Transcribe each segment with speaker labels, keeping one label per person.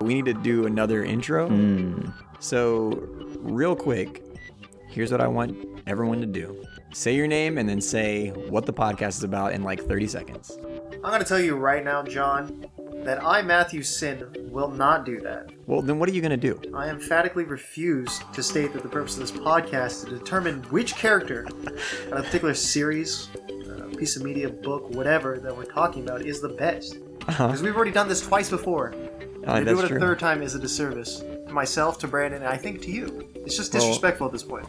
Speaker 1: we need to do another intro.
Speaker 2: Mm.
Speaker 1: So, real quick, here's what I want everyone to do say your name and then say what the podcast is about in like 30 seconds.
Speaker 3: I'm going to tell you right now, John, that I, Matthew Sin, will not do that.
Speaker 1: Well, then what are you going to do?
Speaker 3: I emphatically refuse to state that the purpose of this podcast is to determine which character in a particular series, uh, piece of media, book, whatever that we're talking about is the best. Because we've already done this twice before.
Speaker 1: Uh-huh. Uh,
Speaker 3: to do
Speaker 1: that's
Speaker 3: it a
Speaker 1: true.
Speaker 3: third time is a disservice to myself, to Brandon, and I think to you. It's just
Speaker 1: Well-
Speaker 3: disrespectful at this point.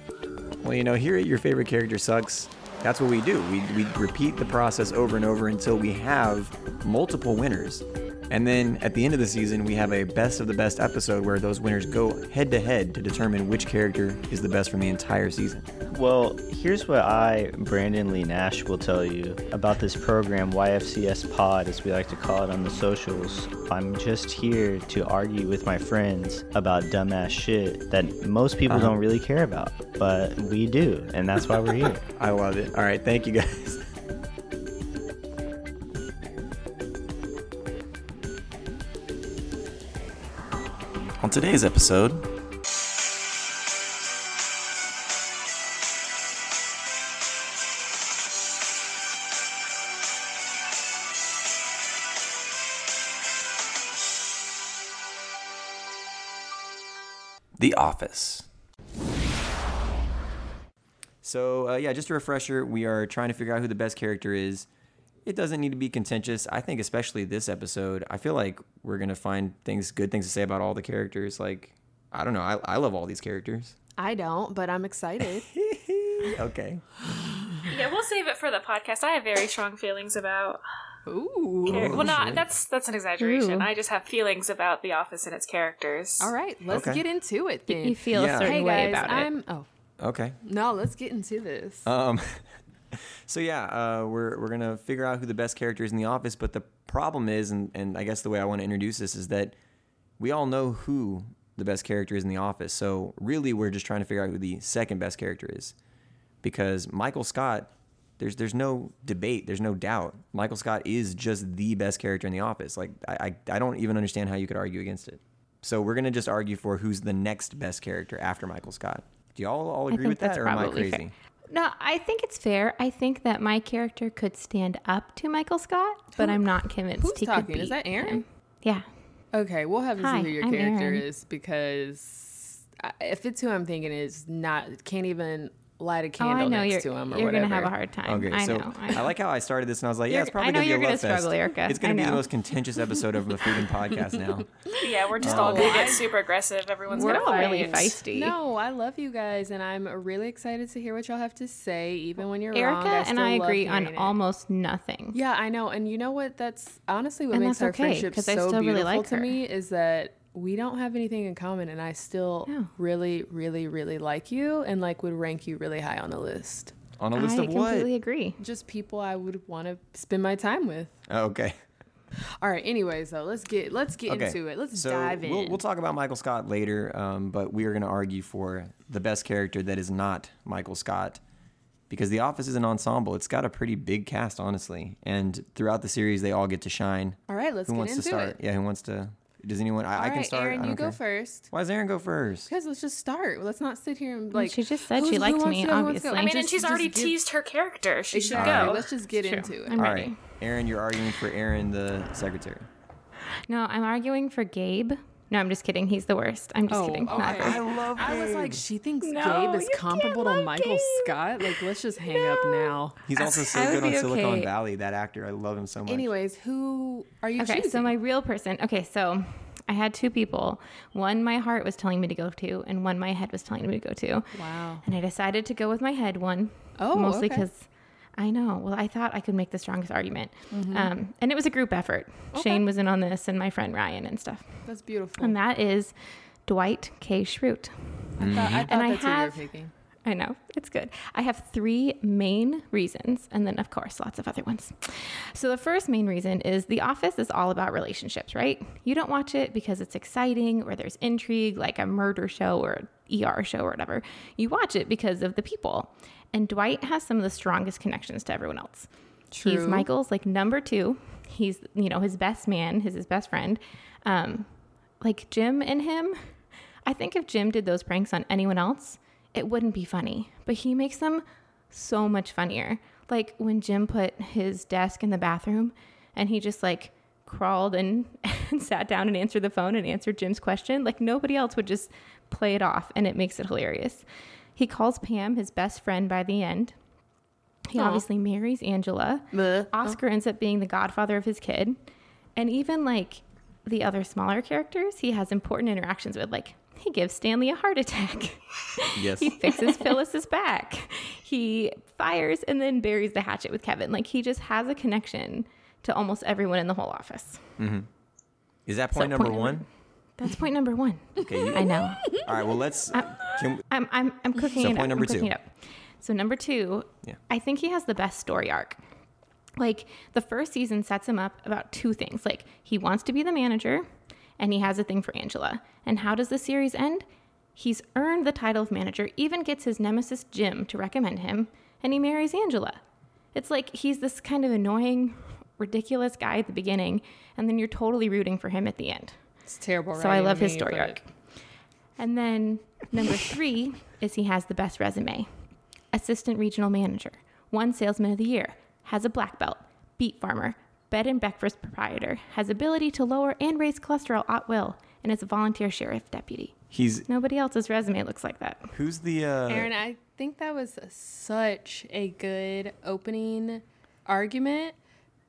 Speaker 1: Well, you know, here at Your Favorite Character Sucks, that's what we do. We, we repeat the process over and over until we have multiple winners. And then at the end of the season, we have a best of the best episode where those winners go head to head to determine which character is the best from the entire season.
Speaker 2: Well, here's what I, Brandon Lee Nash, will tell you about this program, YFCS Pod, as we like to call it on the socials. I'm just here to argue with my friends about dumbass shit that most people
Speaker 1: Uh-huh.
Speaker 2: don't really care about, but we do, and that's why we're here.
Speaker 1: I love it. All right. Thank you guys.
Speaker 4: On today's episode, The Office.
Speaker 1: So uh, yeah, just a refresher. We are trying to figure out who the best character is. It doesn't need to be contentious. I think, especially this episode, I feel like we're gonna find things, good things to say about all the characters. Like, I don't know, I, I love all these characters.
Speaker 5: I don't, but I'm excited.
Speaker 1: Okay.
Speaker 6: Yeah, we'll save it for the podcast. I have very strong feelings about.
Speaker 7: Oh,
Speaker 5: Ooh.
Speaker 6: Char- well, not that's that's an exaggeration.
Speaker 8: Ooh.
Speaker 6: I just have feelings about The Office and its characters.
Speaker 5: All right, let's
Speaker 1: Okay.
Speaker 5: get into it then.
Speaker 8: you feel
Speaker 1: Yeah.
Speaker 8: a certain
Speaker 5: hey guys,
Speaker 8: way about it.
Speaker 5: I'm. Oh
Speaker 1: Okay.
Speaker 5: no, let's get into this.
Speaker 1: Um, so yeah, uh, we're we're gonna figure out who the best character is in the office. But the problem is, and and I guess the way I want to introduce this is that we all know who the best character is in the office. So really, we're just trying to figure out who the second best character is, because Michael Scott. There's, there's no debate. There's no doubt. Michael Scott is just the best character in the office. Like I, I, I don't even understand how you could argue against it. So we're gonna just argue for who's the next best character after Michael Scott. Do y'all all agree
Speaker 8: think
Speaker 1: with that,
Speaker 8: that's
Speaker 1: or am I
Speaker 8: probably
Speaker 1: crazy?
Speaker 8: fair. No, I think it's fair. I think that my character could stand up to Michael Scott, but I'm not convinced
Speaker 7: Who's
Speaker 8: he could
Speaker 7: talking?
Speaker 8: beat
Speaker 7: Is that Aaron?
Speaker 8: him. Yeah.
Speaker 7: Okay, we'll have to
Speaker 8: Hi,
Speaker 7: see who your
Speaker 8: I'm
Speaker 7: character
Speaker 8: Erin.
Speaker 7: is because I- if it's who I'm thinking is not can't even light a
Speaker 8: Oh,
Speaker 7: candle
Speaker 8: I know
Speaker 7: next
Speaker 8: you're,
Speaker 7: to him or
Speaker 8: you're
Speaker 7: whatever.
Speaker 8: gonna have a hard time.
Speaker 1: Okay,
Speaker 8: I
Speaker 1: so
Speaker 8: know.
Speaker 1: I, like how I started this, and I was like, "Yeah,
Speaker 8: You're-
Speaker 1: it's probably
Speaker 8: I know
Speaker 1: gonna be
Speaker 8: you're
Speaker 1: a
Speaker 8: gonna
Speaker 1: love fest.
Speaker 8: struggle, Erica.
Speaker 1: It's gonna
Speaker 8: I
Speaker 1: be the
Speaker 8: know.
Speaker 1: most contentious episode of the freaking podcast now.
Speaker 6: Yeah, we're just all gonna get super aggressive. Everyone's
Speaker 8: We're
Speaker 6: gonna
Speaker 8: all
Speaker 6: fight.
Speaker 8: really feisty.
Speaker 7: No, I love you guys, and I'm really excited to hear what y'all have to say, even when you're wrong.
Speaker 8: Erica and
Speaker 7: still
Speaker 8: I
Speaker 7: love
Speaker 8: agree on
Speaker 7: hearing it.
Speaker 8: almost nothing.
Speaker 7: Yeah, I know, and you know what? That's honestly what
Speaker 8: And
Speaker 7: makes
Speaker 8: that's
Speaker 7: our
Speaker 8: okay,
Speaker 7: friendship
Speaker 8: 'cause I
Speaker 7: so
Speaker 8: still really
Speaker 7: beautiful
Speaker 8: like
Speaker 7: to
Speaker 8: her.
Speaker 7: me is that we don't have anything in common, and I still
Speaker 8: No.
Speaker 7: really, really, really like you, and like would rank you really high on the list.
Speaker 1: On a
Speaker 8: I
Speaker 1: list of
Speaker 8: completely
Speaker 1: what?
Speaker 8: agree.
Speaker 7: Just people I would want to spend my time with.
Speaker 1: Oh, okay.
Speaker 7: All right. Anyways, though, let's get let's get
Speaker 1: Okay.
Speaker 7: into it. Let's
Speaker 1: so
Speaker 7: dive in.
Speaker 1: We'll, we'll talk about Michael Scott later, um, but we are gonna argue for the best character that is not Michael Scott, because The Office is an ensemble. It's got a pretty big cast, honestly, and throughout the series, they all get to shine.
Speaker 7: All right, let's
Speaker 1: who
Speaker 7: get
Speaker 1: wants
Speaker 7: into
Speaker 1: to start?
Speaker 7: it.
Speaker 1: Yeah, who wants to? Does anyone? I, I
Speaker 7: All
Speaker 1: can
Speaker 7: right,
Speaker 1: start.
Speaker 7: Aaron,
Speaker 1: I
Speaker 7: you
Speaker 1: don't
Speaker 7: go
Speaker 1: care.
Speaker 7: first.
Speaker 1: Why does Aaron go first?
Speaker 7: Because let's just start. Let's not sit here and like.
Speaker 8: she just said
Speaker 7: "Who's-
Speaker 8: she
Speaker 7: who
Speaker 8: liked
Speaker 7: wants
Speaker 8: me,
Speaker 7: to go? Who wants to
Speaker 8: obviously.
Speaker 7: go?"
Speaker 6: I
Speaker 8: I
Speaker 6: mean,
Speaker 7: just-
Speaker 6: and she's
Speaker 7: just
Speaker 6: already
Speaker 7: give-
Speaker 6: teased her character. She
Speaker 7: Exactly.
Speaker 6: should go.
Speaker 7: Let's just get into it.
Speaker 8: I'm
Speaker 1: All
Speaker 8: ready.
Speaker 1: right, Aaron, you're arguing for Aaron, the secretary.
Speaker 8: No, I'm arguing for Gabe. No, I'm just kidding. He's the worst. I'm
Speaker 7: Oh,
Speaker 8: just kidding. Not Gabe.
Speaker 1: love.
Speaker 7: I was like, she thinks
Speaker 8: No,
Speaker 7: Gabe is
Speaker 8: you can't
Speaker 7: comparable to
Speaker 8: love
Speaker 7: Michael
Speaker 8: Gabe.
Speaker 7: Scott. Like, let's just hang up now.
Speaker 1: He's also so
Speaker 8: I would
Speaker 1: good on
Speaker 8: be
Speaker 1: Silicon
Speaker 8: okay.
Speaker 1: Valley. That actor, I love him so much.
Speaker 7: Anyways, who are you
Speaker 8: Okay,
Speaker 7: choosing?
Speaker 8: so my real person. Okay, so I had two people. One my heart was telling me to go to, and one my head was telling me to go to.
Speaker 7: Wow.
Speaker 8: And I decided to go with my head one.
Speaker 7: Oh,
Speaker 8: mostly
Speaker 7: okay.
Speaker 8: because I know. Well, I thought I could make the strongest argument,
Speaker 7: Mm-hmm.
Speaker 8: um, and it was a group effort. Shane was in on this, and my friend Ryan and stuff.
Speaker 7: That's beautiful.
Speaker 8: And that is Dwight K. Schrute.
Speaker 7: I thought, I thought
Speaker 8: And I
Speaker 7: that's what you were
Speaker 8: have-
Speaker 7: picking.
Speaker 8: I know, it's good. I have three main reasons, and then, of course, lots of other ones. So, the first main reason is The Office is all about relationships, right? You don't watch it because it's exciting or there's intrigue, like a murder show or an ER show or whatever. You watch it because of the people. And Dwight has some of the strongest connections to everyone else. He's
Speaker 7: True.
Speaker 8: Michael's like number two. He's, you know, his best man, his, his best friend. Um, like Jim and him, I think if Jim did those pranks on anyone else, it wouldn't be funny. But he makes them so much funnier. Like when Jim put his desk in the bathroom and he just like crawled and, and sat down and answered the phone and answered Jim's question, like nobody else would just play it off and it makes it hilarious. He calls Pam his best friend by the end. He obviously marries Angela.
Speaker 9: Bleh.
Speaker 8: Oscar ends up being the godfather of his kid. And even like the other smaller characters, he has important interactions with. Like, he gives Stanley a heart attack.
Speaker 1: Yes.
Speaker 8: he fixes Phyllis's back. He fires and then buries the hatchet with Kevin. Like, he just has a connection to almost everyone in the whole office.
Speaker 1: Is that point
Speaker 8: So
Speaker 1: number
Speaker 8: point
Speaker 1: one?
Speaker 8: That's point number one.
Speaker 1: Okay. You,
Speaker 8: I know.
Speaker 1: all right. Well, let's. Can,
Speaker 8: I'm, I'm, I'm cooking
Speaker 1: So
Speaker 8: it
Speaker 1: point
Speaker 8: up.
Speaker 1: number
Speaker 8: I'm cooking
Speaker 1: two.
Speaker 8: it up. So number two,
Speaker 1: Yeah.
Speaker 8: I think he has the best story arc. Like the first season sets him up about two things. Like he wants to be the manager and he has a thing for Angela. And how does the series end? He's earned the title of manager, even gets his nemesis Jim to recommend him, and he marries Angela. It's like he's this kind of annoying, ridiculous guy at the beginning, and then you're totally rooting for him at the end.
Speaker 7: It's terrible.
Speaker 8: So I
Speaker 7: writing,
Speaker 8: love his
Speaker 7: mean,
Speaker 8: story
Speaker 7: but
Speaker 8: arc. And then number three is he has the best resume. Assistant regional manager, one salesman of the year, has a black belt, beet farmer, bed and breakfast proprietor, has ability to lower and raise cholesterol at will, and is a volunteer sheriff deputy.
Speaker 1: he's
Speaker 8: Nobody else's resume looks like that.
Speaker 1: who's the uh,
Speaker 7: Aaron, I think that was such a good opening argument.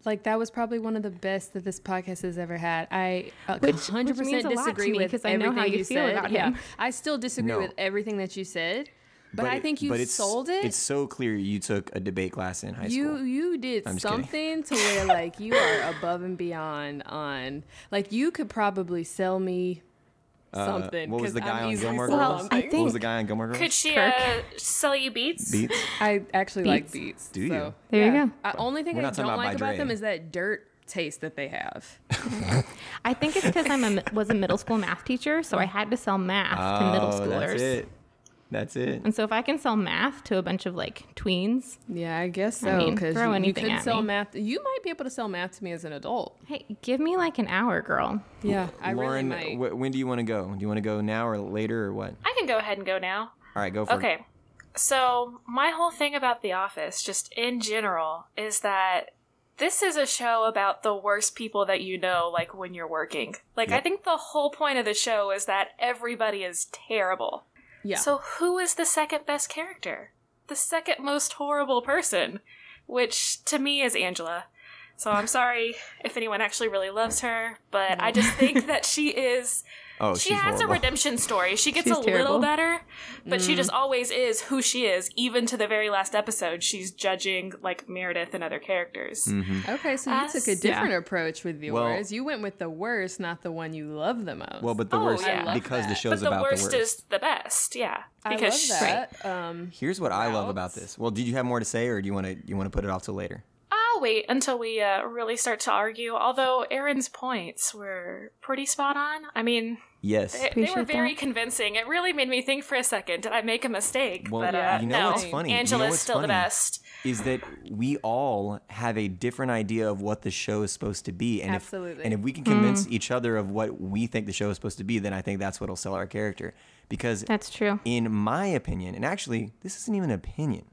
Speaker 7: Like that was probably one of the best that this podcast has ever had. I uh,
Speaker 8: Which- which
Speaker 7: 100%
Speaker 8: means a lot to
Speaker 7: disagree
Speaker 8: me,
Speaker 7: with
Speaker 8: 'cause I know how
Speaker 7: everything
Speaker 8: you feel
Speaker 7: said.
Speaker 8: about
Speaker 7: yeah.
Speaker 8: him.
Speaker 7: I still disagree
Speaker 1: No.
Speaker 7: with everything that you said, but, I
Speaker 1: it-
Speaker 7: think you
Speaker 1: but it's-
Speaker 7: sold it.
Speaker 1: It's so clear you took a debate class in high
Speaker 7: you
Speaker 1: school. Uh,
Speaker 7: you did
Speaker 1: I'm just kidding.
Speaker 7: something to where like you are above and beyond on like you could probably sell me something.
Speaker 1: Uh, what was
Speaker 7: 'cause
Speaker 1: the guy
Speaker 7: I'm
Speaker 1: on
Speaker 7: easily
Speaker 1: Gilmore
Speaker 7: sold
Speaker 8: Girls?
Speaker 7: on
Speaker 8: Well, I
Speaker 7: things.
Speaker 1: What was the
Speaker 8: think-
Speaker 1: guy on Gilmore Girls?
Speaker 6: Could she uh,
Speaker 8: Kirk.
Speaker 6: sell you beats?
Speaker 1: Beats?
Speaker 7: I actually like beets.
Speaker 1: Do you?
Speaker 7: So,
Speaker 8: There you
Speaker 7: yeah.
Speaker 8: go.
Speaker 7: I only thing
Speaker 1: We're
Speaker 7: I
Speaker 1: not talking
Speaker 7: don't
Speaker 1: about
Speaker 7: like about
Speaker 1: Bydre.
Speaker 7: them is that dirt taste that they have.
Speaker 8: I think it's because I'm a, mi- was a middle school math teacher, so I had to sell math to middle
Speaker 1: Oh,
Speaker 8: schoolers.
Speaker 1: that's it. That's it.
Speaker 8: And so if I can sell math to a bunch of like tweens,
Speaker 7: Yeah, I guess
Speaker 8: I
Speaker 7: so.
Speaker 8: mean,
Speaker 7: Because
Speaker 8: throw
Speaker 7: you, you
Speaker 8: anything
Speaker 7: could
Speaker 8: at
Speaker 7: sell
Speaker 8: me.
Speaker 7: math. You might be able to sell math to me as an adult.
Speaker 8: hey, give me like an hour, girl.
Speaker 7: Yeah, I
Speaker 1: Lauren,
Speaker 7: really might.
Speaker 1: wh- when do you want to go? Do you want to go now or later or what?
Speaker 6: I can go ahead and go now.
Speaker 1: All right, go for it.
Speaker 6: Okay. So, my whole thing about The Office, just in general, is that this is a show about the worst people that you know, like when you're working. Like, I think the whole point of the show is that everybody is terrible.
Speaker 7: yeah.
Speaker 6: So, who is the second best character? The second most horrible person, which to me is Angela. So, I'm sorry if anyone actually really loves her, but I just think that she is
Speaker 1: Oh,
Speaker 6: she
Speaker 1: she's
Speaker 6: has
Speaker 1: horrible.
Speaker 6: a
Speaker 1: Mm.
Speaker 6: redemption story. She gets
Speaker 8: She's
Speaker 6: a
Speaker 8: terrible.
Speaker 6: little better, but she just always is who she is. Even to the very last episode, she's judging like Meredith and other characters.
Speaker 1: Mm-hmm.
Speaker 7: okay, so you took a
Speaker 6: Us-
Speaker 7: different approach with yours.
Speaker 1: Well-
Speaker 7: you went with the worst, not the one you love the most.
Speaker 1: Well, but the
Speaker 6: Oh,
Speaker 1: worst
Speaker 6: yeah. I love
Speaker 1: because the
Speaker 7: that.
Speaker 1: show's
Speaker 6: but the
Speaker 1: about
Speaker 6: worst,
Speaker 1: the worst.
Speaker 6: is the best. Yeah,
Speaker 7: I love
Speaker 6: because
Speaker 7: that. Um,
Speaker 1: Here's what I love
Speaker 7: routes.
Speaker 1: about this. Well, did you have more to say, or do you want to you want to put it off till later?
Speaker 6: I'll wait until we uh, really start to argue. Although Aaron's points were pretty spot on. I mean,
Speaker 1: Yes.
Speaker 6: they, they were
Speaker 8: Appreciate
Speaker 6: very
Speaker 8: that.
Speaker 6: convincing. It really made me think for a second. Did I make a mistake?
Speaker 1: Well,
Speaker 6: but uh,
Speaker 1: you know
Speaker 6: no,
Speaker 1: what's funny? You know
Speaker 6: Angela's
Speaker 1: what's
Speaker 6: still the
Speaker 1: funny?
Speaker 6: best.
Speaker 1: is that we all have a different idea of what the show is supposed to be, and if
Speaker 7: Absolutely.
Speaker 1: and if we can convince
Speaker 6: Mm.
Speaker 1: each other of what we think the show is supposed to be, then I think that's what'll sell our character. Because
Speaker 8: That's true.
Speaker 1: in my opinion, and actually, this isn't even an opinion.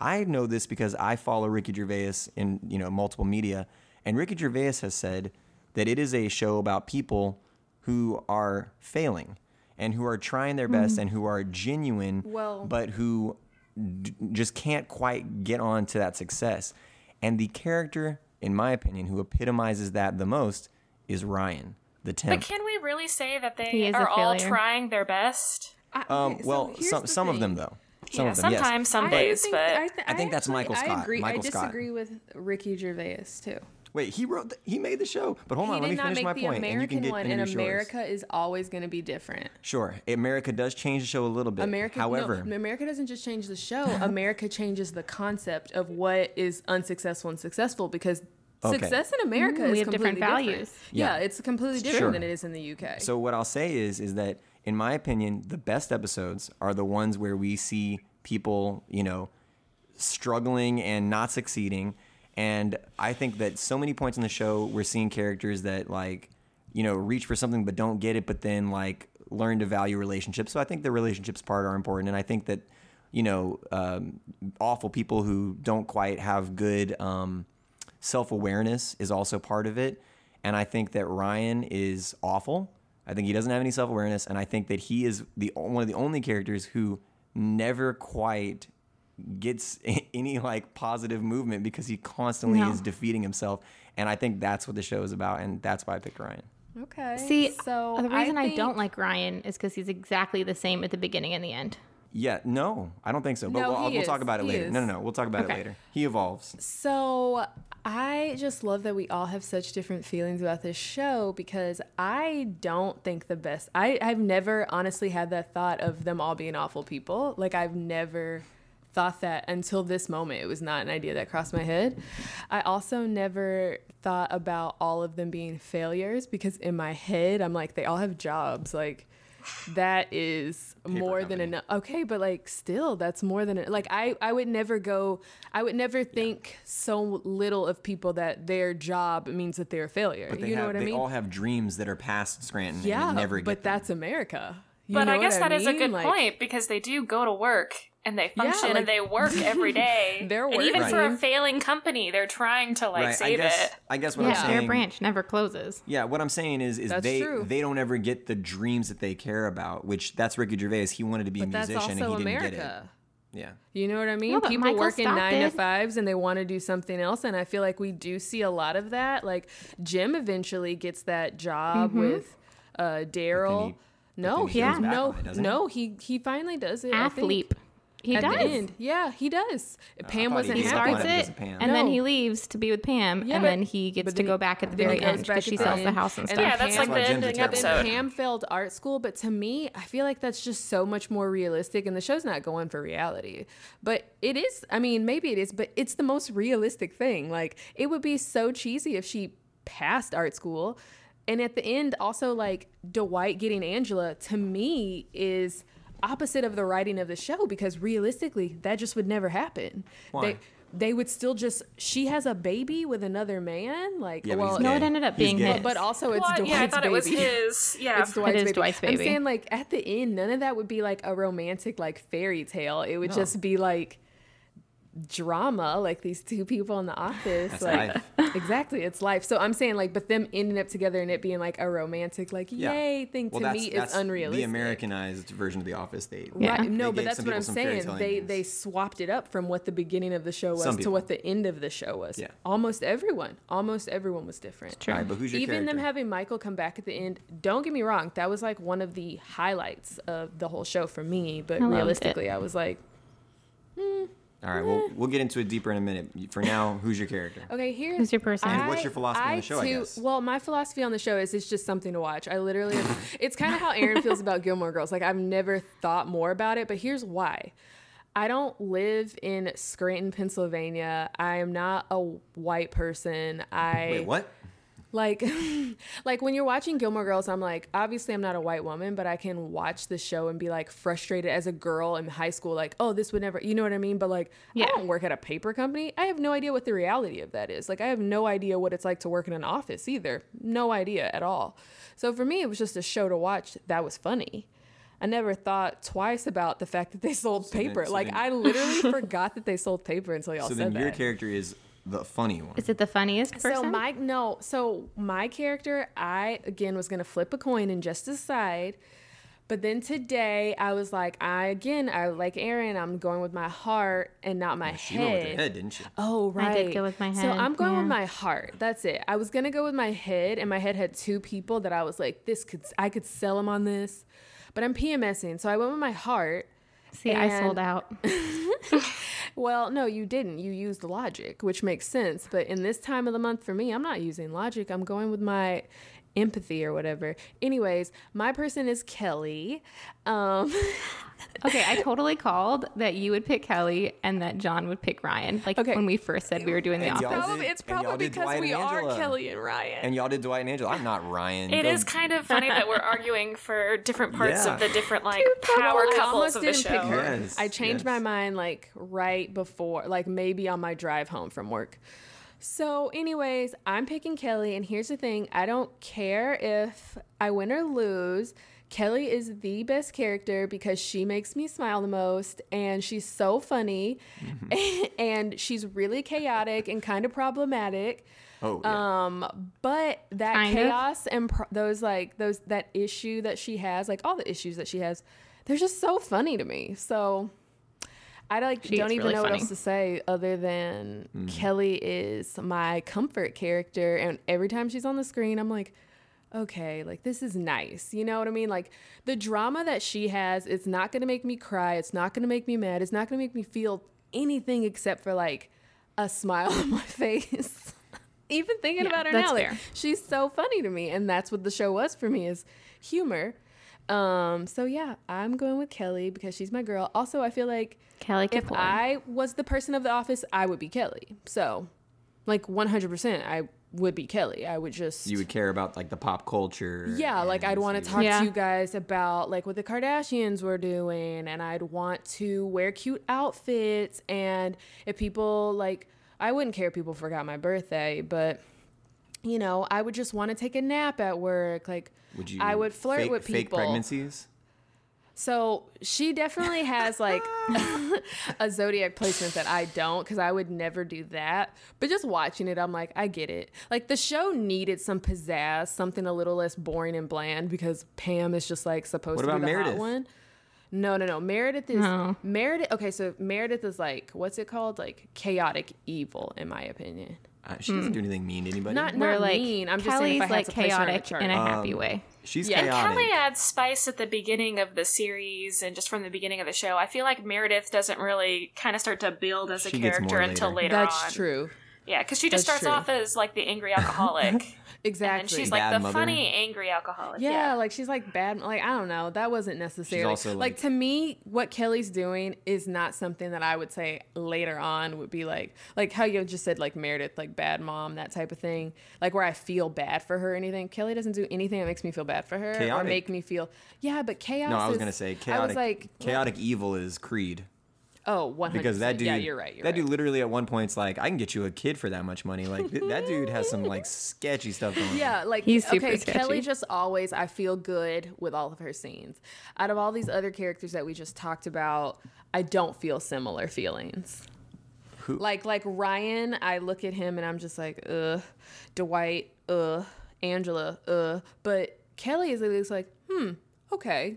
Speaker 1: I know this because I follow Ricky Gervais in you know multiple media, and Ricky Gervais has said that it is a show about people who are failing and who are trying their best and who are genuine,
Speaker 7: Mm-hmm. Well-
Speaker 1: but who d- just can't quite get on to that success. And the character, in my opinion, who epitomizes that the most is Ryan, the
Speaker 6: But
Speaker 1: temp.
Speaker 6: can we really say that
Speaker 8: He
Speaker 6: they
Speaker 8: is a
Speaker 6: are all
Speaker 8: failure.
Speaker 6: trying their best?
Speaker 7: I-
Speaker 1: um,
Speaker 7: okay, so
Speaker 1: well,
Speaker 7: here's
Speaker 1: some
Speaker 7: the
Speaker 1: some of
Speaker 7: thing.
Speaker 1: them though. Some
Speaker 6: yeah,
Speaker 1: of them, yes.
Speaker 6: sometimes, some
Speaker 7: I
Speaker 6: days,
Speaker 7: think-
Speaker 6: but
Speaker 7: th-
Speaker 1: I think that's Michael
Speaker 7: I
Speaker 1: Scott.
Speaker 7: agree.
Speaker 1: Michael
Speaker 7: I
Speaker 1: Scott.
Speaker 7: disagree with Ricky Gervais too.
Speaker 1: Wait, he wrote. The, he made the show. But hold
Speaker 7: he
Speaker 1: on, let
Speaker 7: did
Speaker 1: me
Speaker 7: not
Speaker 1: finish
Speaker 7: make
Speaker 1: my
Speaker 7: the
Speaker 1: point,
Speaker 7: American
Speaker 1: and you can get
Speaker 7: one, and
Speaker 1: into
Speaker 7: America is always going to be different.
Speaker 1: Sure, America does change the show a little bit.
Speaker 7: America, no,
Speaker 1: however,
Speaker 7: America doesn't just change the show. America changes the concept of what is unsuccessful and successful because
Speaker 1: Okay.
Speaker 7: success in America
Speaker 8: Mm, we
Speaker 7: is
Speaker 8: have different
Speaker 7: completely different
Speaker 8: values.
Speaker 1: Yeah.
Speaker 7: Yeah. it's completely different
Speaker 1: Sure.
Speaker 7: than it is in the UK.
Speaker 1: so what I'll say is, is that in my opinion, the best episodes are the ones where we see people, you know, struggling and not succeeding. And I think that so many points in the show, we're seeing characters that like you know, reach for something but don't get it, but then like learn to value relationships. So I think the relationships part are important, and I think that you know, um, awful people who don't quite have good um, self awareness is also part of it. And I think that Ryan is awful. I think he doesn't have any self awareness, and I think that he is the o- one of the only characters who never quite gets a- any like positive movement because he constantly
Speaker 8: No.
Speaker 1: is defeating himself. And I think that's what the show is about, and that's why I picked Ryan.
Speaker 7: Okay.
Speaker 8: See,
Speaker 7: so
Speaker 8: the reason I, don't
Speaker 7: think-
Speaker 8: like Ryan is because he's exactly the same at the beginning and the end.
Speaker 1: Yeah, no, I don't think so. But
Speaker 7: No,
Speaker 1: we'll, I'll-
Speaker 7: he
Speaker 1: we'll talk
Speaker 7: is.
Speaker 1: about it
Speaker 7: He
Speaker 1: later.
Speaker 7: is.
Speaker 1: No, no, no, we'll talk about it
Speaker 8: Okay.
Speaker 1: later. He evolves.
Speaker 7: So I just love that we all have such different feelings about this show because I don't think the best. I, I've never honestly had that thought of them all being awful people. Like I've never thought that until this moment. It was not an idea that crossed my head. I also never thought about all of them being failures because in my head I'm like they all have jobs. Like that is more than
Speaker 1: company.
Speaker 7: enough. Okay, but like still, that's more than e-, like I I would never go. I would never think so little of people that their job means that they're a failure.
Speaker 1: But they
Speaker 7: you know
Speaker 1: have,
Speaker 7: what I
Speaker 1: they
Speaker 7: mean?
Speaker 1: all have dreams that are past Scranton.
Speaker 7: yeah,
Speaker 1: and they never get
Speaker 7: but
Speaker 1: them.
Speaker 7: that's America. You
Speaker 6: But
Speaker 7: know
Speaker 6: I
Speaker 7: what
Speaker 6: guess that is
Speaker 7: mean?
Speaker 6: a good
Speaker 7: Like,
Speaker 6: point because they do go to work and they function
Speaker 7: like-
Speaker 6: and they work every day.
Speaker 7: They're
Speaker 6: and even for a
Speaker 7: working.
Speaker 6: failing company, they're trying to like
Speaker 1: right?
Speaker 6: save
Speaker 1: I guess
Speaker 6: it.
Speaker 1: I guess what
Speaker 8: yeah,
Speaker 1: I'm
Speaker 8: their
Speaker 1: saying.
Speaker 8: branch never closes.
Speaker 1: Yeah, what I'm saying is, is
Speaker 7: That's
Speaker 1: they
Speaker 7: true.
Speaker 1: they don't ever get the dreams that they care about. Which that's Ricky Gervais. He wanted to be a
Speaker 7: But that's
Speaker 1: musician and he
Speaker 7: also
Speaker 1: didn't
Speaker 7: America.
Speaker 1: get it. Yeah,
Speaker 7: You know what I mean?
Speaker 8: No, but
Speaker 7: People
Speaker 8: Michael
Speaker 7: work in
Speaker 8: stopped
Speaker 7: nine to
Speaker 8: it.
Speaker 7: fives and they want to do something else. And I feel like we do see a lot of that. Like Jim eventually gets that job
Speaker 8: Mm-hmm.
Speaker 7: with uh, Daryl. No,
Speaker 1: then he
Speaker 7: he
Speaker 1: goes back
Speaker 7: no,
Speaker 1: on it, doesn't he?
Speaker 7: no, he he finally does it. I think.
Speaker 8: Athlete. He
Speaker 7: At
Speaker 8: does.
Speaker 7: the end, yeah, he does. Pam
Speaker 1: Uh, thought
Speaker 7: wasn't
Speaker 1: he
Speaker 8: He
Speaker 1: Yeah,
Speaker 7: happy.
Speaker 1: why
Speaker 8: starts
Speaker 1: not
Speaker 8: it,
Speaker 1: because of Pam?
Speaker 8: and then
Speaker 7: No.
Speaker 8: he leaves to be with Pam,
Speaker 7: Yeah,
Speaker 8: and
Speaker 7: but-
Speaker 8: then he gets
Speaker 7: but
Speaker 8: to
Speaker 7: then
Speaker 8: go
Speaker 7: he-
Speaker 8: back at the
Speaker 7: then he
Speaker 8: very
Speaker 7: goes
Speaker 8: end
Speaker 7: back
Speaker 8: because she
Speaker 7: at the
Speaker 8: sells the
Speaker 7: end.
Speaker 8: house and
Speaker 7: And
Speaker 8: stuff.
Speaker 7: then
Speaker 6: Yeah, that's
Speaker 7: Pam-
Speaker 6: like the
Speaker 1: That's why Jim's
Speaker 6: ending
Speaker 1: a terrible
Speaker 6: episode.
Speaker 7: Then Pam failed art school, but to me, I feel like that's just so much more realistic, and the show's not going for reality. But it is, I mean, maybe it is, but it's the most realistic thing. Like, it would be so cheesy if she passed art school. And at the end, also, like, Dwight getting Angela to me is opposite of the writing of the show because realistically, that just would never happen. They, they would still just, she has a baby with another man. Like,
Speaker 1: yeah. but
Speaker 7: well,
Speaker 1: he's
Speaker 8: No, it
Speaker 1: gay.
Speaker 8: ended up
Speaker 1: He's
Speaker 8: being
Speaker 1: gay.
Speaker 8: his.
Speaker 7: but also, it's
Speaker 6: What?
Speaker 7: Dwight's
Speaker 6: yeah, I thought
Speaker 7: baby.
Speaker 6: it was his. Yeah.
Speaker 7: It's Dwight's
Speaker 8: is
Speaker 7: baby.
Speaker 8: Dwight's
Speaker 7: I'm
Speaker 8: baby.
Speaker 7: saying like at the end, none of that would be like a romantic like fairy tale. It would just be like drama, like these two people in the office.
Speaker 1: That's
Speaker 7: like
Speaker 1: life.
Speaker 7: exactly, it's life. So I'm saying like, but them ending up together and it being like a romantic like
Speaker 1: Yeah.
Speaker 7: yay thing
Speaker 1: Well,
Speaker 7: to
Speaker 1: that's-
Speaker 7: me
Speaker 1: that's
Speaker 7: is unrealistic.
Speaker 1: The Americanized version of The Office. They
Speaker 8: Yeah.
Speaker 7: Right. No,
Speaker 1: They
Speaker 7: but
Speaker 1: gave
Speaker 7: that's
Speaker 1: some
Speaker 7: what
Speaker 1: people
Speaker 7: I'm
Speaker 1: some fairy
Speaker 7: saying.
Speaker 1: tale
Speaker 7: They
Speaker 1: endings.
Speaker 7: they swapped it up from what the beginning of the show
Speaker 1: Some
Speaker 7: was to
Speaker 1: people.
Speaker 7: what the end of the show was.
Speaker 1: Yeah.
Speaker 7: Almost everyone. Almost everyone was different.
Speaker 8: True.
Speaker 1: All right, but who's your
Speaker 7: Even
Speaker 1: character?
Speaker 7: them having Michael come back at the end, don't get me wrong, that was like one of the highlights of the whole show for me. But
Speaker 8: I loved it.
Speaker 7: realistically, I was like,
Speaker 1: All right, well, we'll get into it deeper in a minute. For now, who's your character?
Speaker 7: eh. okay, here's
Speaker 8: Who's your person?
Speaker 1: And what's your philosophy on the show, I
Speaker 7: too-
Speaker 1: guess?
Speaker 7: Well, my philosophy on the show is it's just something to watch. I literally, it's kind of how Aaron feels about Gilmore Girls. Like I've never thought more about it, but here's why. I don't live in Scranton, Pennsylvania. I am not a white person. I
Speaker 1: Wait, what?
Speaker 7: like like when you're watching Gilmore Girls, I'm like, obviously I'm not a white woman, but I can watch the show and be like frustrated as a girl in high school, like, oh, this would never you know what I mean? But like
Speaker 8: Yeah.
Speaker 7: I don't work at a paper company. I have no idea what the reality of that is. Like I have no idea what it's like to work in an office either. No idea at all. So for me it was just a show to watch that was funny. I never thought twice about the fact that they sold
Speaker 1: then-
Speaker 7: paper.
Speaker 1: so
Speaker 7: like
Speaker 1: then-
Speaker 7: I literally forgot that they sold paper until y'all
Speaker 1: So
Speaker 7: said
Speaker 1: then your
Speaker 7: that.
Speaker 1: character is the funny one.
Speaker 8: Is it the funniest person?
Speaker 7: So my no, so my character, I again was gonna flip a coin and just decide. But then today I was like, I again, I like Aaron, I'm going with my heart and not my
Speaker 1: She
Speaker 7: head.
Speaker 1: went with her head, didn't she?
Speaker 7: Oh right.
Speaker 8: I did go with my
Speaker 7: So
Speaker 8: head,
Speaker 7: I'm going
Speaker 8: yeah.
Speaker 7: with my heart. That's it. I was gonna go with my head, and my head had two people that I was like, this could I could sell them on this, but I'm PMSing, so I went with my heart.
Speaker 8: See, I
Speaker 7: and-
Speaker 8: sold out.
Speaker 7: Well, no, you didn't. You used logic, which makes sense. But in this time of the month for me, I'm not using logic. I'm going with my empathy or whatever. Anyways, my person is Kelly. Um,
Speaker 8: Okay, I totally called that you would pick Kelly and that John would pick Ryan. Like
Speaker 7: Okay.
Speaker 8: when we first said we were doing the
Speaker 1: And y'all
Speaker 8: office.
Speaker 1: did-
Speaker 7: it's
Speaker 1: and y'all
Speaker 7: probably
Speaker 1: did
Speaker 7: because
Speaker 1: Dwight
Speaker 7: we
Speaker 1: and
Speaker 7: are
Speaker 1: Angela.
Speaker 7: Kelly and Ryan.
Speaker 1: And y'all did Dwight and Angela. I'm not Ryan.
Speaker 6: It
Speaker 1: Go-
Speaker 6: is kind of funny that we're arguing for different parts
Speaker 1: Yeah.
Speaker 6: of the different like power
Speaker 7: I almost
Speaker 6: couples of the
Speaker 7: didn't
Speaker 6: show.
Speaker 7: pick her.
Speaker 1: Yes,
Speaker 7: I
Speaker 1: yes.
Speaker 7: changed my mind like right before, like maybe on my drive home from work. So, anyways, I'm picking Kelly, and here's the thing I don't care if I win or lose. Kelly is the best character because she makes me smile the most, and she's so funny,
Speaker 1: Mm-hmm.
Speaker 7: and she's really chaotic and kind of problematic.
Speaker 1: Oh, yeah.
Speaker 7: Um, but that
Speaker 8: Kind of.
Speaker 7: chaos and pro- those like those that issue that she has, like all the issues that she has, they're just so funny to me. So I like
Speaker 8: She
Speaker 7: don't
Speaker 8: is
Speaker 7: even
Speaker 8: really
Speaker 7: know
Speaker 8: funny.
Speaker 7: what else to say other than Kelly is my comfort character, and every time she's on the screen, I'm like. Okay, like this is nice. You know what I mean? Like the drama that she has, it's not going to make me cry. It's not going to make me mad. It's not going to make me feel anything except for like a smile on my face. Even thinking
Speaker 8: Yeah,
Speaker 7: about her
Speaker 8: that's
Speaker 7: now, like,
Speaker 8: fair.
Speaker 7: she's so funny to me, and that's what the show was for me is humor. Um, so yeah, I'm going with Kelly because she's my girl. Also, I feel like
Speaker 8: Kelly
Speaker 7: if
Speaker 8: Kapoor.
Speaker 7: I was the person of the office, I would be Kelly. So, like 100%, I would be Kelly. I would just
Speaker 1: you would care about like the pop culture.
Speaker 7: yeah, like I'd
Speaker 1: and
Speaker 7: want to
Speaker 1: you-
Speaker 7: talk
Speaker 8: Yeah.
Speaker 7: to you guys about like what the Kardashians were doing, and I'd want to wear cute outfits. And if people like, I wouldn't care if people forgot my birthday, but you know, I would just want to take a nap at work. Like,
Speaker 1: Would you?
Speaker 7: I would flirt
Speaker 1: fake-
Speaker 7: with
Speaker 1: Fake
Speaker 7: people.
Speaker 1: pregnancies.
Speaker 7: So she definitely has like a zodiac placement that I don't because I would never do that. But just watching it, I'm like, I get it. Like the show needed some pizzazz, something a little less boring and bland because Pam is just like supposed
Speaker 1: What
Speaker 7: to be
Speaker 1: about
Speaker 7: the
Speaker 1: Meredith?
Speaker 7: hot one. No, no, no. Meredith is
Speaker 8: No.
Speaker 7: Meredith. Okay, so Meredith is like what's it called? Like chaotic evil, in my opinion.
Speaker 1: Uh, she doesn't do anything mean to anybody.
Speaker 7: Mm. Not
Speaker 8: Where
Speaker 7: not
Speaker 8: like
Speaker 7: mean. I'm just saying if
Speaker 8: Kelly's
Speaker 7: I had
Speaker 8: like
Speaker 7: to place her on a
Speaker 8: chaotic
Speaker 7: chart.
Speaker 8: in
Speaker 1: Uh,
Speaker 8: a
Speaker 1: Um,
Speaker 8: happy way.
Speaker 1: She's
Speaker 7: yeah.
Speaker 1: chaotic.
Speaker 6: Kelly adds spice at the beginning of the series and just from the beginning of the show. I feel like Meredith doesn't really kind of start to build as a
Speaker 1: She gets
Speaker 6: character
Speaker 1: more
Speaker 6: until
Speaker 1: later.
Speaker 6: later
Speaker 7: That's
Speaker 6: on.
Speaker 7: true.
Speaker 6: Yeah, because she just
Speaker 7: That's
Speaker 6: starts off as like the angry alcoholic,
Speaker 7: Exactly.
Speaker 6: and then she's
Speaker 1: Bad
Speaker 6: like the
Speaker 1: mother.
Speaker 6: funny angry alcoholic.
Speaker 7: Yeah, like she's like bad. Like I don't know. That wasn't necessarily
Speaker 1: also,
Speaker 7: like,
Speaker 1: like-
Speaker 7: to me. What Kelly's doing is not something that I would say later on would be like like how you just said like Meredith like bad mom that type of thing. Like where I feel bad for her or anything. Kelly doesn't do anything that makes me feel bad for her or
Speaker 1: Chaotic.
Speaker 7: make me feel yeah. But chaos.
Speaker 1: no, I was
Speaker 7: is-
Speaker 1: gonna say
Speaker 7: I
Speaker 1: chaotic.
Speaker 7: was like
Speaker 1: chaotic evil is Creed
Speaker 7: oh one hundred
Speaker 1: because that dude.
Speaker 7: Yeah, you're right. You're
Speaker 1: that
Speaker 7: right.
Speaker 1: dude literally at one point's like, I can get you a kid for that much money. Like th- that dude has some like sketchy stuff going. on.
Speaker 7: Yeah, like
Speaker 8: He's super
Speaker 7: okay,
Speaker 8: sketchy.
Speaker 7: Kelly just always I feel good with all of her scenes. Out of all these other characters that we just talked about, I don't feel similar feelings.
Speaker 1: Who-
Speaker 7: Like like Ryan, I look at him and I'm just like, ugh, Dwight, ugh, Angela, ugh. But Kelly is at least like, hmm, okay.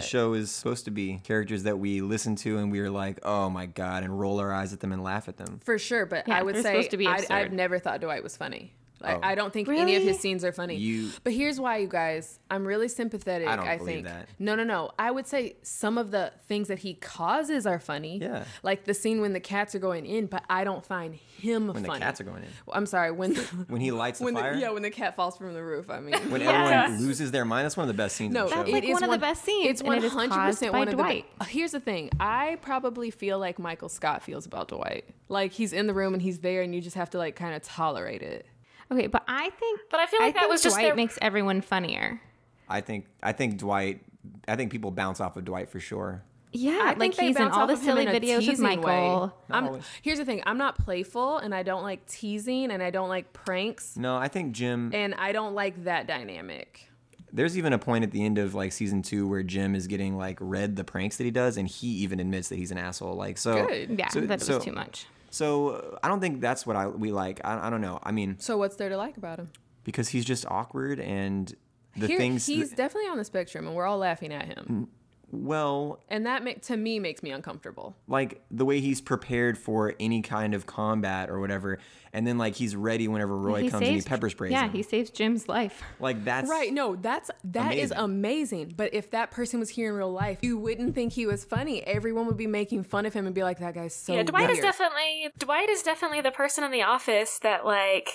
Speaker 1: The show is supposed to be characters that we listen to and we are like, oh my god, and roll our eyes at them and laugh at them.
Speaker 7: For sure. But
Speaker 8: Yeah,
Speaker 7: I would
Speaker 8: they're
Speaker 7: say
Speaker 8: supposed to be
Speaker 7: I,
Speaker 8: absurd.
Speaker 7: I've never thought Dwight was funny. Like, I don't think any of
Speaker 8: Really?
Speaker 7: his scenes are funny.
Speaker 1: Oh. You-
Speaker 7: but here's why, you guys. I'm really sympathetic.
Speaker 1: I don't
Speaker 7: I
Speaker 1: believe
Speaker 7: think
Speaker 1: that.
Speaker 7: no, no, no. I would say some of the things that he causes are funny.
Speaker 1: Yeah.
Speaker 7: like the scene when the cats are going in, but I don't find him
Speaker 1: When the
Speaker 7: funny.
Speaker 1: cats are going in,
Speaker 7: I'm sorry when the,
Speaker 1: when he lights the
Speaker 7: when
Speaker 1: fire,
Speaker 7: the, yeah when the cat falls from the roof. I mean.
Speaker 1: when everyone loses their mind, that's one of the best scenes.
Speaker 7: No,
Speaker 1: in the show.
Speaker 8: That's like
Speaker 7: it is
Speaker 8: one of the best scenes,
Speaker 7: It's
Speaker 8: and
Speaker 7: one
Speaker 8: it is
Speaker 7: hundred
Speaker 8: caused by
Speaker 7: percent one of
Speaker 8: Dwight.
Speaker 7: the. be- Here's the thing: I probably feel like Michael Scott feels about Dwight. Like he's in the room and he's there, and you just have to like kind of tolerate it.
Speaker 8: Okay, but I think
Speaker 6: But I feel like that
Speaker 8: think
Speaker 6: was
Speaker 8: Dwight
Speaker 6: just their-
Speaker 8: makes everyone funnier.
Speaker 1: I think I think Dwight. I think people bounce off of Dwight for sure.
Speaker 8: Yeah,
Speaker 7: I think
Speaker 8: like
Speaker 7: they
Speaker 8: he's in
Speaker 7: bounce
Speaker 8: all
Speaker 7: off
Speaker 8: the
Speaker 7: of him
Speaker 8: silly
Speaker 7: in a
Speaker 8: videos with
Speaker 7: teasing way.
Speaker 8: Michael.
Speaker 1: Not
Speaker 7: I'm,
Speaker 1: always.
Speaker 7: here's the thing: I'm not playful, and I don't like teasing, and I don't like pranks,
Speaker 1: No, I think Jim.
Speaker 7: and I don't like that dynamic.
Speaker 1: There's even a point at the end of like season two where Jim is getting like read the pranks that he does, and he even admits that he's an asshole. Like so,
Speaker 7: Good.
Speaker 8: Yeah,
Speaker 1: So,
Speaker 8: that
Speaker 1: so-
Speaker 8: was too much.
Speaker 1: So uh, I don't think that's what I we like. I, I don't know. I mean,
Speaker 7: So what's there to like about him?
Speaker 1: because he's just awkward and the
Speaker 7: Here,
Speaker 1: things. Mm.
Speaker 7: he's definitely on the spectrum, and we're all laughing at him,
Speaker 1: well,
Speaker 7: and that make, to me makes me uncomfortable.
Speaker 1: like the way he's prepared for any kind of combat or whatever, and then like he's ready whenever Roy comes and he pepper sprays
Speaker 8: Yeah,
Speaker 1: him.
Speaker 8: he saves Jim's life.
Speaker 1: like that's
Speaker 7: Right. No, that's that is
Speaker 1: Amazing.
Speaker 7: amazing. But if that person was here in real life, you wouldn't think he was funny. Everyone would be making fun of him and be like, "That guy's so
Speaker 6: yeah. Dwight is
Speaker 7: weird."
Speaker 6: definitely Dwight is definitely the person in the office that like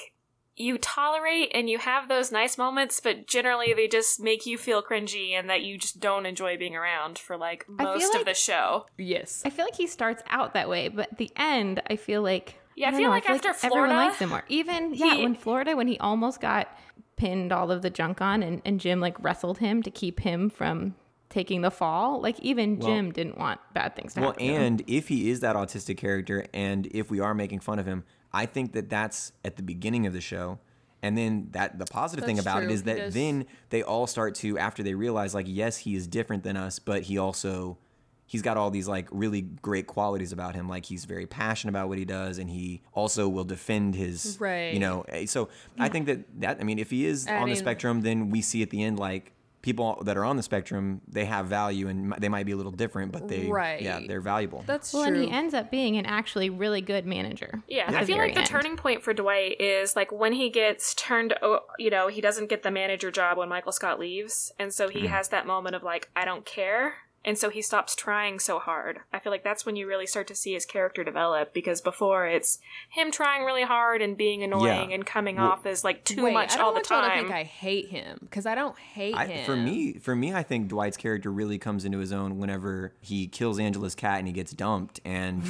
Speaker 6: you tolerate and you have those nice moments, but generally they just make you feel cringy and that you just don't enjoy being around for like
Speaker 8: I feel
Speaker 6: most
Speaker 8: like-
Speaker 6: of the show.
Speaker 7: yes.
Speaker 8: I feel like he starts out that way, but at the end, I feel like
Speaker 6: Yeah, I
Speaker 8: don't
Speaker 6: feel
Speaker 8: know,
Speaker 6: like after
Speaker 8: everyone
Speaker 6: Florida,
Speaker 8: likes him more. Even yeah,
Speaker 6: he-
Speaker 8: when Florida, when he almost got pinned all of the junk on, and, and Jim like wrestled him to keep him from taking the fall. Like even
Speaker 1: Well-
Speaker 8: Jim didn't want bad things to
Speaker 1: Well,
Speaker 8: happen. to him.
Speaker 1: and if he is that autistic character, and if we are making fun of him, I think that that's at the beginning of the show. And then that the positive thing
Speaker 7: That's
Speaker 1: about it
Speaker 7: true.
Speaker 1: is
Speaker 7: He
Speaker 1: that
Speaker 7: does-
Speaker 1: then they all start to after they realize like yes he is different than us, but he also he's got all these like really great qualities about him. Like he's very passionate about what he does, and he also will defend his
Speaker 7: Right.
Speaker 1: You know, eh, so I think that that I mean if he is on the
Speaker 7: Adding-
Speaker 1: spectrum, then we see at the end like. People that are on the spectrum, they have value, and mi- they might be a little different, but they, yeah,
Speaker 7: Right.
Speaker 1: they're valuable.
Speaker 7: That's
Speaker 8: well,
Speaker 7: true.
Speaker 8: and he ends up being an actually really good manager.
Speaker 6: Yeah,
Speaker 8: at
Speaker 6: I feel
Speaker 8: very
Speaker 6: like the
Speaker 8: end.
Speaker 6: turning point for Dwight is like when he gets turned, o- you know, he doesn't get the manager job when Michael Scott leaves. And so he
Speaker 8: Hmm.
Speaker 6: has that moment of like, I don't care. And so he stops trying so hard. I feel like that's when you really start to see his character develop because before it's him trying really hard and being annoying and coming off as like too
Speaker 7: Wait,
Speaker 6: much
Speaker 7: I don't
Speaker 6: all the
Speaker 7: want y'all to
Speaker 6: time.
Speaker 7: think I hate him because I don't hate
Speaker 1: I,
Speaker 7: him.
Speaker 1: for me, for me, I think Dwight's character really comes into his own whenever he kills Angela's cat and he gets dumped, and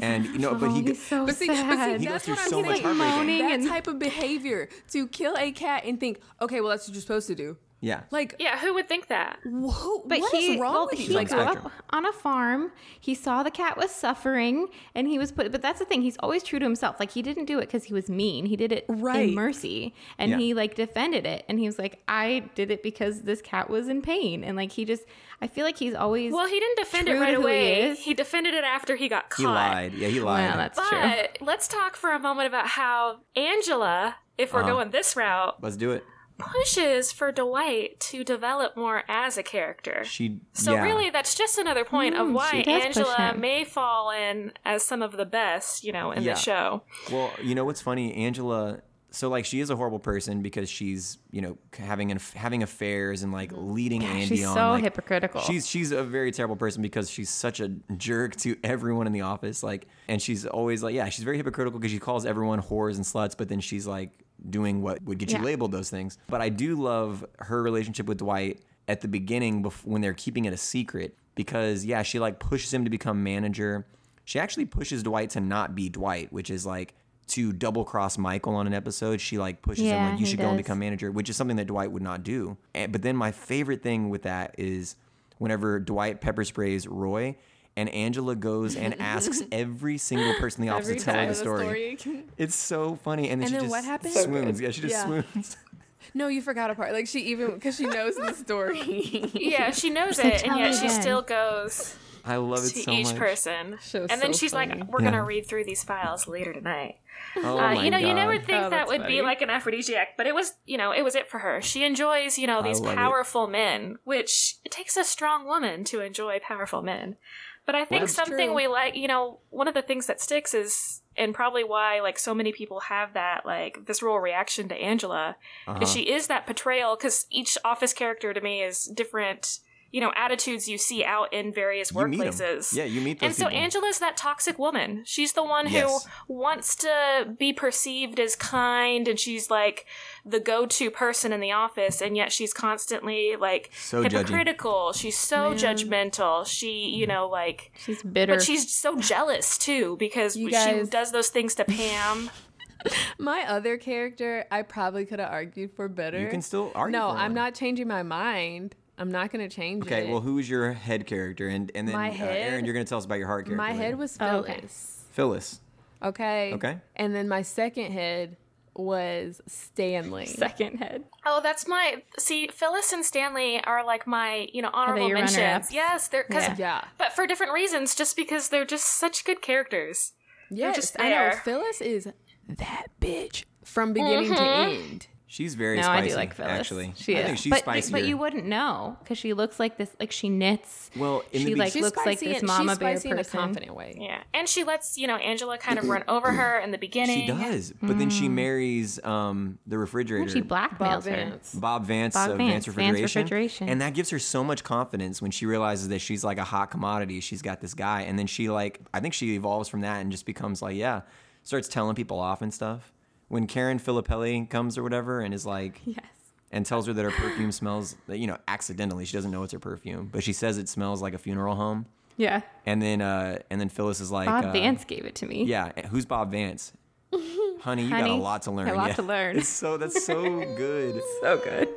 Speaker 1: and you know, but
Speaker 8: Oh,
Speaker 1: he
Speaker 8: he's so
Speaker 7: But see, but see,
Speaker 8: sad.
Speaker 1: He goes
Speaker 7: that's
Speaker 1: through
Speaker 7: what
Speaker 1: so
Speaker 7: I'm saying.
Speaker 1: much He's like heartbreak.
Speaker 8: moaning
Speaker 7: That
Speaker 8: and-
Speaker 7: type of behavior to kill a cat and think, okay, well, that's what you're supposed to do.
Speaker 1: yeah,
Speaker 7: Like,
Speaker 6: yeah, who would think that?
Speaker 7: whoa,
Speaker 8: But
Speaker 7: what is
Speaker 8: he,
Speaker 7: wrong
Speaker 8: well,
Speaker 7: with
Speaker 8: he
Speaker 7: you?
Speaker 1: Like,
Speaker 8: grew
Speaker 1: spectrum.
Speaker 8: up on a farm. He saw the cat was suffering, and he was put. But that's the thing; he's always true to himself. Like he didn't do it because he was mean. He did it
Speaker 7: Right.
Speaker 8: in mercy, and
Speaker 1: Yeah.
Speaker 8: he like defended it. And he was like, "I did it because this cat was in pain." And like he just, I feel like he's always
Speaker 6: Well, he didn't defend it
Speaker 8: true to
Speaker 6: right
Speaker 8: who he
Speaker 6: away.
Speaker 8: is.
Speaker 6: He, defended it after he got caught.
Speaker 1: he lied. Yeah, he lied.
Speaker 8: Well, that's true.
Speaker 6: But let's talk for a moment about how Angela, if we're
Speaker 8: Uh-huh.
Speaker 6: going this route,
Speaker 1: Let's do it.
Speaker 6: pushes for Dwight to develop more as a character.
Speaker 1: She.
Speaker 6: so
Speaker 1: yeah.
Speaker 6: really that's just another point of
Speaker 8: Mm,
Speaker 6: why
Speaker 8: she does push
Speaker 6: Angela
Speaker 8: him.
Speaker 6: may fall in as some of the best, you know, in
Speaker 1: Yeah.
Speaker 6: the show.
Speaker 1: Well, you know what's funny, Angela. So like she is a horrible person because she's you know having an, having affairs and like leading Andy
Speaker 8: Mm-hmm. she's
Speaker 1: on.
Speaker 8: so
Speaker 1: like,
Speaker 8: hypocritical.
Speaker 1: She's she's a very terrible person because she's such a jerk to everyone in the office. Like, and she's always like, yeah, she's very hypocritical because she calls everyone whores and sluts, but then she's like doing what would get
Speaker 8: Yeah.
Speaker 1: you labeled those things. But I do love her relationship with Dwight at the beginning bef- when they're keeping it a secret because yeah, she like pushes him to become manager. She actually pushes Dwight to not be Dwight, which is like to double cross Michael on an episode. She like pushes
Speaker 8: Yeah,
Speaker 1: him like you
Speaker 8: he
Speaker 1: should go and
Speaker 8: does.
Speaker 1: become manager, which is something that Dwight would not do. And, but then my favorite thing with that is whenever Dwight pepper sprays Roy and Angela goes and asks every single person in the office to tell her the story. It's so funny. And then
Speaker 7: And
Speaker 1: she
Speaker 7: then
Speaker 1: just
Speaker 7: what happened? So
Speaker 1: swoons. yeah, she just
Speaker 7: Yeah.
Speaker 1: swoons.
Speaker 7: No, you forgot a part. Like, she even, because she knows the story.
Speaker 6: Yeah, she knows
Speaker 8: like,
Speaker 6: it, and
Speaker 8: "Tell
Speaker 6: yet
Speaker 8: me
Speaker 6: she
Speaker 8: again."
Speaker 6: still goes
Speaker 1: I love it
Speaker 6: to
Speaker 1: so
Speaker 6: each
Speaker 1: much.
Speaker 6: person.
Speaker 7: Show's
Speaker 6: and then
Speaker 7: so
Speaker 6: she's
Speaker 7: funny.
Speaker 6: like, We're
Speaker 1: Yeah.
Speaker 6: gonna read through these files later tonight.
Speaker 1: Oh
Speaker 6: Uh,
Speaker 1: my
Speaker 6: you know, you
Speaker 1: God.
Speaker 6: never think
Speaker 7: Oh,
Speaker 6: that
Speaker 7: that's
Speaker 6: would be
Speaker 7: funny.
Speaker 6: like an aphrodisiac, but it was, you know, it was it for her. She enjoys, you know, these
Speaker 1: love it.
Speaker 6: powerful men, which it takes a strong woman to enjoy powerful men. But I think
Speaker 7: That's
Speaker 6: something
Speaker 7: true.
Speaker 6: we like, you know, one of the things that sticks is, and probably why like so many people have that like visceral reaction to Angela,
Speaker 1: Uh-huh.
Speaker 6: is she is that portrayal because each office character to me is different. You know, attitudes you see out in various
Speaker 1: You meet 'em.
Speaker 6: workplaces.
Speaker 1: Yeah, you meet those
Speaker 6: And so
Speaker 1: people.
Speaker 6: Angela's that toxic woman. She's the one
Speaker 1: Yes.
Speaker 6: who wants to be perceived as kind and she's like the go-to person in the office and yet she's constantly like
Speaker 1: So judgy.
Speaker 6: hypocritical. She's so judgmental. She, you
Speaker 1: Mm-hmm.
Speaker 6: know, like
Speaker 8: she's bitter.
Speaker 6: but she's so jealous too because
Speaker 7: You
Speaker 6: she
Speaker 7: guys-
Speaker 6: does those things to Pam.
Speaker 7: My other character, I probably could have argued for better.
Speaker 1: You can still argue.
Speaker 7: No,
Speaker 1: for
Speaker 7: I'm
Speaker 1: one.
Speaker 7: not changing my mind. I'm not going to change it.
Speaker 1: Okay, well, who's your head character? And and then
Speaker 7: My
Speaker 1: uh, Aaron,
Speaker 7: head-
Speaker 1: you're gonna tell us about your heart character.
Speaker 7: My
Speaker 1: later.
Speaker 7: head was
Speaker 8: Oh, okay.
Speaker 7: Phyllis.
Speaker 1: Phyllis.
Speaker 7: Okay.
Speaker 1: Okay.
Speaker 7: And then my second head was Stanley.
Speaker 8: second head.
Speaker 6: Oh, that's my see. Phyllis and Stanley are like my you know honorable
Speaker 8: your
Speaker 6: mentions.
Speaker 8: runner-ups?
Speaker 6: Yes, they're because
Speaker 8: Yeah.
Speaker 7: Yeah.
Speaker 6: but for different reasons. Just because they're just such good characters.
Speaker 7: Yes,
Speaker 6: just
Speaker 7: I know.
Speaker 6: there.
Speaker 7: Phyllis is that bitch
Speaker 8: Mm-hmm.
Speaker 7: from beginning to end.
Speaker 1: She's very
Speaker 8: No,
Speaker 1: spicy.
Speaker 8: I do like Phyllis.
Speaker 1: Actually,
Speaker 8: she
Speaker 1: I
Speaker 8: is.
Speaker 1: think she's
Speaker 8: but,
Speaker 1: spicier.
Speaker 8: but you wouldn't know because she looks like this. Like she knits.
Speaker 1: Well, in the
Speaker 8: she
Speaker 1: be-
Speaker 8: like
Speaker 7: She's
Speaker 8: looks like
Speaker 7: spicy
Speaker 8: this
Speaker 7: and-
Speaker 8: mama
Speaker 7: she's
Speaker 8: bear
Speaker 7: spicy
Speaker 8: person.
Speaker 7: in a confident way.
Speaker 6: Yeah, and she lets you know Angela kind of run over her in the beginning.
Speaker 1: She does, but then
Speaker 6: Mm.
Speaker 1: she marries um, the refrigerator.
Speaker 8: And she blackmails her.
Speaker 1: Bob Vance
Speaker 8: Bob
Speaker 1: of
Speaker 8: Vance,
Speaker 1: Vance,
Speaker 8: Vance
Speaker 1: Refrigeration.
Speaker 8: Refrigeration.
Speaker 1: And that gives her so much confidence when she realizes that she's like a hot commodity. She's got this guy. And then she like I think she evolves from that and just becomes like, yeah, starts telling people off and stuff. When Karen Filippelli comes or whatever and is like
Speaker 8: Yes.
Speaker 1: and tells her that her perfume smells you know, accidentally. She doesn't know it's her perfume, but she says it smells like a funeral home.
Speaker 8: Yeah.
Speaker 1: And then uh and then Phyllis is like
Speaker 8: Bob
Speaker 1: uh,
Speaker 8: Vance gave it to me.
Speaker 1: Yeah, eh, who's Bob Vance? Honey, you got
Speaker 8: Honey,
Speaker 1: a lot to
Speaker 8: got a
Speaker 1: learn.
Speaker 8: lot
Speaker 1: yeah.
Speaker 8: to learn.
Speaker 1: It's so that's so good.
Speaker 8: So good.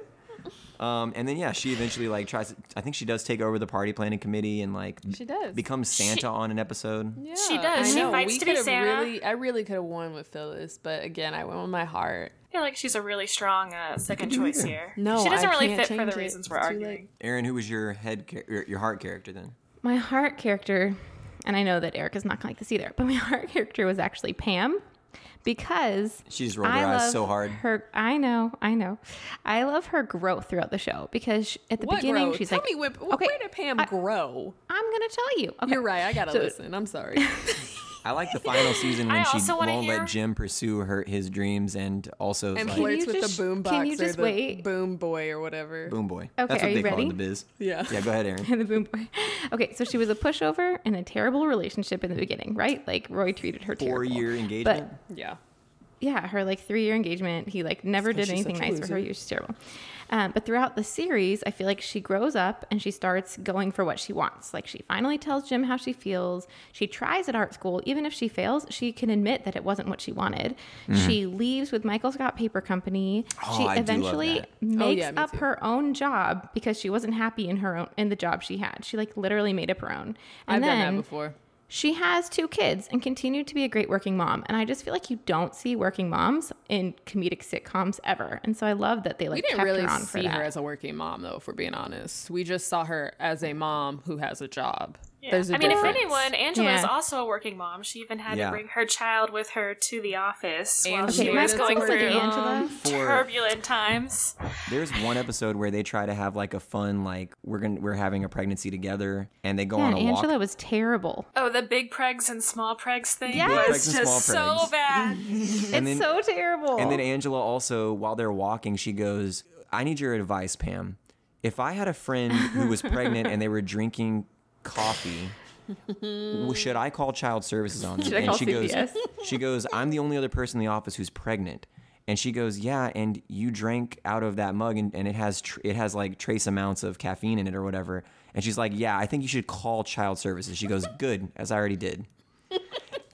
Speaker 1: Um, and then yeah, she eventually like tries. To, I think she does take over the party planning committee and like
Speaker 10: She does.
Speaker 1: becomes Santa on an episode.
Speaker 7: Yeah,
Speaker 6: She does.
Speaker 7: I
Speaker 6: She
Speaker 7: know.
Speaker 6: fights
Speaker 7: We
Speaker 6: to be
Speaker 7: could've
Speaker 6: Santa.
Speaker 7: Really, I really could have won with Phyllis, but again, I went with my heart.
Speaker 6: I feel like she's a really strong uh, second choice here.
Speaker 7: No,
Speaker 6: she doesn't
Speaker 7: I
Speaker 6: really
Speaker 7: can't
Speaker 6: fit for
Speaker 7: change
Speaker 6: the
Speaker 7: it.
Speaker 6: reasons
Speaker 7: It's
Speaker 6: we're
Speaker 7: too
Speaker 6: arguing.
Speaker 7: late.
Speaker 1: Aaron, who was your head char- your, your heart character then?
Speaker 8: My heart character, and I know that Erica's not going to like this either, but my heart character was actually Pam because
Speaker 1: She just rolled her eyes so hard.
Speaker 8: Her, I know, I know. I love her growth throughout the show because she, at the
Speaker 7: what
Speaker 8: beginning
Speaker 7: grow?
Speaker 8: she's
Speaker 7: Tell
Speaker 8: like,
Speaker 7: me when,
Speaker 8: okay,
Speaker 7: where did Pam grow?
Speaker 8: I'm going to tell you. Okay.
Speaker 7: You're right. I gotta
Speaker 8: So-
Speaker 7: listen. I'm sorry.
Speaker 1: I like the final season when
Speaker 6: I
Speaker 1: she
Speaker 6: also wanna
Speaker 1: won't
Speaker 6: hear-
Speaker 1: let Jim pursue her his dreams and also
Speaker 7: and
Speaker 1: is like,
Speaker 7: flirts
Speaker 8: you
Speaker 7: with
Speaker 8: just-
Speaker 7: the boom
Speaker 8: can you
Speaker 7: box or
Speaker 8: just
Speaker 7: the
Speaker 8: wait?
Speaker 7: boom boy or whatever.
Speaker 1: boom boy.
Speaker 8: Okay,
Speaker 1: That's what
Speaker 8: are
Speaker 1: they
Speaker 8: you
Speaker 1: call it in
Speaker 8: ready?
Speaker 1: the biz.
Speaker 7: Yeah.
Speaker 1: Yeah, go ahead, Aaron.
Speaker 8: the boom boy. Okay, so she was a pushover and a terrible relationship in the beginning, right? Like Roy treated her
Speaker 1: Four
Speaker 8: terrible.
Speaker 1: year engagement.
Speaker 7: Yeah.
Speaker 8: yeah, her like three year engagement, he like never did anything nice for her. He was just terrible. Um, but throughout the series, I feel like she grows up and she starts going for what she wants. Like she finally tells Jim how she feels. She tries at art school. Even if she fails, she can admit that it wasn't what she wanted.
Speaker 7: Mm-hmm.
Speaker 8: She leaves with Michael Scott Paper Company.
Speaker 1: Oh, I do
Speaker 8: she
Speaker 1: love
Speaker 8: eventually
Speaker 1: that.
Speaker 8: makes
Speaker 7: Oh, yeah, me
Speaker 8: up
Speaker 7: too.
Speaker 8: her own job because she wasn't happy in her own in the job she had. She like literally made up her own. And
Speaker 7: I've
Speaker 8: then
Speaker 7: done that before.
Speaker 8: she has two kids and continued to be a great working mom. And I just feel like you don't see working moms in comedic sitcoms ever. And so I love that they like
Speaker 7: We didn't
Speaker 8: kept
Speaker 7: really
Speaker 8: her on for
Speaker 7: see
Speaker 8: that.
Speaker 7: her as a working mom, though, if we're being honest. We just saw her as a mom who has a job. There's a
Speaker 6: I mean, if
Speaker 7: difference.
Speaker 6: anyone, Angela is
Speaker 8: Yeah.
Speaker 6: also a working mom. She even had
Speaker 1: Yeah.
Speaker 6: to bring her child with her to the office while
Speaker 7: Angela.
Speaker 6: she
Speaker 8: okay,
Speaker 7: Yeah,
Speaker 8: my
Speaker 6: was
Speaker 7: that's
Speaker 6: going
Speaker 8: score
Speaker 7: where,
Speaker 6: through
Speaker 8: like Angela.
Speaker 6: um,
Speaker 1: For-
Speaker 6: turbulent times.
Speaker 1: There's one episode where they try to have like a fun like we're gonna we're having a pregnancy together and they go
Speaker 8: Yeah,
Speaker 1: on
Speaker 8: and
Speaker 1: a
Speaker 8: Angela
Speaker 1: walk.
Speaker 8: was terrible.
Speaker 6: Oh, the big pregs and small pregs thing
Speaker 8: Big
Speaker 1: pregs
Speaker 6: was
Speaker 1: and
Speaker 6: just
Speaker 1: small
Speaker 6: so
Speaker 1: pregs.
Speaker 6: bad.
Speaker 1: And
Speaker 8: it's
Speaker 1: then-
Speaker 8: so terrible.
Speaker 1: And then Angela also, while they're walking, she goes, I need your advice, Pam. If I had a friend who was pregnant and they were drinking coffee, w- should I call child services on them?
Speaker 8: Should I
Speaker 1: and
Speaker 8: call
Speaker 1: she goes,
Speaker 8: CPS?
Speaker 1: she goes, I'm the only other person in the office who's pregnant. And she goes, yeah, and you drank out of that mug, and, and it has tr- it has like trace amounts of caffeine in it or whatever. And she's like, yeah, I think you should call child services. She goes, good, as I already did.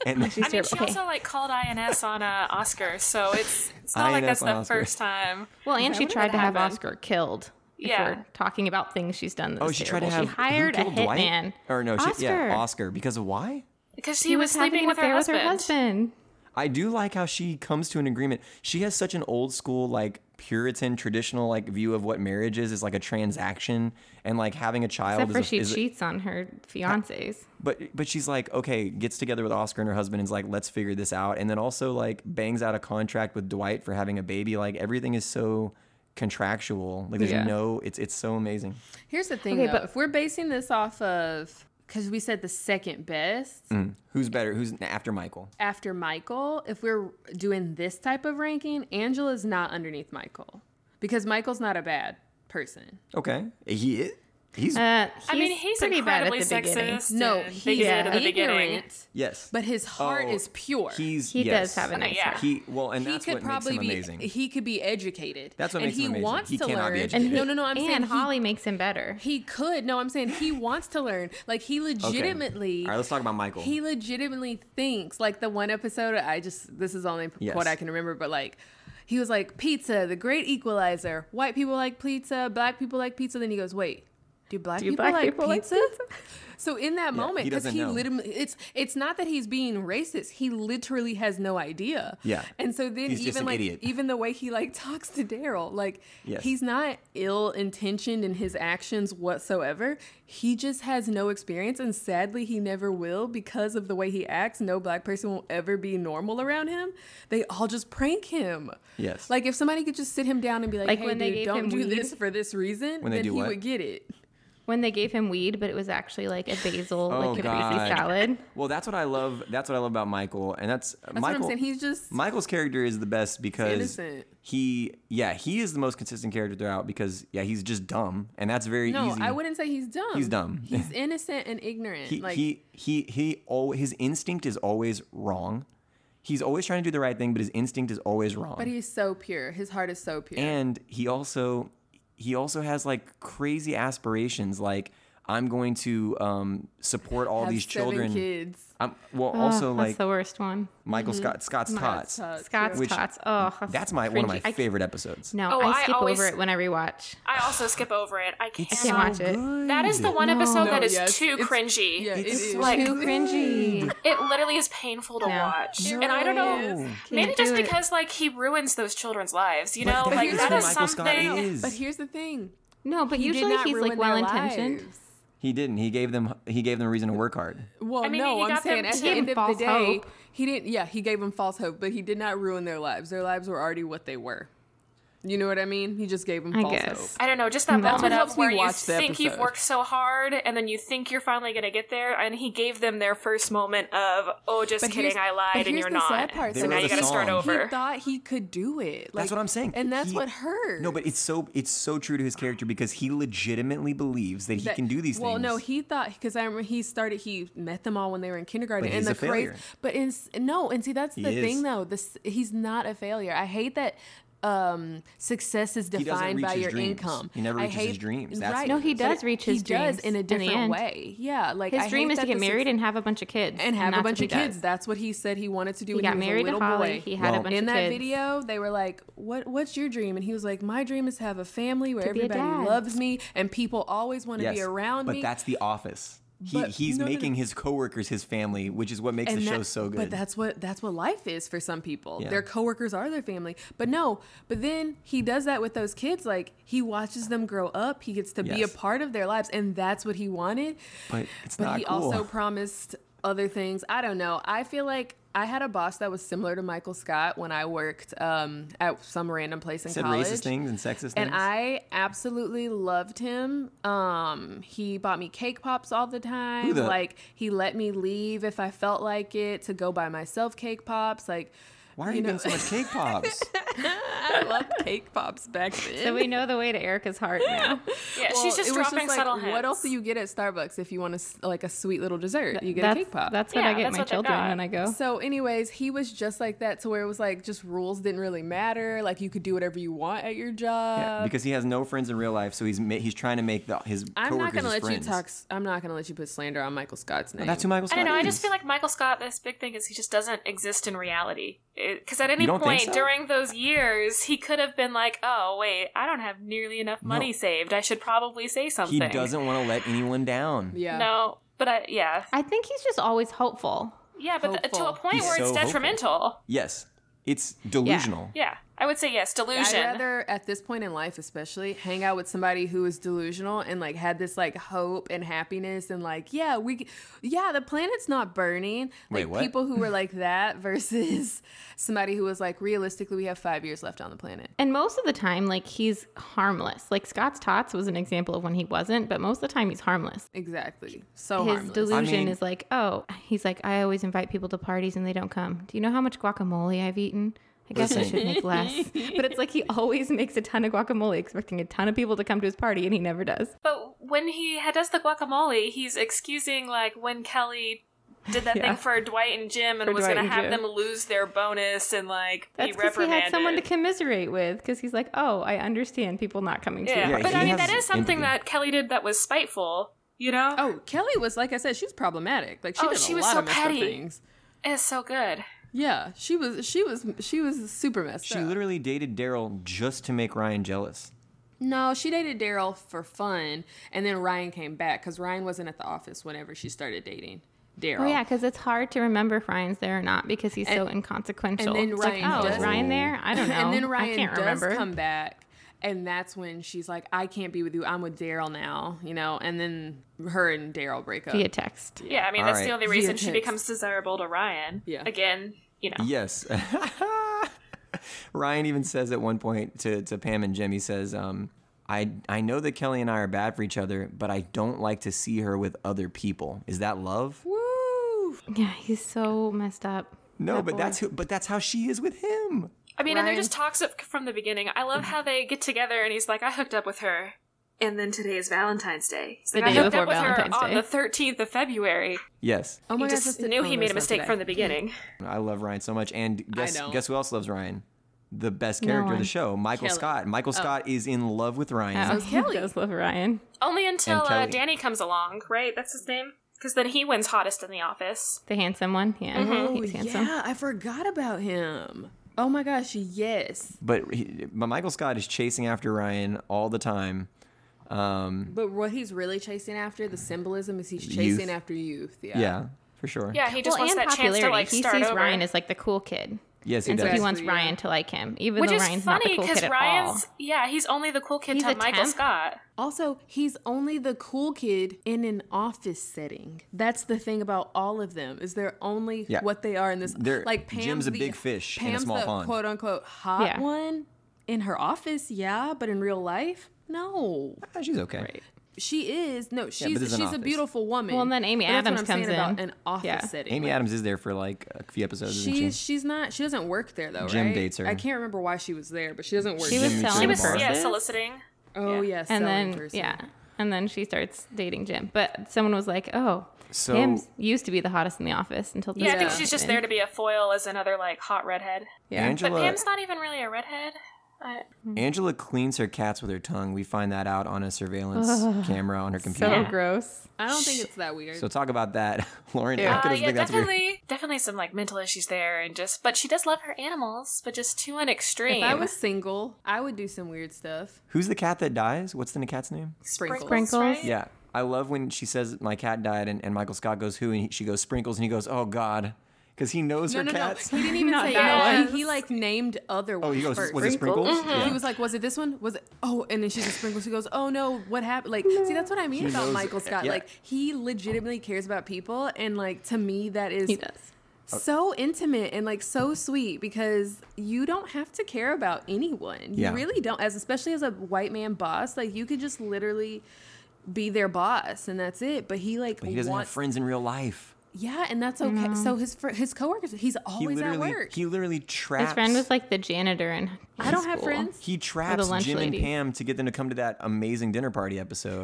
Speaker 1: And
Speaker 8: She's
Speaker 6: I mean, she
Speaker 8: terrible. Okay.
Speaker 6: also like called INS on uh, Oscar, so it's it's not like
Speaker 1: INS
Speaker 6: that's
Speaker 1: on
Speaker 6: the
Speaker 1: Oscar.
Speaker 6: first time.
Speaker 8: well, and she
Speaker 7: wonder
Speaker 8: tried
Speaker 7: what
Speaker 8: to have
Speaker 7: happened.
Speaker 8: Oscar killed. If
Speaker 6: Yeah.
Speaker 8: we're talking about things she's done. That
Speaker 1: oh,
Speaker 8: was
Speaker 1: she tried
Speaker 8: terrible.
Speaker 1: to have
Speaker 8: She hired
Speaker 1: who
Speaker 8: a
Speaker 1: killed Dwight?
Speaker 8: hitman.
Speaker 1: Or no,
Speaker 8: Oscar.
Speaker 1: she yeah, Oscar because of why?
Speaker 6: Because she
Speaker 8: He
Speaker 6: was,
Speaker 8: was,
Speaker 6: sleeping
Speaker 8: having
Speaker 6: with
Speaker 8: an
Speaker 6: her,
Speaker 8: affair with her
Speaker 6: husband.
Speaker 8: husband.
Speaker 1: I do like how she comes to an agreement. She has such an old school, like Puritan, traditional, like view of what marriage is is like a transaction, and like having a child.
Speaker 8: Except for
Speaker 1: is a,
Speaker 8: she
Speaker 1: is a-
Speaker 8: cheats on her fiance's.
Speaker 1: but but she's like, okay, gets together with Oscar and her husband, and is like, let's figure this out, and then also like bangs out a contract with Dwight for having a baby. Like everything is so contractual. Like there's
Speaker 8: Yeah.
Speaker 1: no, it's it's so amazing.
Speaker 7: Here's the thing,
Speaker 8: Okay,
Speaker 7: though.
Speaker 8: but-
Speaker 7: if we're basing this off of, because we said the second best
Speaker 1: Who's better? Who's after Michael?
Speaker 7: after Michael, if we're doing this type of ranking, Angela's not underneath Michael because Michael's not a bad person.
Speaker 1: Okay, he is. He's
Speaker 8: Uh,
Speaker 6: I mean, he's
Speaker 8: pretty bad at
Speaker 6: incredibly
Speaker 8: the beginning.
Speaker 6: sexist.
Speaker 7: No,
Speaker 6: and
Speaker 7: he's
Speaker 6: bigoted at the beginning.
Speaker 7: ignorant,
Speaker 1: yes,
Speaker 7: but his heart
Speaker 1: Oh,
Speaker 7: is pure.
Speaker 1: he's
Speaker 8: He
Speaker 1: yes.
Speaker 8: does have a nice
Speaker 6: yeah.
Speaker 8: heart.
Speaker 1: He well, and
Speaker 7: he
Speaker 1: that's
Speaker 7: could
Speaker 1: what makes
Speaker 7: probably
Speaker 1: him
Speaker 7: be
Speaker 1: amazing.
Speaker 7: he could be educated.
Speaker 1: That's what
Speaker 7: and
Speaker 1: makes him
Speaker 7: he
Speaker 1: amazing.
Speaker 7: Wants
Speaker 1: He
Speaker 7: to
Speaker 1: cannot be
Speaker 7: learn.
Speaker 1: educated.
Speaker 7: No, no, no. I'm
Speaker 8: and
Speaker 7: saying he-
Speaker 8: Holly makes him better.
Speaker 7: He could. No, I'm saying he wants to learn. Like he legitimately.
Speaker 1: All right, let's talk about Michael.
Speaker 7: He legitimately thinks like the one episode. I just this is the only
Speaker 1: Yes.
Speaker 7: quote I can remember, but like he was like pizza, the great equalizer. White people like pizza, black people like pizza. Then he goes, wait. Do black
Speaker 8: Do
Speaker 7: people
Speaker 8: black
Speaker 7: like
Speaker 8: people like
Speaker 7: pizza? so in that moment,
Speaker 1: he
Speaker 7: because
Speaker 1: doesn't
Speaker 7: he,
Speaker 1: know.
Speaker 7: literally, it's it's not that he's being racist. He literally has no idea.
Speaker 1: Yeah.
Speaker 7: and so then
Speaker 1: He's just
Speaker 7: even
Speaker 1: an
Speaker 7: like
Speaker 1: idiot.
Speaker 7: even the way he like talks to Daryl, like
Speaker 1: Yes.
Speaker 7: he's not ill intentioned in his actions whatsoever. He just has no experience, and sadly, he never will because of the way he acts. No black person will ever be normal around him. They all just prank him.
Speaker 1: Yes.
Speaker 7: like if somebody could just sit him down and be like,
Speaker 8: Like
Speaker 7: "Hey,
Speaker 8: when they
Speaker 7: dude,
Speaker 8: gave
Speaker 7: don't
Speaker 8: him
Speaker 7: do
Speaker 8: weed?
Speaker 7: this for this reason,"
Speaker 1: When they
Speaker 7: then
Speaker 1: do
Speaker 7: he
Speaker 1: what?
Speaker 7: would get it.
Speaker 8: when they gave him weed, but it was actually like a basil, like a
Speaker 1: God.
Speaker 8: greasy salad.
Speaker 1: Well, that's what I love. That's what I love about Michael, and that's,
Speaker 7: That's
Speaker 1: Michael.
Speaker 7: what I'm saying. He's just
Speaker 1: Michael's character is the best because
Speaker 7: innocent.
Speaker 1: he, yeah, he is the most consistent character throughout because yeah, he's just dumb, and that's very
Speaker 7: no.
Speaker 1: easy.
Speaker 7: I wouldn't say he's dumb.
Speaker 1: He's dumb.
Speaker 7: He's innocent and ignorant.
Speaker 1: He,
Speaker 7: like
Speaker 1: he he he al- his instinct is always wrong. He's always trying to do the right thing, but his instinct is always wrong.
Speaker 7: But he's so pure. His heart is so pure.
Speaker 1: and he also he also has like crazy aspirations like I'm going to um, support all
Speaker 11: Have
Speaker 1: these
Speaker 11: seven
Speaker 1: children.
Speaker 11: kids.
Speaker 1: I'm, well,
Speaker 8: Ugh,
Speaker 1: also
Speaker 8: Ah, that's
Speaker 1: like
Speaker 8: the worst one.
Speaker 1: Michael Scott Scott's Tots.
Speaker 7: uh,
Speaker 11: Tots.
Speaker 8: Scott's
Speaker 1: Which-
Speaker 8: Tots. Oh, that's,
Speaker 1: That's my one of my
Speaker 8: cringy. I-
Speaker 1: favorite episodes.
Speaker 8: No,
Speaker 6: Oh,
Speaker 8: I
Speaker 6: I
Speaker 8: skip
Speaker 6: always-
Speaker 8: over it when I rewatch.
Speaker 6: I also skip over it. I can't,
Speaker 8: I can't watch it.
Speaker 6: That is the one episode
Speaker 11: No,
Speaker 6: that is
Speaker 11: yes,
Speaker 6: too
Speaker 11: it's-
Speaker 6: cringy.
Speaker 11: yeah, it is.
Speaker 6: like
Speaker 8: Too cringy.
Speaker 6: it literally is painful to
Speaker 8: No.
Speaker 6: watch. and I don't know, maybe
Speaker 8: Can't
Speaker 6: just
Speaker 8: do it.
Speaker 6: because like he ruins those children's lives, you
Speaker 1: But
Speaker 6: know?
Speaker 1: that
Speaker 6: like
Speaker 1: is
Speaker 6: that
Speaker 1: who
Speaker 6: is
Speaker 1: Michael Scott
Speaker 6: something.
Speaker 1: is.
Speaker 7: But here's the thing.
Speaker 8: No, but
Speaker 7: He did
Speaker 8: usually
Speaker 7: not
Speaker 8: he's
Speaker 7: ruin
Speaker 8: like
Speaker 7: their
Speaker 8: well intentioned.
Speaker 7: lives.
Speaker 1: He didn't. He gave them. He gave them a reason to work hard.
Speaker 7: Well,
Speaker 6: I mean,
Speaker 7: no,
Speaker 6: he
Speaker 7: I'm
Speaker 6: got
Speaker 7: saying
Speaker 6: them
Speaker 7: at
Speaker 6: to-
Speaker 7: the end of the
Speaker 8: False
Speaker 7: day,
Speaker 8: hope.
Speaker 7: he didn't. Yeah, he gave them false hope, but he did not ruin their lives. Their lives were already what they were. You know what I mean? He just gave them
Speaker 8: I
Speaker 7: false
Speaker 8: guess.
Speaker 7: hope.
Speaker 6: I don't know, just that
Speaker 7: what
Speaker 6: moment
Speaker 7: helps
Speaker 6: of where
Speaker 7: me
Speaker 6: you
Speaker 7: watch the
Speaker 6: think you've
Speaker 7: episode.
Speaker 6: worked so hard and then you think you're finally gonna get there, and he gave them their first moment of, oh, just
Speaker 7: But here's-
Speaker 6: kidding, I
Speaker 7: but
Speaker 6: lied, and
Speaker 7: here's
Speaker 6: you're
Speaker 7: the
Speaker 6: not.
Speaker 7: sad part,
Speaker 6: so
Speaker 1: They
Speaker 6: now
Speaker 1: wrote
Speaker 6: you
Speaker 1: a
Speaker 6: gotta start
Speaker 1: song.
Speaker 6: over.
Speaker 7: He thought he could do it. Like-
Speaker 1: that's what I'm saying.
Speaker 7: and that's
Speaker 1: He-
Speaker 7: what hurt.
Speaker 1: No, but it's so it's so true to his character because he legitimately believes that he
Speaker 7: that-
Speaker 1: can do these
Speaker 7: well,
Speaker 1: things.
Speaker 7: no, he thought because I remember he started. He met them all when they were in kindergarten,
Speaker 1: But he's
Speaker 7: and the
Speaker 1: a failure.
Speaker 7: crazy. But in s- no, and see that's the
Speaker 1: He
Speaker 7: thing
Speaker 1: is.
Speaker 7: though. This he's not a failure. I hate that. Um, success is
Speaker 1: doesn't
Speaker 7: defined
Speaker 1: reach
Speaker 7: by
Speaker 1: his
Speaker 7: your
Speaker 1: dreams.
Speaker 7: income.
Speaker 1: He never
Speaker 7: I
Speaker 1: reaches his dreams. That's
Speaker 7: right?
Speaker 1: what No,
Speaker 8: he it is. does
Speaker 7: But
Speaker 8: reach his
Speaker 7: he does
Speaker 8: dreams
Speaker 7: in a
Speaker 8: in the
Speaker 7: different
Speaker 8: end.
Speaker 7: way. Yeah, like
Speaker 8: His
Speaker 7: I
Speaker 8: dream
Speaker 7: hate
Speaker 8: is to
Speaker 7: that
Speaker 8: get
Speaker 7: the
Speaker 8: married
Speaker 7: suc-
Speaker 8: and have a bunch of kids.
Speaker 7: and have a
Speaker 8: that's what
Speaker 7: bunch
Speaker 8: he
Speaker 7: of kids.
Speaker 8: does.
Speaker 7: That's what he said he wanted to do.
Speaker 8: He
Speaker 7: when
Speaker 8: got
Speaker 7: he was
Speaker 8: married
Speaker 7: a little
Speaker 8: to Holly.
Speaker 7: Boy.
Speaker 8: He had
Speaker 1: Well,
Speaker 8: a bunch
Speaker 7: in
Speaker 8: of
Speaker 7: that
Speaker 8: kids.
Speaker 7: video, they were like, "What? What's your dream?" And he was like, "My dream is to have a family where
Speaker 8: To be a
Speaker 7: everybody
Speaker 8: dad."
Speaker 7: loves me and people always want to
Speaker 1: yes,
Speaker 7: be around
Speaker 1: but
Speaker 7: me."
Speaker 1: that's the office. He,
Speaker 7: But-
Speaker 1: he's
Speaker 7: no, no, no.
Speaker 1: making his coworkers his family, which is what makes the
Speaker 7: that-
Speaker 1: show so good.
Speaker 7: But that's what that's what life is for some people.
Speaker 1: Yeah.
Speaker 7: Their coworkers are their family. But no, but then he does that with those kids. Like he watches them grow up. He gets to be a
Speaker 1: Yes.
Speaker 7: part of their lives, and that's what he wanted.
Speaker 1: But it's
Speaker 7: but
Speaker 1: not
Speaker 7: he
Speaker 1: cool.
Speaker 7: also promised other things. I don't know. I feel like I had a boss that was similar to Michael Scott when I worked um, at some random place in
Speaker 1: said
Speaker 7: college.
Speaker 1: racist things and sexist
Speaker 7: And
Speaker 1: things.
Speaker 7: I absolutely loved him. Um, he bought me cake pops all the time.
Speaker 1: the-
Speaker 7: Like he let me leave if I felt like it to go buy myself cake pops. Like
Speaker 1: Why are you,
Speaker 7: you know-
Speaker 1: getting so much cake pops?
Speaker 7: I loved cake pops back then.
Speaker 8: So we know the way to Erica's heart now.
Speaker 6: Yeah,
Speaker 7: Well,
Speaker 6: she's just
Speaker 7: it was
Speaker 6: dropping
Speaker 7: like,
Speaker 6: subtle
Speaker 7: What
Speaker 6: hints.
Speaker 7: else do you get at Starbucks if you want a, s- like a sweet little dessert? You get
Speaker 8: that's,
Speaker 7: a cake pop.
Speaker 8: That's what I
Speaker 6: Yeah,
Speaker 8: get
Speaker 6: that's
Speaker 8: my
Speaker 6: what they
Speaker 8: children
Speaker 6: got.
Speaker 8: when I go.
Speaker 7: So, anyways, he was just like that to where it was like just rules didn't really matter. Like you could do whatever you want at your job.
Speaker 1: yeah, because he has no friends in real life, so he's ma- he's trying to make the, his
Speaker 7: Um, I'm
Speaker 1: coworkers
Speaker 7: not
Speaker 1: his
Speaker 7: gonna let
Speaker 1: friends.
Speaker 7: you talk. s- I'm not gonna let you put slander on Michael Scott's name.
Speaker 1: That's who Michael
Speaker 6: I
Speaker 1: Scott
Speaker 6: don't know. I
Speaker 1: is.
Speaker 6: just feel like Michael Scott. This big thing is he just doesn't exist in reality. Because at any
Speaker 1: You don't think
Speaker 6: point
Speaker 1: so?
Speaker 6: during those years, he could have been like, "Oh wait, I don't have nearly enough money saved. I should probably say
Speaker 1: he
Speaker 6: something."
Speaker 1: doesn't want to let anyone down.
Speaker 7: yeah.
Speaker 6: No, but I, yeah,
Speaker 8: I think he's just always hopeful.
Speaker 6: yeah, but th- to
Speaker 7: Hopeful.
Speaker 6: a point
Speaker 1: He's
Speaker 6: where
Speaker 1: so
Speaker 6: it's
Speaker 1: hopeful.
Speaker 6: detrimental.
Speaker 1: Yes, it's delusional.
Speaker 6: Yeah, I would say yes,
Speaker 7: I'd
Speaker 6: delusion.
Speaker 7: rather, at this point in life, especially, hang out with somebody who is delusional and like had this like hope and happiness and like, yeah, we, c- yeah, the planet's not burning.
Speaker 1: Wait,
Speaker 7: Like
Speaker 1: what?
Speaker 7: people who were like that versus somebody who was like, realistically, we have five years left on the planet.
Speaker 8: And most of the time, like he's harmless. Like Scott's Tots was an example of when he wasn't, but most of the time he's harmless.
Speaker 7: Exactly. So
Speaker 8: His
Speaker 7: harmless.
Speaker 8: delusion
Speaker 1: mean-
Speaker 8: is like, oh, he's like, I always invite people to parties and they don't come. Do you know how much guacamole I've eaten? I guess I
Speaker 1: Listen.
Speaker 8: should make less. But it's like he always makes a ton of guacamole, expecting a ton of people to come to his party, and he never does.
Speaker 6: But when he ha- does the guacamole, he's excusing like when Kelly did that
Speaker 8: Yeah.
Speaker 6: thing for Dwight and Jim and
Speaker 8: For
Speaker 6: was
Speaker 8: Dwight
Speaker 6: going
Speaker 8: and
Speaker 6: to have
Speaker 8: Jim.
Speaker 6: them lose their bonus and like be
Speaker 8: That's because he
Speaker 6: reprimanded.
Speaker 8: had someone to commiserate with, because he's like, oh, I understand people not coming to
Speaker 6: yeah.
Speaker 8: your
Speaker 1: Yeah,
Speaker 6: but
Speaker 1: he
Speaker 6: I mean
Speaker 1: has
Speaker 6: that is something
Speaker 1: empathy.
Speaker 6: that Kelly did that was spiteful. You know,
Speaker 7: Oh, Kelly was like I said, she was problematic. Like she
Speaker 6: Oh,
Speaker 7: did
Speaker 6: she
Speaker 7: a
Speaker 6: was
Speaker 7: lot
Speaker 6: so
Speaker 7: of messed up
Speaker 6: petty.
Speaker 7: things.
Speaker 6: it's so good.
Speaker 7: Yeah, she was. She was. She was super messed
Speaker 1: She
Speaker 7: up.
Speaker 1: literally dated Daryl just to make Ryan jealous.
Speaker 7: No, she dated Daryl for fun, and then Ryan came back because Ryan wasn't at the office whenever she started dating Daryl.
Speaker 8: Oh yeah, because it's hard to remember if Ryan's there or not because he's so
Speaker 7: And-
Speaker 8: inconsequential.
Speaker 7: and then
Speaker 8: It's
Speaker 7: Ryan
Speaker 8: like, oh,
Speaker 7: does-
Speaker 8: is Ryan there? I don't know.
Speaker 7: and then Ryan
Speaker 8: I can't
Speaker 7: does
Speaker 8: remember.
Speaker 7: come back, and that's when she's like, "I can't be with you. I'm with Daryl now," you know. And then her and Daryl break up.
Speaker 8: via text.
Speaker 6: Yeah, I mean
Speaker 1: All
Speaker 6: that's
Speaker 1: right.
Speaker 6: the only reason
Speaker 7: Yeah,
Speaker 6: she
Speaker 7: tits.
Speaker 6: becomes desirable to Ryan.
Speaker 7: Yeah.
Speaker 6: Again, you know.
Speaker 1: Yes. Ryan even says at one point to, to Pam and Jim, he says, um, I, I know that Kelly and I are bad for each other, but I don't like to see her with other people. Is that love?
Speaker 7: Woo!
Speaker 8: Yeah, he's so messed up.
Speaker 1: No,
Speaker 8: That
Speaker 1: but
Speaker 8: boy.
Speaker 1: that's who, but that's how she is with him.
Speaker 6: I mean, and they're
Speaker 7: Ryan-
Speaker 6: just toxic from the beginning. I love how they get together and he's like, I hooked up with her. And then today is Valentine's Day. He's like,
Speaker 8: The day
Speaker 6: I hooked
Speaker 8: before
Speaker 6: up with
Speaker 8: Valentine's
Speaker 6: her on
Speaker 8: Day."
Speaker 6: the 13th of February.
Speaker 1: Yes,
Speaker 7: Oh
Speaker 6: he
Speaker 7: my gosh,
Speaker 6: just
Speaker 7: that's the-
Speaker 6: knew
Speaker 7: oh,
Speaker 6: he
Speaker 7: no,
Speaker 6: made
Speaker 7: it's not
Speaker 6: a mistake
Speaker 7: today.
Speaker 6: from the beginning.
Speaker 1: I love Ryan so much. And guess
Speaker 7: know.
Speaker 1: guess who else loves Ryan? the best character of
Speaker 8: I'm
Speaker 1: the show, Michael
Speaker 8: killing-
Speaker 1: Scott. Michael Scott is in love with Ryan.
Speaker 8: Oh, Kelly does love Ryan.
Speaker 6: Only until
Speaker 1: And
Speaker 6: uh,
Speaker 1: Kelly.
Speaker 6: Danny comes along, right? That's his name? Because then he wins hottest in the office.
Speaker 8: The handsome one. Yeah,
Speaker 6: Mm-hmm. Oh,
Speaker 8: he's handsome.
Speaker 7: Oh, yeah, I forgot about him. Oh my gosh, yes.
Speaker 1: But, he, but Michael Scott is chasing after Ryan all the time. Um,
Speaker 7: But what he's really chasing after, the symbolism is he's
Speaker 1: Youth.
Speaker 7: chasing after youth. Yeah.
Speaker 1: yeah. for sure.
Speaker 6: Yeah, he just
Speaker 8: well,
Speaker 6: wants
Speaker 8: and
Speaker 6: that chance
Speaker 8: popularity.
Speaker 6: to like
Speaker 8: he
Speaker 6: start
Speaker 8: sees
Speaker 6: over.
Speaker 8: Ryan as like the cool kid,
Speaker 1: Yes, he
Speaker 8: and so
Speaker 1: does.
Speaker 8: he wants
Speaker 7: Yeah.
Speaker 8: Ryan to like him, even
Speaker 6: Which
Speaker 8: though
Speaker 6: is
Speaker 8: Ryan's not the
Speaker 6: funny
Speaker 8: cool
Speaker 6: because
Speaker 8: kid at all.
Speaker 6: Ryan's yeah, he's only the cool kid
Speaker 8: He's
Speaker 6: to
Speaker 8: a
Speaker 6: Michael
Speaker 8: temp.
Speaker 6: Scott.
Speaker 7: Also, he's only the cool kid in an office setting. That's the thing about all of them is they're only
Speaker 1: Yeah.
Speaker 7: what they are in this.
Speaker 1: They're-
Speaker 7: like Pam's
Speaker 1: Jim's a
Speaker 7: the-
Speaker 1: big fish in a
Speaker 7: Pam's
Speaker 1: small
Speaker 7: the
Speaker 1: pond.
Speaker 7: quote unquote hot
Speaker 8: Yeah.
Speaker 7: one in her office, yeah, but in real life, no.
Speaker 1: Ah, she's okay.
Speaker 7: She is no, she's
Speaker 1: there's
Speaker 7: she's
Speaker 1: an
Speaker 7: a
Speaker 1: office.
Speaker 7: beautiful woman.
Speaker 8: Well, and then Amy
Speaker 7: But that's what
Speaker 8: Adams
Speaker 7: I'm
Speaker 8: comes
Speaker 7: saying about
Speaker 8: in.
Speaker 7: an office
Speaker 8: Yeah.
Speaker 7: setting.
Speaker 1: Amy
Speaker 7: Like,
Speaker 1: Adams is there for like a few episodes. isn't
Speaker 7: She's
Speaker 1: she?
Speaker 7: she's not she doesn't work there though.
Speaker 1: Jim
Speaker 7: right?
Speaker 1: dates her.
Speaker 7: I can't remember why she was there, but she doesn't work.
Speaker 8: She
Speaker 7: there.
Speaker 8: was
Speaker 1: Jimmy
Speaker 8: selling
Speaker 1: Jim
Speaker 6: She was
Speaker 1: Bar.
Speaker 6: yeah,
Speaker 8: purses.
Speaker 6: soliciting.
Speaker 7: Oh yes,
Speaker 8: and
Speaker 7: selling
Speaker 8: then
Speaker 7: person.
Speaker 8: yeah and then she starts dating jim but someone was like oh
Speaker 1: So-
Speaker 8: him used to be the hottest in the office until
Speaker 6: Yeah, I think
Speaker 8: this
Speaker 6: she's just
Speaker 8: happened.
Speaker 6: there to be a foil as another like hot redhead.
Speaker 8: yeah.
Speaker 6: But
Speaker 1: Angela.
Speaker 6: Pam's not even really a redhead. I,
Speaker 1: Angela cleans her cats with her tongue. We find that out on a surveillance camera on her
Speaker 8: so
Speaker 1: computer.
Speaker 8: Oh, gross
Speaker 7: I don't think it's that weird.
Speaker 1: So talk about that, Lauren. I
Speaker 6: Uh,
Speaker 1: couldn't
Speaker 6: yeah,
Speaker 1: think that's weird.
Speaker 6: definitely, definitely some like mental issues there, and just but she does love her animals, but just to an
Speaker 7: if
Speaker 6: extreme.
Speaker 7: I was single, I would do some weird stuff.
Speaker 1: Who's the cat that dies? What's the cat's name?
Speaker 7: Sprinkles.
Speaker 8: Sprinkles.
Speaker 6: right?
Speaker 1: Yeah, I love when she says my cat died, and, and Michael Scott goes who, and he, she goes sprinkles, and he goes oh god, because he knows
Speaker 7: No,
Speaker 1: her
Speaker 7: no, no.
Speaker 1: cats.
Speaker 7: He didn't even
Speaker 8: Not
Speaker 7: say
Speaker 8: that
Speaker 7: no,
Speaker 8: one.
Speaker 7: He, he like named other ones
Speaker 1: Oh, he goes
Speaker 7: first.
Speaker 1: was it sprinkles? Mm-hmm. Yeah.
Speaker 7: He was like, "Was it this one? Was it?" Oh, and then she just sprinkles. He goes, "Oh no, what happened?" Like, see, that's what I mean about
Speaker 1: knows-
Speaker 7: Michael Scott.
Speaker 1: yeah.
Speaker 7: Like, he legitimately cares about people, and like to me, that is
Speaker 8: he does
Speaker 1: Uh,
Speaker 7: so intimate and like so sweet because you don't have to care about anyone. You
Speaker 1: Yeah.
Speaker 7: really don't, as especially as a white man boss. Like, you could just literally be their boss, and that's it. But he like
Speaker 1: But he doesn't have
Speaker 7: wants,
Speaker 1: friends in real life.
Speaker 7: yeah, and that's okay. So his fr- his coworkers, he's
Speaker 1: He
Speaker 7: always at
Speaker 1: literally
Speaker 7: work.
Speaker 1: he literally traps.
Speaker 8: his friend was like the janitor and
Speaker 7: I don't have friends.
Speaker 1: he traps
Speaker 8: lunch
Speaker 1: Jim
Speaker 8: lady.
Speaker 1: and Pam to get them to come to that amazing dinner party episode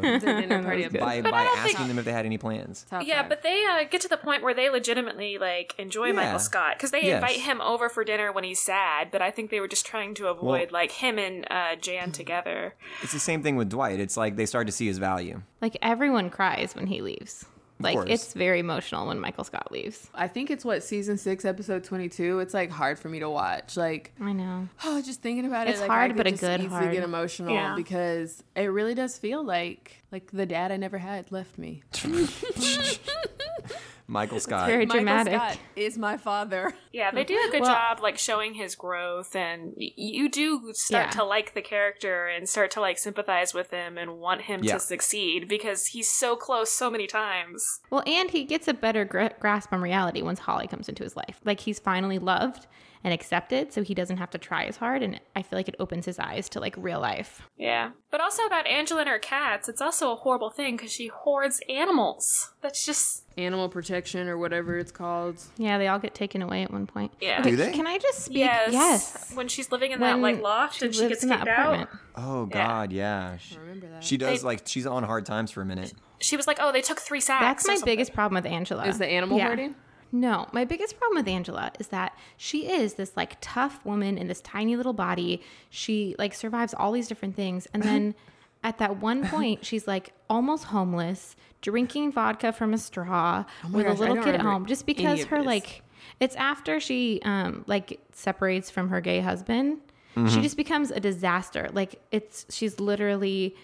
Speaker 7: Dinner party
Speaker 8: good.
Speaker 7: episode.
Speaker 1: by by asking them if they had any plans.
Speaker 7: Top
Speaker 6: Yeah,
Speaker 7: five.
Speaker 6: but they uh, get to the point where they legitimately like enjoy
Speaker 1: Yeah.
Speaker 6: Michael Scott because they
Speaker 1: Yes.
Speaker 6: invite him over for dinner when he's sad. But I think they were just trying to avoid like him and uh, Jan together.
Speaker 1: It's the same thing with Dwight. It's like they start to see his value.
Speaker 8: like everyone cries when he leaves like
Speaker 1: course.
Speaker 8: it's very emotional when michael scott leaves
Speaker 7: I think it's what season six, episode twenty-two. It's like hard for me to watch. Like,
Speaker 8: i know
Speaker 7: oh, just thinking about it,
Speaker 8: It's
Speaker 7: like,
Speaker 8: hard,
Speaker 7: I could
Speaker 8: but a
Speaker 7: just
Speaker 8: good
Speaker 7: easily
Speaker 8: hard.
Speaker 7: get emotional
Speaker 6: Yeah.
Speaker 7: because it really does feel like like the dad I never had left me.
Speaker 1: Michael Scott.
Speaker 8: very dramatic
Speaker 7: Michael Scott is my father.
Speaker 6: Yeah, they do a good
Speaker 8: Hmm. Well-
Speaker 6: job like showing his growth, and y- you do start
Speaker 8: Yeah.
Speaker 6: to like the character and start to like sympathize with him and want him
Speaker 1: Yeah.
Speaker 6: to succeed because he's so close so many times.
Speaker 8: well and he gets a better gr- grasp on reality once holly comes into his life like he's finally loved and accepted so he doesn't have to try as hard and i feel like it opens his eyes to like real life
Speaker 6: Yeah, but also about Angela and her cats, it's also a horrible thing because she hoards animals. That's just
Speaker 7: Animal protection or whatever it's called.
Speaker 8: Yeah, they all get taken away at one point.
Speaker 6: Yeah.
Speaker 1: Do they?
Speaker 8: Can I just speak?
Speaker 6: yes.
Speaker 8: Yes.
Speaker 6: When she's living in that like loft and she
Speaker 8: lives
Speaker 6: gets
Speaker 8: in that
Speaker 6: kicked out,
Speaker 8: apartment.
Speaker 1: Oh God, yeah. She,
Speaker 7: remember that.
Speaker 1: She does
Speaker 6: They-
Speaker 1: like she's on hard times for a minute.
Speaker 6: she was like, "Oh, they took three sacks."
Speaker 8: That's
Speaker 6: or
Speaker 8: my
Speaker 6: something.
Speaker 8: biggest problem with Angela.
Speaker 7: Is the animal
Speaker 8: Yeah.
Speaker 7: hoarding?
Speaker 8: No, my biggest problem with Angela is that she is this like tough woman in this tiny little body. She like survives all these different things. And then at that one point, she's like almost homeless, drinking vodka from a straw with
Speaker 7: Oh gosh, I
Speaker 8: a little
Speaker 7: don't
Speaker 8: kid at
Speaker 7: remember
Speaker 8: home just
Speaker 7: any
Speaker 8: because
Speaker 7: of
Speaker 8: her
Speaker 7: this.
Speaker 8: like it's after she um like separates from her gay husband.
Speaker 7: Mm-hmm.
Speaker 8: She just becomes a disaster. Like it's she's literally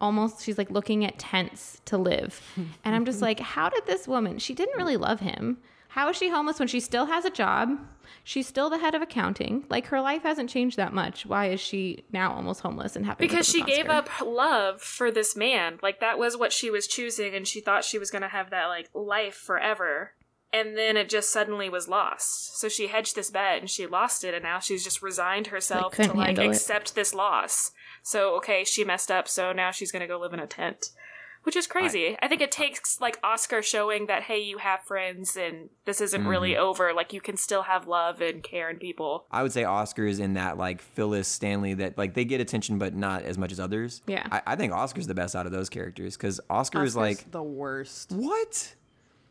Speaker 8: almost she's like looking at tents to live and i'm just like how did this woman she didn't really love him how is she homeless when she still has a job she's still the head of accounting like her life hasn't changed that much why is she now almost homeless and having to
Speaker 6: because
Speaker 8: live
Speaker 6: she
Speaker 8: with an
Speaker 6: gave
Speaker 8: Oscar?
Speaker 6: up her love for this man. Like that was what she was choosing, and she thought she was going to have that like life forever. And then it just suddenly was lost. So she hedged this bet and she lost it, and now she's just resigned herself to
Speaker 8: couldn't
Speaker 6: like
Speaker 8: handle it.
Speaker 6: accept this loss. So okay, she messed up. So now she's going to go live in a tent. Which is crazy. I, think it takes like Oscar showing that hey, you have friends and this isn't really over. Like you can still have love and care in people.
Speaker 1: I would say Oscar is in that like Phyllis Stanley that like they get attention but not as much as others.
Speaker 8: Yeah.
Speaker 1: I, I think Oscar's the best out of those characters because Oscar is like
Speaker 7: the worst.
Speaker 1: what?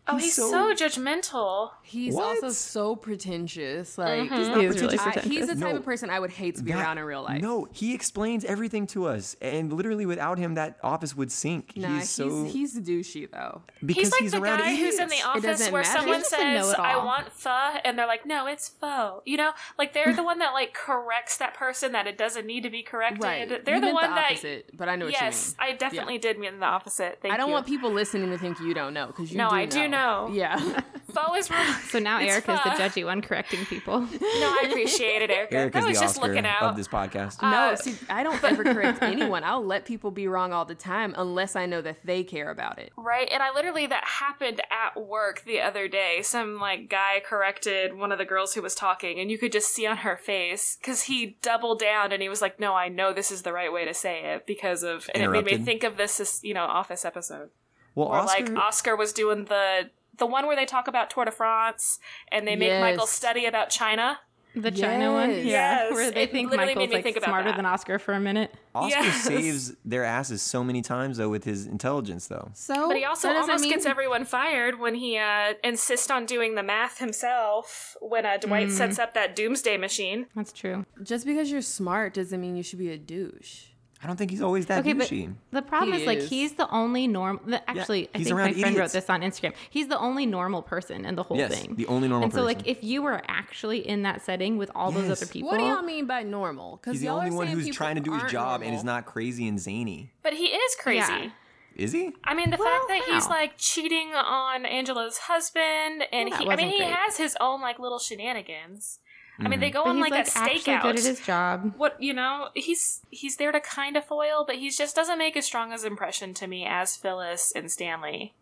Speaker 6: Oh, he's, so, judgmental.
Speaker 7: He's
Speaker 12: What?
Speaker 7: also so pretentious. Like
Speaker 8: He is really
Speaker 7: I- he's
Speaker 8: pretentious.
Speaker 7: the type
Speaker 12: No.
Speaker 7: of person I would hate to be
Speaker 12: That-
Speaker 7: around in real life.
Speaker 12: No, he explains everything to us, and literally without him, that office would sink.
Speaker 7: Nah,
Speaker 12: he's so
Speaker 7: he's, douchey though.
Speaker 12: because
Speaker 6: he's like the
Speaker 12: around
Speaker 6: guy who's in
Speaker 12: idiots.
Speaker 6: the office
Speaker 7: doesn't
Speaker 6: where
Speaker 7: matter.
Speaker 6: someone
Speaker 8: He's just a
Speaker 6: says, "I
Speaker 8: know-it-all.
Speaker 6: want pho," and they're like, "No, it's pho." You know, like they're the one that like corrects that person that it doesn't need to be corrected.
Speaker 7: Right.
Speaker 6: They're
Speaker 7: You
Speaker 6: the
Speaker 7: meant
Speaker 6: one
Speaker 7: the
Speaker 6: that.
Speaker 7: opposite, but I know what you
Speaker 6: yes,
Speaker 7: mean.
Speaker 6: I definitely did mean the opposite. Thank
Speaker 7: I don't
Speaker 6: you.
Speaker 7: want people listening to think you don't know because you
Speaker 6: No,
Speaker 7: do
Speaker 6: I do know.
Speaker 7: Yeah.
Speaker 6: Pho is wrong.
Speaker 8: So now
Speaker 6: It's
Speaker 8: Eric is the
Speaker 6: pho.
Speaker 8: judgy one correcting people.
Speaker 6: No, I appreciate it, Erica.
Speaker 12: Eric
Speaker 6: I
Speaker 12: is
Speaker 6: was
Speaker 12: the
Speaker 6: just
Speaker 12: Oscar
Speaker 6: looking out.
Speaker 12: of this podcast.
Speaker 7: no, see, I don't ever correct anyone. I'll let people be wrong all the time unless I know that they care about it.
Speaker 6: Right, and I literally that happened at work the other day. Some like guy corrected one of the girls who was talking, and you could just see on her face because he doubled down and he was like, "No, I know this is the right way to say it because of," and it made me
Speaker 12: Interrupted.
Speaker 6: think of this, this you know, Office episode
Speaker 12: well,
Speaker 6: where
Speaker 12: Oscar,
Speaker 6: like Oscar was doing the the one where they talk about Tour de France and they make Michael
Speaker 7: Yes.
Speaker 6: study about China.
Speaker 8: The China one,
Speaker 7: Yes.
Speaker 8: yeah,
Speaker 6: Yes,
Speaker 8: where they
Speaker 6: it
Speaker 8: think
Speaker 6: literally made
Speaker 8: Michael's
Speaker 6: me
Speaker 8: like
Speaker 6: think about
Speaker 8: smarter
Speaker 6: that.
Speaker 8: than Oscar for a minute.
Speaker 12: Oscar
Speaker 6: Yes.
Speaker 12: saves their asses so many times though with his intelligence though.
Speaker 7: So,
Speaker 6: But he also
Speaker 7: Oh, that doesn't
Speaker 6: almost
Speaker 7: mean-
Speaker 6: gets everyone fired when he uh, insists on doing the math himself when uh,
Speaker 7: Mm.
Speaker 6: Dwight sets up that doomsday machine.
Speaker 8: That's true.
Speaker 7: just because you're smart doesn't mean you should be a douche.
Speaker 12: I don't think he's always that
Speaker 8: Okay, but
Speaker 12: douchey.
Speaker 8: the problem
Speaker 7: He
Speaker 8: is, like
Speaker 7: is.
Speaker 8: he's the only normal. Actually, I
Speaker 12: he's
Speaker 8: think my
Speaker 12: around
Speaker 8: friend wrote
Speaker 12: idiots.
Speaker 8: this on Instagram. He's the only normal person in the whole
Speaker 12: Yes,
Speaker 8: thing.
Speaker 12: the only normal
Speaker 8: And so, like,
Speaker 12: person.
Speaker 8: if you were actually in that setting with all those
Speaker 12: Yes.
Speaker 8: other people,
Speaker 7: What do y'all mean by normal? Because
Speaker 12: He's the only one who's trying to do his job and is not crazy and zany.
Speaker 6: But he is crazy.
Speaker 8: Yeah.
Speaker 12: Is he?
Speaker 6: I mean, the
Speaker 8: Well,
Speaker 6: fact that he's
Speaker 8: how?
Speaker 6: like cheating on Angela's husband, and
Speaker 8: Well, that
Speaker 6: he, I mean,
Speaker 8: wasn't
Speaker 6: he
Speaker 8: great. Mm-hmm.
Speaker 6: has his own like little shenanigans. I mean, they go
Speaker 8: But
Speaker 6: on
Speaker 8: he's
Speaker 6: like,
Speaker 8: like
Speaker 6: a
Speaker 8: actually
Speaker 6: stakeout.
Speaker 8: good at his job.
Speaker 6: what you know, he's he's there to kind of foil, but he just doesn't make as strong as impression to me as Phyllis and Stanley.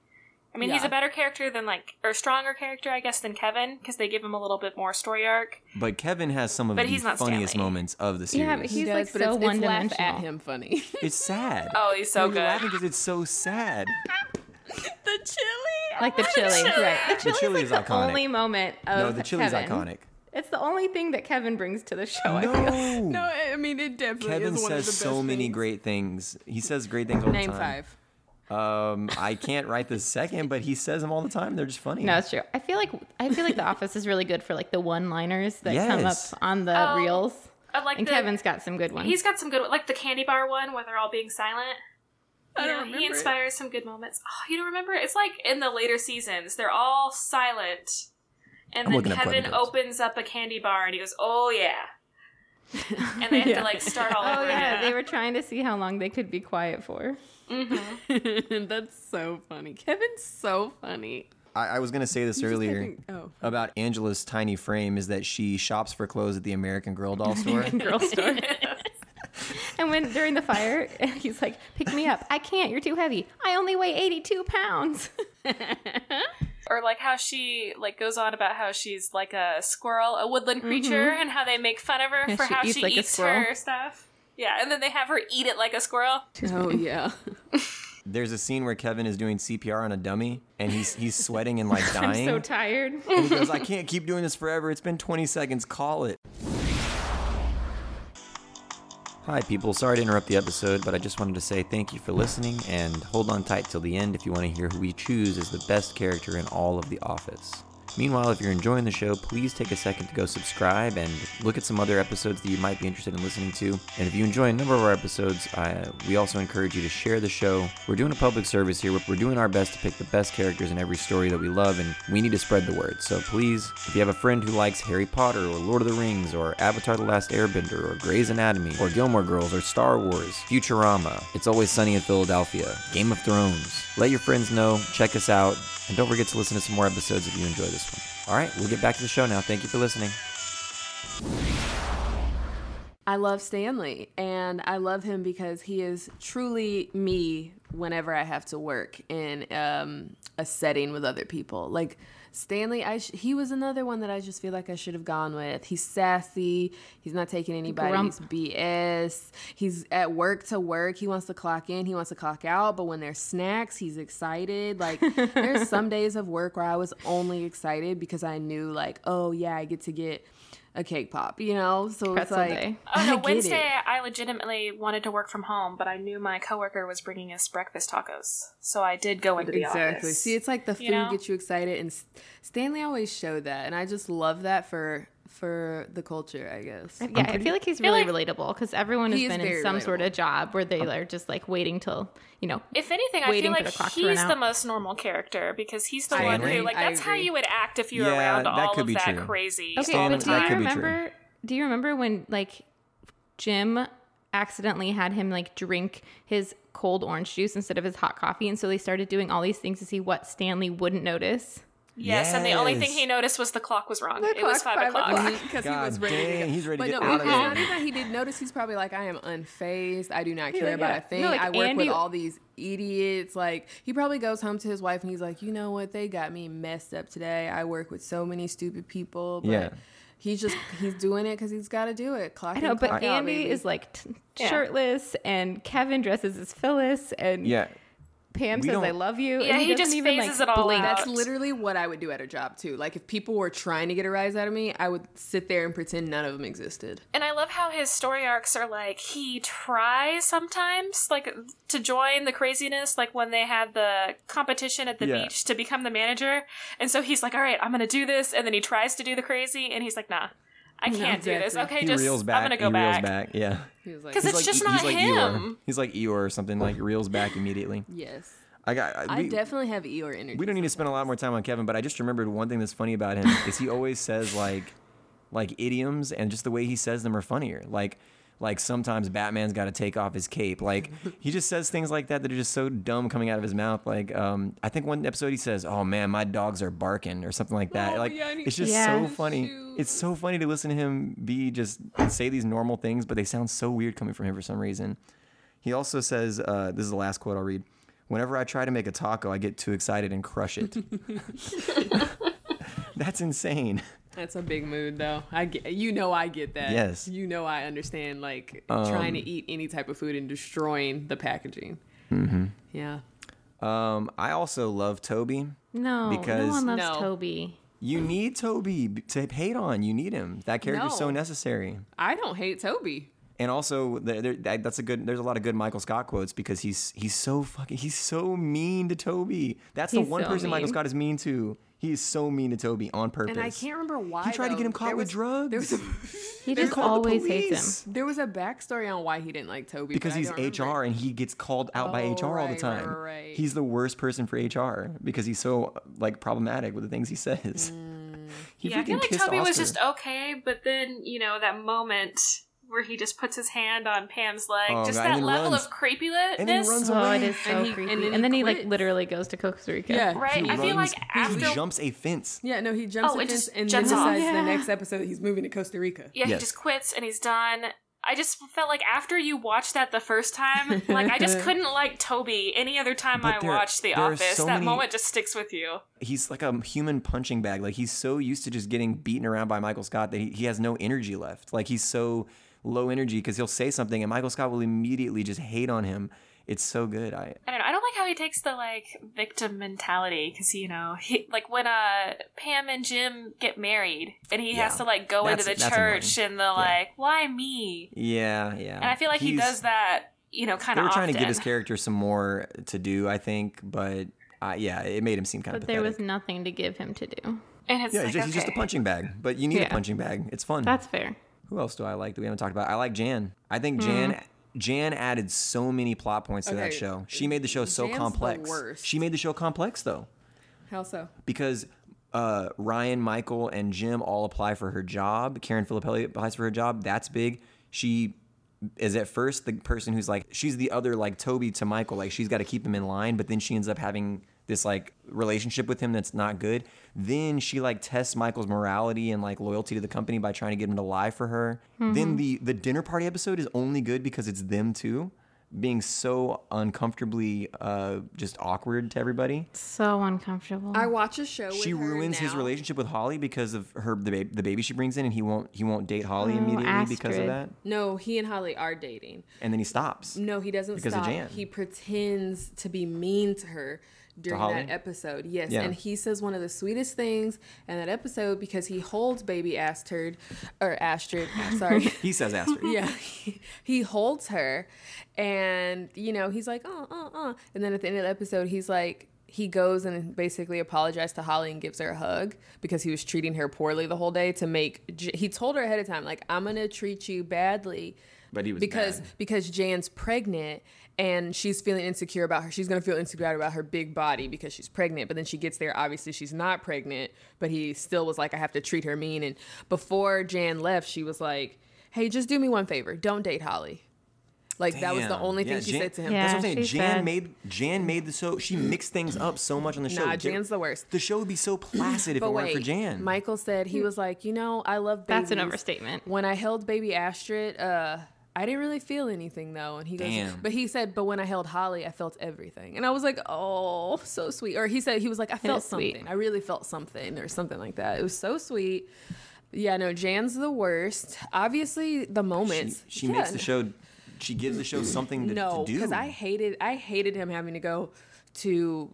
Speaker 6: I mean, he's
Speaker 7: Yeah.
Speaker 6: a better character than like, or stronger character, I guess, than Kevin because they give him a little bit more story arc.
Speaker 12: But Kevin has some of
Speaker 6: But
Speaker 12: the
Speaker 6: he's not
Speaker 12: funniest
Speaker 6: Stanley.
Speaker 12: moments of the series.
Speaker 8: Yeah, but
Speaker 7: He
Speaker 8: he's like
Speaker 7: does, but
Speaker 8: so
Speaker 7: it's,
Speaker 8: one
Speaker 7: it's laugh
Speaker 8: dimensional.
Speaker 7: at him funny.
Speaker 12: it's sad.
Speaker 6: Oh, he's so
Speaker 12: We're laughing
Speaker 6: good.
Speaker 12: because it's so sad.
Speaker 7: the chili.
Speaker 8: Like the chili, right?
Speaker 12: The chili is
Speaker 8: The
Speaker 12: iconic.
Speaker 8: only moment of
Speaker 12: no, the chili's
Speaker 8: Kevin. Oh,
Speaker 12: iconic.
Speaker 8: It's the only thing that Kevin brings to the show. I feel.
Speaker 12: No.
Speaker 7: No, I I mean it definitely
Speaker 12: Kevin
Speaker 7: is one
Speaker 12: says
Speaker 7: of the best
Speaker 12: so many
Speaker 7: things.
Speaker 12: great things. He says great things all
Speaker 7: Name
Speaker 12: the time.
Speaker 7: five.
Speaker 12: Um, I can't write this second, but he says them all the time. They're just funny.
Speaker 8: No, it's true. I feel like I feel like The Office is really good for like the one-liners that come
Speaker 12: Yes.
Speaker 8: up on the
Speaker 6: Oh,
Speaker 8: reels,
Speaker 6: I like
Speaker 8: and
Speaker 6: the-
Speaker 8: Kevin's got some good ones.
Speaker 6: He's got some good, like the candy bar one where they're all being silent.
Speaker 7: I don't
Speaker 6: You know,
Speaker 7: remember.
Speaker 6: he
Speaker 7: it.
Speaker 6: inspires some good moments. Oh, you don't remember? It's like in the later seasons, they're all silent, and
Speaker 12: I'm looking
Speaker 6: then
Speaker 12: up Glenn
Speaker 6: Kevin
Speaker 12: Close.
Speaker 6: opens up a candy bar and he goes, "Oh yeah," and they have to like start all
Speaker 8: oh
Speaker 6: over.
Speaker 8: yeah,
Speaker 6: again.
Speaker 8: they were trying to see how long they could be quiet for.
Speaker 7: That's so funny. Kevin's so funny.
Speaker 12: I, I was gonna say this earlier
Speaker 7: think- oh.
Speaker 12: about Angela's tiny frame is that she shops for clothes at the American Girl doll store.
Speaker 8: Girl store. and when during the fire, he's like, "Pick me up! I can't. You're too heavy. I only weigh 82 pounds."
Speaker 6: or like how she like goes on about how she's like a squirrel, a woodland creature, and how they make fun of her
Speaker 8: Mm-hmm. Yeah,
Speaker 6: for
Speaker 8: she
Speaker 6: how
Speaker 8: eats
Speaker 6: she
Speaker 8: like a
Speaker 6: eats
Speaker 8: squirrel.
Speaker 6: her stuff. Yeah, and then they have her eat it like a squirrel.
Speaker 7: Oh yeah.
Speaker 12: There's a scene where Kevin is doing CPR on a dummy, and he's he's sweating and like
Speaker 8: I'm
Speaker 12: dying.
Speaker 8: so tired.
Speaker 12: and he goes, "I can't keep doing this forever. It's been 20 seconds. Call it."
Speaker 1: Hi, people. Sorry to interrupt the episode, but I just wanted to say thank you for listening and hold on tight till the end if you want to hear who we choose as the best character in all of The Office. Meanwhile, if you're enjoying the show, please take a second to go subscribe and look at some other episodes that you might be interested in listening to. And if you enjoy a number of our episodes, uh, we also encourage you to share the show. We're doing a public service here. We're we're doing our best to pick the best characters in every story that we love, and we need to spread the word. So please, if you have a friend who likes Harry Potter or Lord of the Rings or Avatar The Last Airbender or Grey's Anatomy or Gilmore Girls or Star Wars, Futurama, It's Always Sunny in Philadelphia, Game of Thrones, let your friends know, check us out, and don't forget to listen to some more episodes if you enjoy this one. All right, we'll get back to the show now. Thank you for listening.
Speaker 7: I love Stanley and I love him because he is truly me whenever I have to work in um, a setting with other people. Like Stanley, I sh- he was another one that I just feel like I should have gone with. He's sassy. He's not taking anybody's
Speaker 8: Grump.
Speaker 7: BS. He's at work to work. He wants to clock in. He wants to clock out. But when there's snacks, he's excited. Like there's some days of work where I was only excited because I knew like, oh yeah, I get to get a cake pop, you know? So it's
Speaker 8: Pretzel
Speaker 7: like
Speaker 8: day.
Speaker 6: Oh
Speaker 7: I
Speaker 6: no,
Speaker 7: get
Speaker 6: Wednesday
Speaker 7: it.
Speaker 6: I legitimately wanted to work from home, but I knew my coworker was bringing us breakfast tacos, so I did go into the
Speaker 7: Exactly.
Speaker 6: office.
Speaker 7: See, it's like the food
Speaker 6: you know?
Speaker 7: gets you excited, and S- Stanley always showed that, and I just love that for for the culture, I guess.
Speaker 8: Yeah, I feel like he's really relatable because everyone has
Speaker 7: He is
Speaker 8: been in
Speaker 7: very
Speaker 8: some sort of
Speaker 7: relatable.
Speaker 8: job where
Speaker 12: Oh.
Speaker 8: they are just like waiting till you know.
Speaker 6: if anything, I
Speaker 8: waiting
Speaker 6: feel
Speaker 8: for
Speaker 6: like
Speaker 8: the clock to run
Speaker 6: he's the
Speaker 8: out.
Speaker 6: most normal character because he's the
Speaker 7: I
Speaker 6: one
Speaker 12: agree.
Speaker 6: who, like,
Speaker 7: I
Speaker 6: that's how
Speaker 7: agree.
Speaker 6: you would act if you were
Speaker 12: Yeah,
Speaker 6: around
Speaker 12: that
Speaker 6: all
Speaker 12: could
Speaker 6: of
Speaker 12: be
Speaker 6: that
Speaker 12: true.
Speaker 6: crazy.
Speaker 8: Okay,
Speaker 12: Stan,
Speaker 8: but
Speaker 12: that
Speaker 8: do you
Speaker 12: could be true.
Speaker 8: remember? Do you remember when like Jim accidentally had him like drink his cold orange juice instead of his hot coffee, and so they started doing all these things to see what Stanley wouldn't notice.
Speaker 6: Yes, and the only thing
Speaker 12: Yes.
Speaker 6: he noticed was the clock was wrong.
Speaker 7: The
Speaker 6: it was
Speaker 7: clock,
Speaker 6: five, o'clock.
Speaker 7: because he
Speaker 12: God
Speaker 7: was ready.
Speaker 12: dang,
Speaker 7: to go.
Speaker 12: he's ready to
Speaker 7: but
Speaker 12: get
Speaker 7: no,
Speaker 12: out of
Speaker 7: it's
Speaker 12: there.
Speaker 7: not even he didn't notice. He's probably like, I am unfazed. I do not care
Speaker 8: like,
Speaker 7: about
Speaker 8: yeah.
Speaker 7: a thing.
Speaker 8: No, like,
Speaker 7: I work
Speaker 8: Andy-
Speaker 7: with all these idiots. Like he probably goes home to his wife and he's like, you know what? They got me messed up today. I work with so many stupid people. But
Speaker 12: Yeah.
Speaker 7: He's just he's doing it because he's got to do it. Clock
Speaker 8: I know,
Speaker 7: in,
Speaker 8: but
Speaker 7: clock out,
Speaker 8: Andy
Speaker 7: baby.
Speaker 8: is like t- shirtless, and Kevin dresses as Phyllis, and
Speaker 12: Yeah.
Speaker 8: Pam
Speaker 12: We
Speaker 8: says
Speaker 12: don't-
Speaker 8: "I love you."
Speaker 6: Yeah,
Speaker 8: and
Speaker 6: he
Speaker 8: doesn't
Speaker 6: just
Speaker 8: even, like,
Speaker 6: phases it all
Speaker 8: blink.
Speaker 6: out.
Speaker 7: That's literally what I would do at a job too. Like if people were trying to get a rise out of me, I would sit there and pretend none of them existed.
Speaker 6: And I love how his story arcs are like he tries sometimes, like to join the craziness, like when they had the competition at the
Speaker 12: Yeah.
Speaker 6: beach to become the manager. And so he's like, "All right, I'm gonna do this," and then he tries to do the crazy, and he's like, "Nah, I can't do this.
Speaker 7: exactly.
Speaker 6: Okay,
Speaker 12: He
Speaker 6: just
Speaker 12: reels back.
Speaker 6: I'm gonna go
Speaker 12: he
Speaker 6: back."
Speaker 12: reels back. Yeah.
Speaker 7: He was like,
Speaker 6: Because
Speaker 12: He's
Speaker 6: it's
Speaker 12: like, E,
Speaker 6: just
Speaker 12: he's
Speaker 6: not
Speaker 12: like Eeyore.
Speaker 6: him.
Speaker 12: He's like Eeyore or something. Like reels back immediately.
Speaker 7: yes,
Speaker 12: I got. I,
Speaker 7: I
Speaker 12: we-
Speaker 7: definitely have Eeyore energy.
Speaker 12: we don't need to spend a lot more time on Kevin, but I just remembered one thing that's funny about him is he always says like like idioms and just the way he says them are funnier. Like like sometimes Batman's got to take off his cape. Like he just says things like that that are just so dumb coming out of his mouth. Like um, I think one episode he says, "Oh man, my dogs are barking" or something like that.
Speaker 7: Oh,
Speaker 12: like
Speaker 7: yeah, and he
Speaker 12: it's just
Speaker 8: Yeah.
Speaker 12: so funny. It's so funny to listen to him be just say these normal things, but they sound so weird coming from him for some reason. He also says, uh, "This is the last quote I'll read." Whenever I try to make a taco, I get too excited and crush it. That's insane.
Speaker 7: That's a big mood, though. I get, you know, I get that.
Speaker 12: Yes. Um,
Speaker 7: you know, I understand. Like trying to eat any type of food and destroying the packaging. Mm-hmm. Yeah,
Speaker 12: Um, I also love Toby.
Speaker 8: No,
Speaker 12: Because-
Speaker 8: no one
Speaker 7: No.
Speaker 8: loves Toby.
Speaker 12: You need Toby b- to hate on. You need him. That character's so
Speaker 7: No.
Speaker 12: necessary.
Speaker 7: I don't hate Toby.
Speaker 12: And also, th there, that, that's a good. There's a lot of good Michael Scott quotes because he's he's so fucking he's so mean to Toby. That's
Speaker 8: He's
Speaker 12: the one
Speaker 8: so
Speaker 12: person Michael
Speaker 8: mean.
Speaker 12: Scott is mean to. He is so mean to Toby on purpose.
Speaker 7: And I can't remember why
Speaker 12: He tried to get
Speaker 7: though.
Speaker 12: him caught
Speaker 7: There
Speaker 12: with
Speaker 7: was-
Speaker 12: drugs.
Speaker 7: There was a
Speaker 8: He
Speaker 12: He
Speaker 8: just
Speaker 12: called the
Speaker 8: always hates
Speaker 12: police.
Speaker 8: him.
Speaker 7: there was a backstory on why he didn't like Toby
Speaker 12: because
Speaker 7: but I
Speaker 12: he's
Speaker 7: don't remember it.
Speaker 12: HR and he gets called out by
Speaker 7: Oh,
Speaker 12: HR all the
Speaker 7: right,
Speaker 12: time.
Speaker 7: right, right.
Speaker 12: He's the worst person for HR because he's so like problematic with the things he says. He
Speaker 6: Yeah, I feel
Speaker 12: freaking
Speaker 6: like
Speaker 12: kissed
Speaker 6: Toby was
Speaker 12: Oscar.
Speaker 6: just okay, but then you know that moment where he just puts his hand on Pam's leg,
Speaker 12: Oh,
Speaker 6: just
Speaker 12: God, and
Speaker 6: that
Speaker 12: he
Speaker 6: level
Speaker 12: runs.
Speaker 6: of creepiness.
Speaker 12: And he runs away.
Speaker 8: Oh, it is so
Speaker 7: And he-
Speaker 8: creepy.
Speaker 7: and
Speaker 8: And
Speaker 7: then
Speaker 8: then,
Speaker 7: he
Speaker 8: he like
Speaker 7: quits.
Speaker 8: literally goes to Costa Rica.
Speaker 7: Yeah.
Speaker 6: Right, I feel like
Speaker 12: runs-
Speaker 6: after
Speaker 12: he jumps a fence.
Speaker 7: Yeah, no, he jumps
Speaker 6: Oh,
Speaker 7: a
Speaker 6: it
Speaker 7: fence
Speaker 6: just
Speaker 7: and then
Speaker 6: jumps off.
Speaker 7: decides the
Speaker 8: Yeah.
Speaker 7: next episode he's moving to Costa Rica.
Speaker 6: Yeah,
Speaker 12: Yes.
Speaker 6: he just quits and he's done. I just felt like after you watched that the first time, like I just couldn't like Toby any other time
Speaker 12: But
Speaker 6: I
Speaker 12: there-
Speaker 6: watched The
Speaker 12: there are
Speaker 6: Office.
Speaker 12: so
Speaker 6: that
Speaker 12: many-
Speaker 6: moment just sticks with you.
Speaker 12: He's like a human punching bag. Like he's so used to just getting beaten around by Michael Scott that he, he has no energy left. Like he's so low energy because he'll say something and Michael Scott will immediately just hate on him. It's so good. I
Speaker 6: I don't know. I don't like how he takes the like victim mentality because you know, he, like when uh Pam and Jim get married and he
Speaker 12: Yeah.
Speaker 6: has to like go
Speaker 12: That's-
Speaker 6: into the
Speaker 12: that's
Speaker 6: church and the like, why me?
Speaker 12: yeah yeah.
Speaker 6: And I feel like he
Speaker 12: He's-
Speaker 6: does that, you know, kind
Speaker 12: They
Speaker 6: of.
Speaker 12: were trying to give
Speaker 6: often.
Speaker 12: his character some more to do, I think, but uh, yeah, it made him seem kind
Speaker 8: But
Speaker 12: of
Speaker 8: there
Speaker 12: pathetic.
Speaker 8: was nothing to give him to do.
Speaker 6: And it's
Speaker 12: Yeah,
Speaker 6: like,
Speaker 12: he's, just, he's just a
Speaker 6: okay.
Speaker 12: punching bag, but you need a
Speaker 8: Yeah.
Speaker 12: punching bag. It's fun.
Speaker 8: That's fair.
Speaker 12: Who else do I like that we haven't talked about? I like Jan. I think Jan. Jan added so many plot points to that
Speaker 7: Hmm. Okay,
Speaker 12: show. She made the show so
Speaker 7: Jan's the
Speaker 12: complex.
Speaker 7: worst.
Speaker 12: She made the show complex though,
Speaker 7: How so?
Speaker 12: because uh, Ryan, Michael, and Jim all apply for her job. Karen Filippelli applies for her job. That's big. She is at first the person who's like she's the other like Toby to Michael. Like she's got to keep him in line, but then she ends up having this like relationship with him that's not good. Then she like tests Michael's morality and like loyalty to the company by trying to get him to lie for her. Then the the dinner party episode is only good because it's them two being so uncomfortably uh just awkward to everybody
Speaker 8: So uncomfortable.
Speaker 7: I watch a show.
Speaker 12: she ruins his relationship with Holly because of her the, ba- the baby she brings in, and he won't he won't date
Speaker 7: Oh,
Speaker 12: Holly immediately because of
Speaker 8: Astrid.
Speaker 12: that,
Speaker 7: No, he and Holly are dating.
Speaker 12: and then he stops.
Speaker 7: No, he doesn't
Speaker 12: Because of
Speaker 7: stop.
Speaker 12: Jan.
Speaker 7: He pretends to be mean to her during
Speaker 12: Holly?
Speaker 7: that episode. Yes,
Speaker 12: Yeah.
Speaker 7: and he says one of the sweetest things in that episode because he holds baby Astrid, or Astrid, sorry.
Speaker 12: He says Astrid.
Speaker 7: yeah, he holds her, and you know he's like, uh, uh, uh, and then at the end of the episode, he's like. He goes and basically apologized to Holly and gives her a hug because he was treating her poorly the whole day. To make, J- he told her ahead of time, like, "I'm gonna treat you badly,"
Speaker 12: But he was
Speaker 7: because
Speaker 12: bad.
Speaker 7: because Jan's pregnant and she's feeling insecure about her. She's gonna feel insecure about her big body because she's pregnant. But then she gets there, obviously she's not pregnant. But he still was like, I have to treat her mean. And before Jan left, she was like, Hey, just do me one favor. Don't date Holly. Like that was the
Speaker 12: Damn.
Speaker 7: only thing
Speaker 12: Yeah,
Speaker 7: she
Speaker 12: Jan-
Speaker 7: said to him.
Speaker 8: Yeah.
Speaker 12: That's what I'm saying.
Speaker 8: she's
Speaker 12: Jan
Speaker 8: bad.
Speaker 12: made Jan made the show. She mixed things up so much on the show.
Speaker 7: Nah,
Speaker 12: Jan-
Speaker 7: Jan's the worst.
Speaker 12: The show would be so placid if it weren't for Jan.
Speaker 7: Michael said he was like, you know, I love babies.
Speaker 8: Hmm. That's an overstatement.
Speaker 7: When I held baby Astrid, uh, I didn't really feel anything though. And he goes,
Speaker 12: Damn.
Speaker 7: but he said, but when I held Holly, I felt everything. And I was like, oh, so sweet. Or he said he was like, I felt
Speaker 8: is sweet.
Speaker 7: something. I really felt something, or something like that. It was so sweet. Yeah, no, Jan's the worst. Obviously, the
Speaker 12: she
Speaker 7: moments.
Speaker 12: she
Speaker 7: Yeah,
Speaker 12: makes the show. She gives the show something to,
Speaker 7: no,
Speaker 12: to do.
Speaker 7: because I hated I hated him having to go to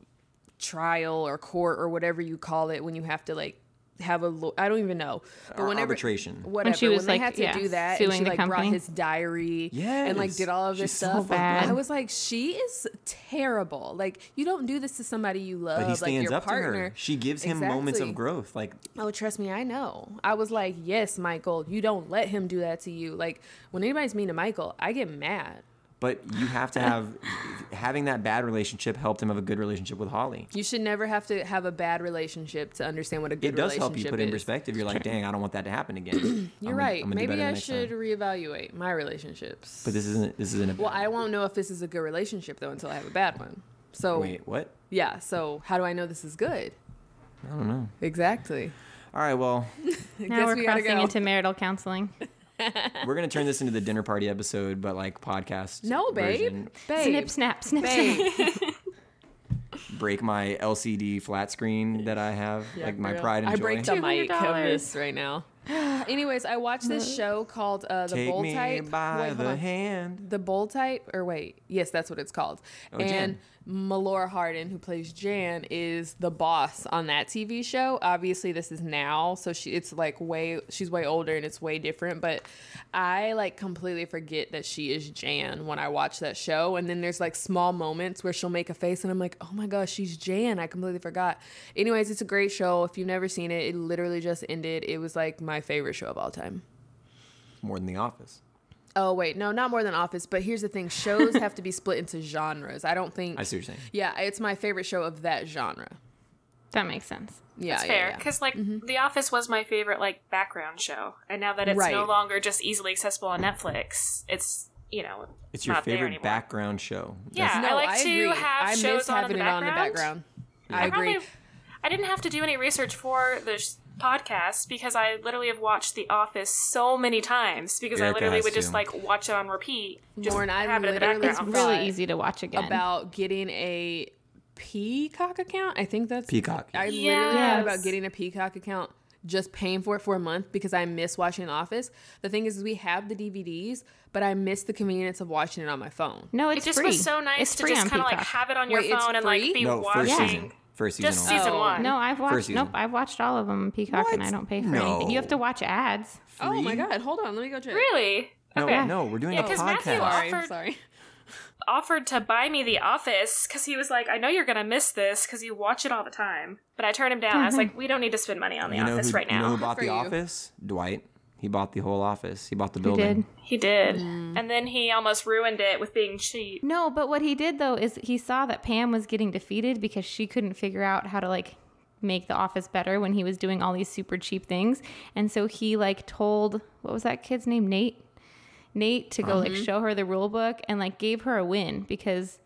Speaker 7: trial or court or whatever you call it when you have to like have a lo- I don't even know, but
Speaker 12: Or
Speaker 7: whenever
Speaker 12: arbitration. When
Speaker 7: whatever when,
Speaker 8: she was,
Speaker 7: they
Speaker 8: like,
Speaker 7: had to
Speaker 8: yeah,
Speaker 7: do that, and
Speaker 8: suing
Speaker 7: she
Speaker 8: the
Speaker 7: like
Speaker 8: company.
Speaker 7: brought his diary and like
Speaker 12: Yes.
Speaker 7: did all of this
Speaker 12: She's so
Speaker 7: stuff.
Speaker 12: fucked
Speaker 8: up.
Speaker 7: I was like, she is terrible. Like you don't do this to somebody you love.
Speaker 12: but he stands
Speaker 7: uh, like, your
Speaker 12: up
Speaker 7: partner.
Speaker 12: to her. She gives him moments of
Speaker 7: Exactly.
Speaker 12: growth. Like
Speaker 7: Oh, trust me, I know. I was like, yes, Michael, you don't let him do that to you. Like when anybody's mean to Michael, I get mad.
Speaker 12: But you have to have having that bad relationship helped him have a good relationship with Holly.
Speaker 7: You should never have to have a bad relationship to understand what a good
Speaker 12: It does help
Speaker 7: relationship
Speaker 12: you put it in
Speaker 7: is.
Speaker 12: perspective. You're like, dang, I don't want that to happen again.
Speaker 7: You're
Speaker 12: I'm gonna-
Speaker 7: right.
Speaker 12: I'm gonna do
Speaker 7: Maybe
Speaker 12: better
Speaker 7: I
Speaker 12: next time.
Speaker 7: should reevaluate my relationships.
Speaker 12: But this isn't. This isn't a.
Speaker 7: well, I won't know if this is a good relationship though until I have a bad one. So
Speaker 12: Wait, what?
Speaker 7: yeah. So how do I know this is good? I
Speaker 12: don't know.
Speaker 7: Exactly.
Speaker 12: All right. Well,
Speaker 7: I
Speaker 8: Now
Speaker 7: guess
Speaker 8: we're
Speaker 7: we gotta
Speaker 8: crossing
Speaker 7: go.
Speaker 8: into marital counseling.
Speaker 12: we're gonna turn this into the dinner party episode, but like podcast.
Speaker 7: no, babe.
Speaker 12: version.
Speaker 7: Babe.
Speaker 8: Snip, snap, snip, snap.
Speaker 7: Babe.
Speaker 12: Break my LCD flat screen that I have, like my
Speaker 7: for real.
Speaker 12: pride and
Speaker 7: I
Speaker 12: joy.
Speaker 7: break the mic of
Speaker 8: $200.
Speaker 7: this right now. Anyways, I watched this show called uh, The
Speaker 12: Take
Speaker 7: Bold
Speaker 12: me
Speaker 7: Type.
Speaker 12: by
Speaker 7: Wait, hold
Speaker 12: the
Speaker 7: on.
Speaker 12: hand.
Speaker 7: the bold type or wait yes that's what it's called
Speaker 12: Oh,
Speaker 7: and
Speaker 12: Jan.
Speaker 7: melora hardin who plays jan is the boss on that tv show obviously this is now so she it's like way she's way older and it's way different but i like completely forget that she is jan when i watch that show and then there's like small moments where she'll make a face and i'm like oh my gosh she's jan i completely forgot anyways it's a great show if you've never seen it it literally just ended it was like my favorite show of all time
Speaker 12: More than The Office.
Speaker 7: Oh wait, no, not more than Office. But here's the thing: shows have to be split into genres. I don't think.
Speaker 12: I see what you're saying.
Speaker 7: Yeah, it's my favorite show of that genre.
Speaker 8: That makes sense.
Speaker 7: Yeah,
Speaker 6: That's
Speaker 7: yeah,
Speaker 6: fair
Speaker 7: yeah. Mm-hmm.
Speaker 6: because like The Office was my favorite like background show, and now that it's no
Speaker 7: Right.
Speaker 6: longer just easily accessible on Netflix, it's you know
Speaker 12: It's your
Speaker 6: not there
Speaker 12: favorite
Speaker 6: anymore.
Speaker 12: background show.
Speaker 6: Yeah, I like to
Speaker 7: agree.
Speaker 6: have
Speaker 7: I
Speaker 6: shows
Speaker 7: miss
Speaker 6: on in
Speaker 7: having
Speaker 6: the
Speaker 7: it on the background.
Speaker 6: background.
Speaker 7: I,
Speaker 6: I
Speaker 7: agree.
Speaker 6: probably I didn't have to do any research for this podcast because I literally have watched The Office so many times because I
Speaker 12: Erica
Speaker 6: literally
Speaker 12: has
Speaker 6: would just
Speaker 12: to.
Speaker 6: like watch it on repeat. Just
Speaker 7: Lauren, I
Speaker 6: have it in the
Speaker 7: literally-
Speaker 8: It's
Speaker 6: background.
Speaker 7: Really
Speaker 8: really easy to watch again.
Speaker 7: About getting a Peacock account, I think that's
Speaker 12: Peacock.
Speaker 7: I literally
Speaker 6: Yes.
Speaker 7: thought about getting a Peacock account, just paying for it for a month because I miss watching The Office. The thing is, is we have the DVDs, but I miss the convenience of watching it on my phone.
Speaker 8: no, it's
Speaker 6: it just
Speaker 8: free.
Speaker 6: was so nice
Speaker 8: It's
Speaker 6: to
Speaker 8: free
Speaker 6: just
Speaker 8: on
Speaker 6: kind of like
Speaker 8: Peacock.
Speaker 6: have it on your
Speaker 7: Wait, it's
Speaker 6: phone and like
Speaker 7: free?
Speaker 6: be
Speaker 12: No,
Speaker 6: watching.
Speaker 12: first season. First season.
Speaker 6: Just
Speaker 12: only.
Speaker 6: season
Speaker 7: Oh.
Speaker 6: one.
Speaker 8: No, I've watched.
Speaker 12: season.
Speaker 8: Nope, I've watched all of them. Peacock, and I don't pay for
Speaker 12: No.
Speaker 8: anything. You have to watch ads.
Speaker 7: Oh my
Speaker 12: Free?
Speaker 7: God! Hold on, let me go check.
Speaker 6: really.
Speaker 12: No,
Speaker 6: Okay.
Speaker 12: no, we're doing
Speaker 6: Yeah,
Speaker 12: a
Speaker 6: 'cause Matthew
Speaker 12: Oh, podcast.
Speaker 7: Sorry,
Speaker 6: Offered-
Speaker 7: sorry.
Speaker 6: offered to buy me The Office because he was like, I know you're going to miss this because you watch it all the time. But I turned him down. I was like, we don't need to spend money on The
Speaker 12: Mm-hmm. You know,
Speaker 6: Office
Speaker 12: who,
Speaker 6: right
Speaker 12: you know
Speaker 6: now.
Speaker 12: who bought
Speaker 7: for
Speaker 12: the
Speaker 7: you.
Speaker 12: office? Dwight. He bought the whole office. He bought the
Speaker 8: You
Speaker 12: building.
Speaker 8: did.
Speaker 6: he did. And then he almost ruined it with being cheap.
Speaker 8: No, but what he did though is he saw that Pam was getting defeated because she couldn't figure out how to like make the office better when he was doing all these super cheap things. And so he like told what was that kid's name? Nate. Nate to go like
Speaker 12: Mm-hmm.
Speaker 8: show her the rule book and like gave her a win because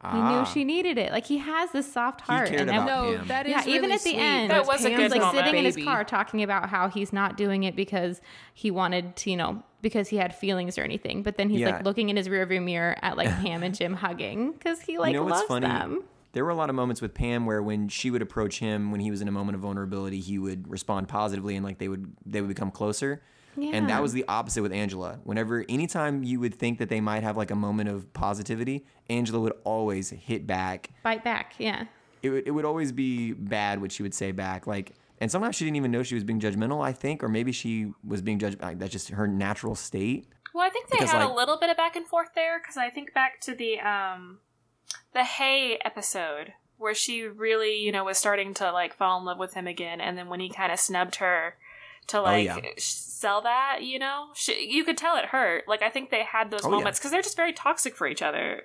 Speaker 8: he
Speaker 12: Ah.
Speaker 8: knew she needed it. like he has this soft heart
Speaker 12: cared
Speaker 8: and
Speaker 12: about
Speaker 8: I-
Speaker 12: Pam.
Speaker 7: No,
Speaker 12: Damn.
Speaker 7: that is
Speaker 8: yeah, even
Speaker 7: really
Speaker 8: at the
Speaker 7: sweet.
Speaker 8: end,
Speaker 6: That was a
Speaker 7: Pam's
Speaker 6: good
Speaker 8: like
Speaker 6: moment.
Speaker 8: sitting in his
Speaker 7: baby.
Speaker 8: car talking about how he's not doing it because he wanted to, you know, because he had feelings or anything. But then he's
Speaker 12: Yeah.
Speaker 8: like looking in his rearview mirror at like Pam and Jim hugging because he like
Speaker 12: you know what's
Speaker 8: loves
Speaker 12: funny?
Speaker 8: them.
Speaker 12: There were a lot of moments with Pam where when she would approach him when he was in a moment of vulnerability, he would respond positively and like they would they would become closer. And
Speaker 8: Yeah.
Speaker 12: that was the opposite with Angela. Whenever anytime you would think that they might have like a moment of positivity, Angela would always hit back
Speaker 8: Bite back, yeah.
Speaker 12: it would, it would always be bad what she would say back. Like, and sometimes she didn't even know she was being judgmental, I think, or maybe she was being judged. Like, that's just her natural state.
Speaker 6: Well, I think they
Speaker 12: Because,
Speaker 6: had a
Speaker 12: like-
Speaker 6: little bit of back and forth there because I think back to the um, the Hay episode where she really, you know, was starting to like fall in love with him again, and then when he kind of snubbed her to like
Speaker 12: Oh, yeah.
Speaker 6: sh- sell that, you know, she, you could tell it hurt. Like I think they had those
Speaker 12: Oh, yeah. Mm-hmm.
Speaker 6: moments because they're just very toxic for each other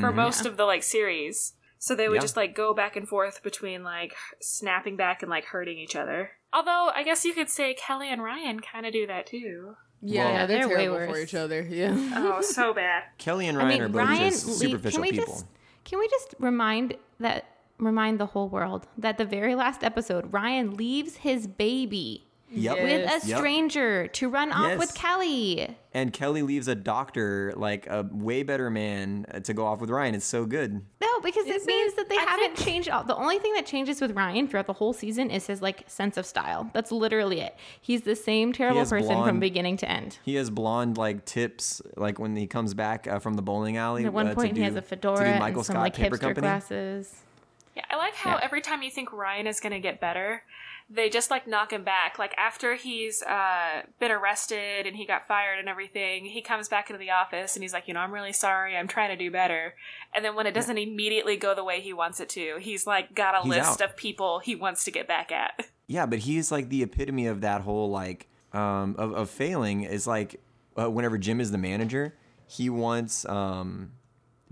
Speaker 6: for most of the like series. So they would
Speaker 12: Yeah.
Speaker 6: just like go back and forth between like snapping back and like hurting each other. Although I guess you could say Kelly and Ryan kind of do that too.
Speaker 7: Yeah,
Speaker 12: Well-
Speaker 7: yeah, they're,
Speaker 8: They're way
Speaker 7: terrible for
Speaker 8: worse.
Speaker 7: each other. Yeah.
Speaker 6: Oh, so bad.
Speaker 12: Kelly and Ryan are both just
Speaker 8: le-
Speaker 12: superficial
Speaker 8: can we
Speaker 12: people.
Speaker 8: Just, can we just remind that remind the whole world that the very last episode, Ryan leaves his baby
Speaker 12: yep.
Speaker 8: with a
Speaker 7: Yes.
Speaker 12: Yep.
Speaker 8: stranger to run off with
Speaker 12: Yes.
Speaker 8: Kelly.
Speaker 12: and Kelly leaves a doctor, like a way better man, uh, to go off with Ryan. It's so good.
Speaker 8: No, because it
Speaker 7: Is
Speaker 8: means
Speaker 7: it?
Speaker 8: that they haven't changed. All, the only thing that changes with Ryan throughout the whole season is his like sense of style. That's literally it. He's the same terrible
Speaker 12: has
Speaker 8: person from
Speaker 12: blonde-
Speaker 8: beginning to end.
Speaker 12: He has blonde like tips, like when he comes back uh, from the bowling alley.
Speaker 8: At one
Speaker 12: uh, to
Speaker 8: point,
Speaker 12: do-
Speaker 8: he has a
Speaker 12: to do
Speaker 8: fedora
Speaker 12: Michael
Speaker 8: and some
Speaker 12: Scott
Speaker 8: like
Speaker 12: Paper
Speaker 8: hipster
Speaker 12: Company.
Speaker 8: glasses.
Speaker 6: Yeah, I like how
Speaker 8: Yeah.
Speaker 6: every time you think Ryan is going to get better, they just like knock him back. Like after he's uh, been arrested and he got fired and everything, he comes back into the office and he's like, you know, I'm really sorry. I'm trying to do better. And then when it doesn't immediately go the way he wants it to, he's like got a
Speaker 12: He's
Speaker 6: list
Speaker 12: out.
Speaker 6: of people he wants to get back at.
Speaker 12: Yeah, but he is like the epitome of that whole like um, of of failing. Is like uh, whenever Jim is the manager, he wants um,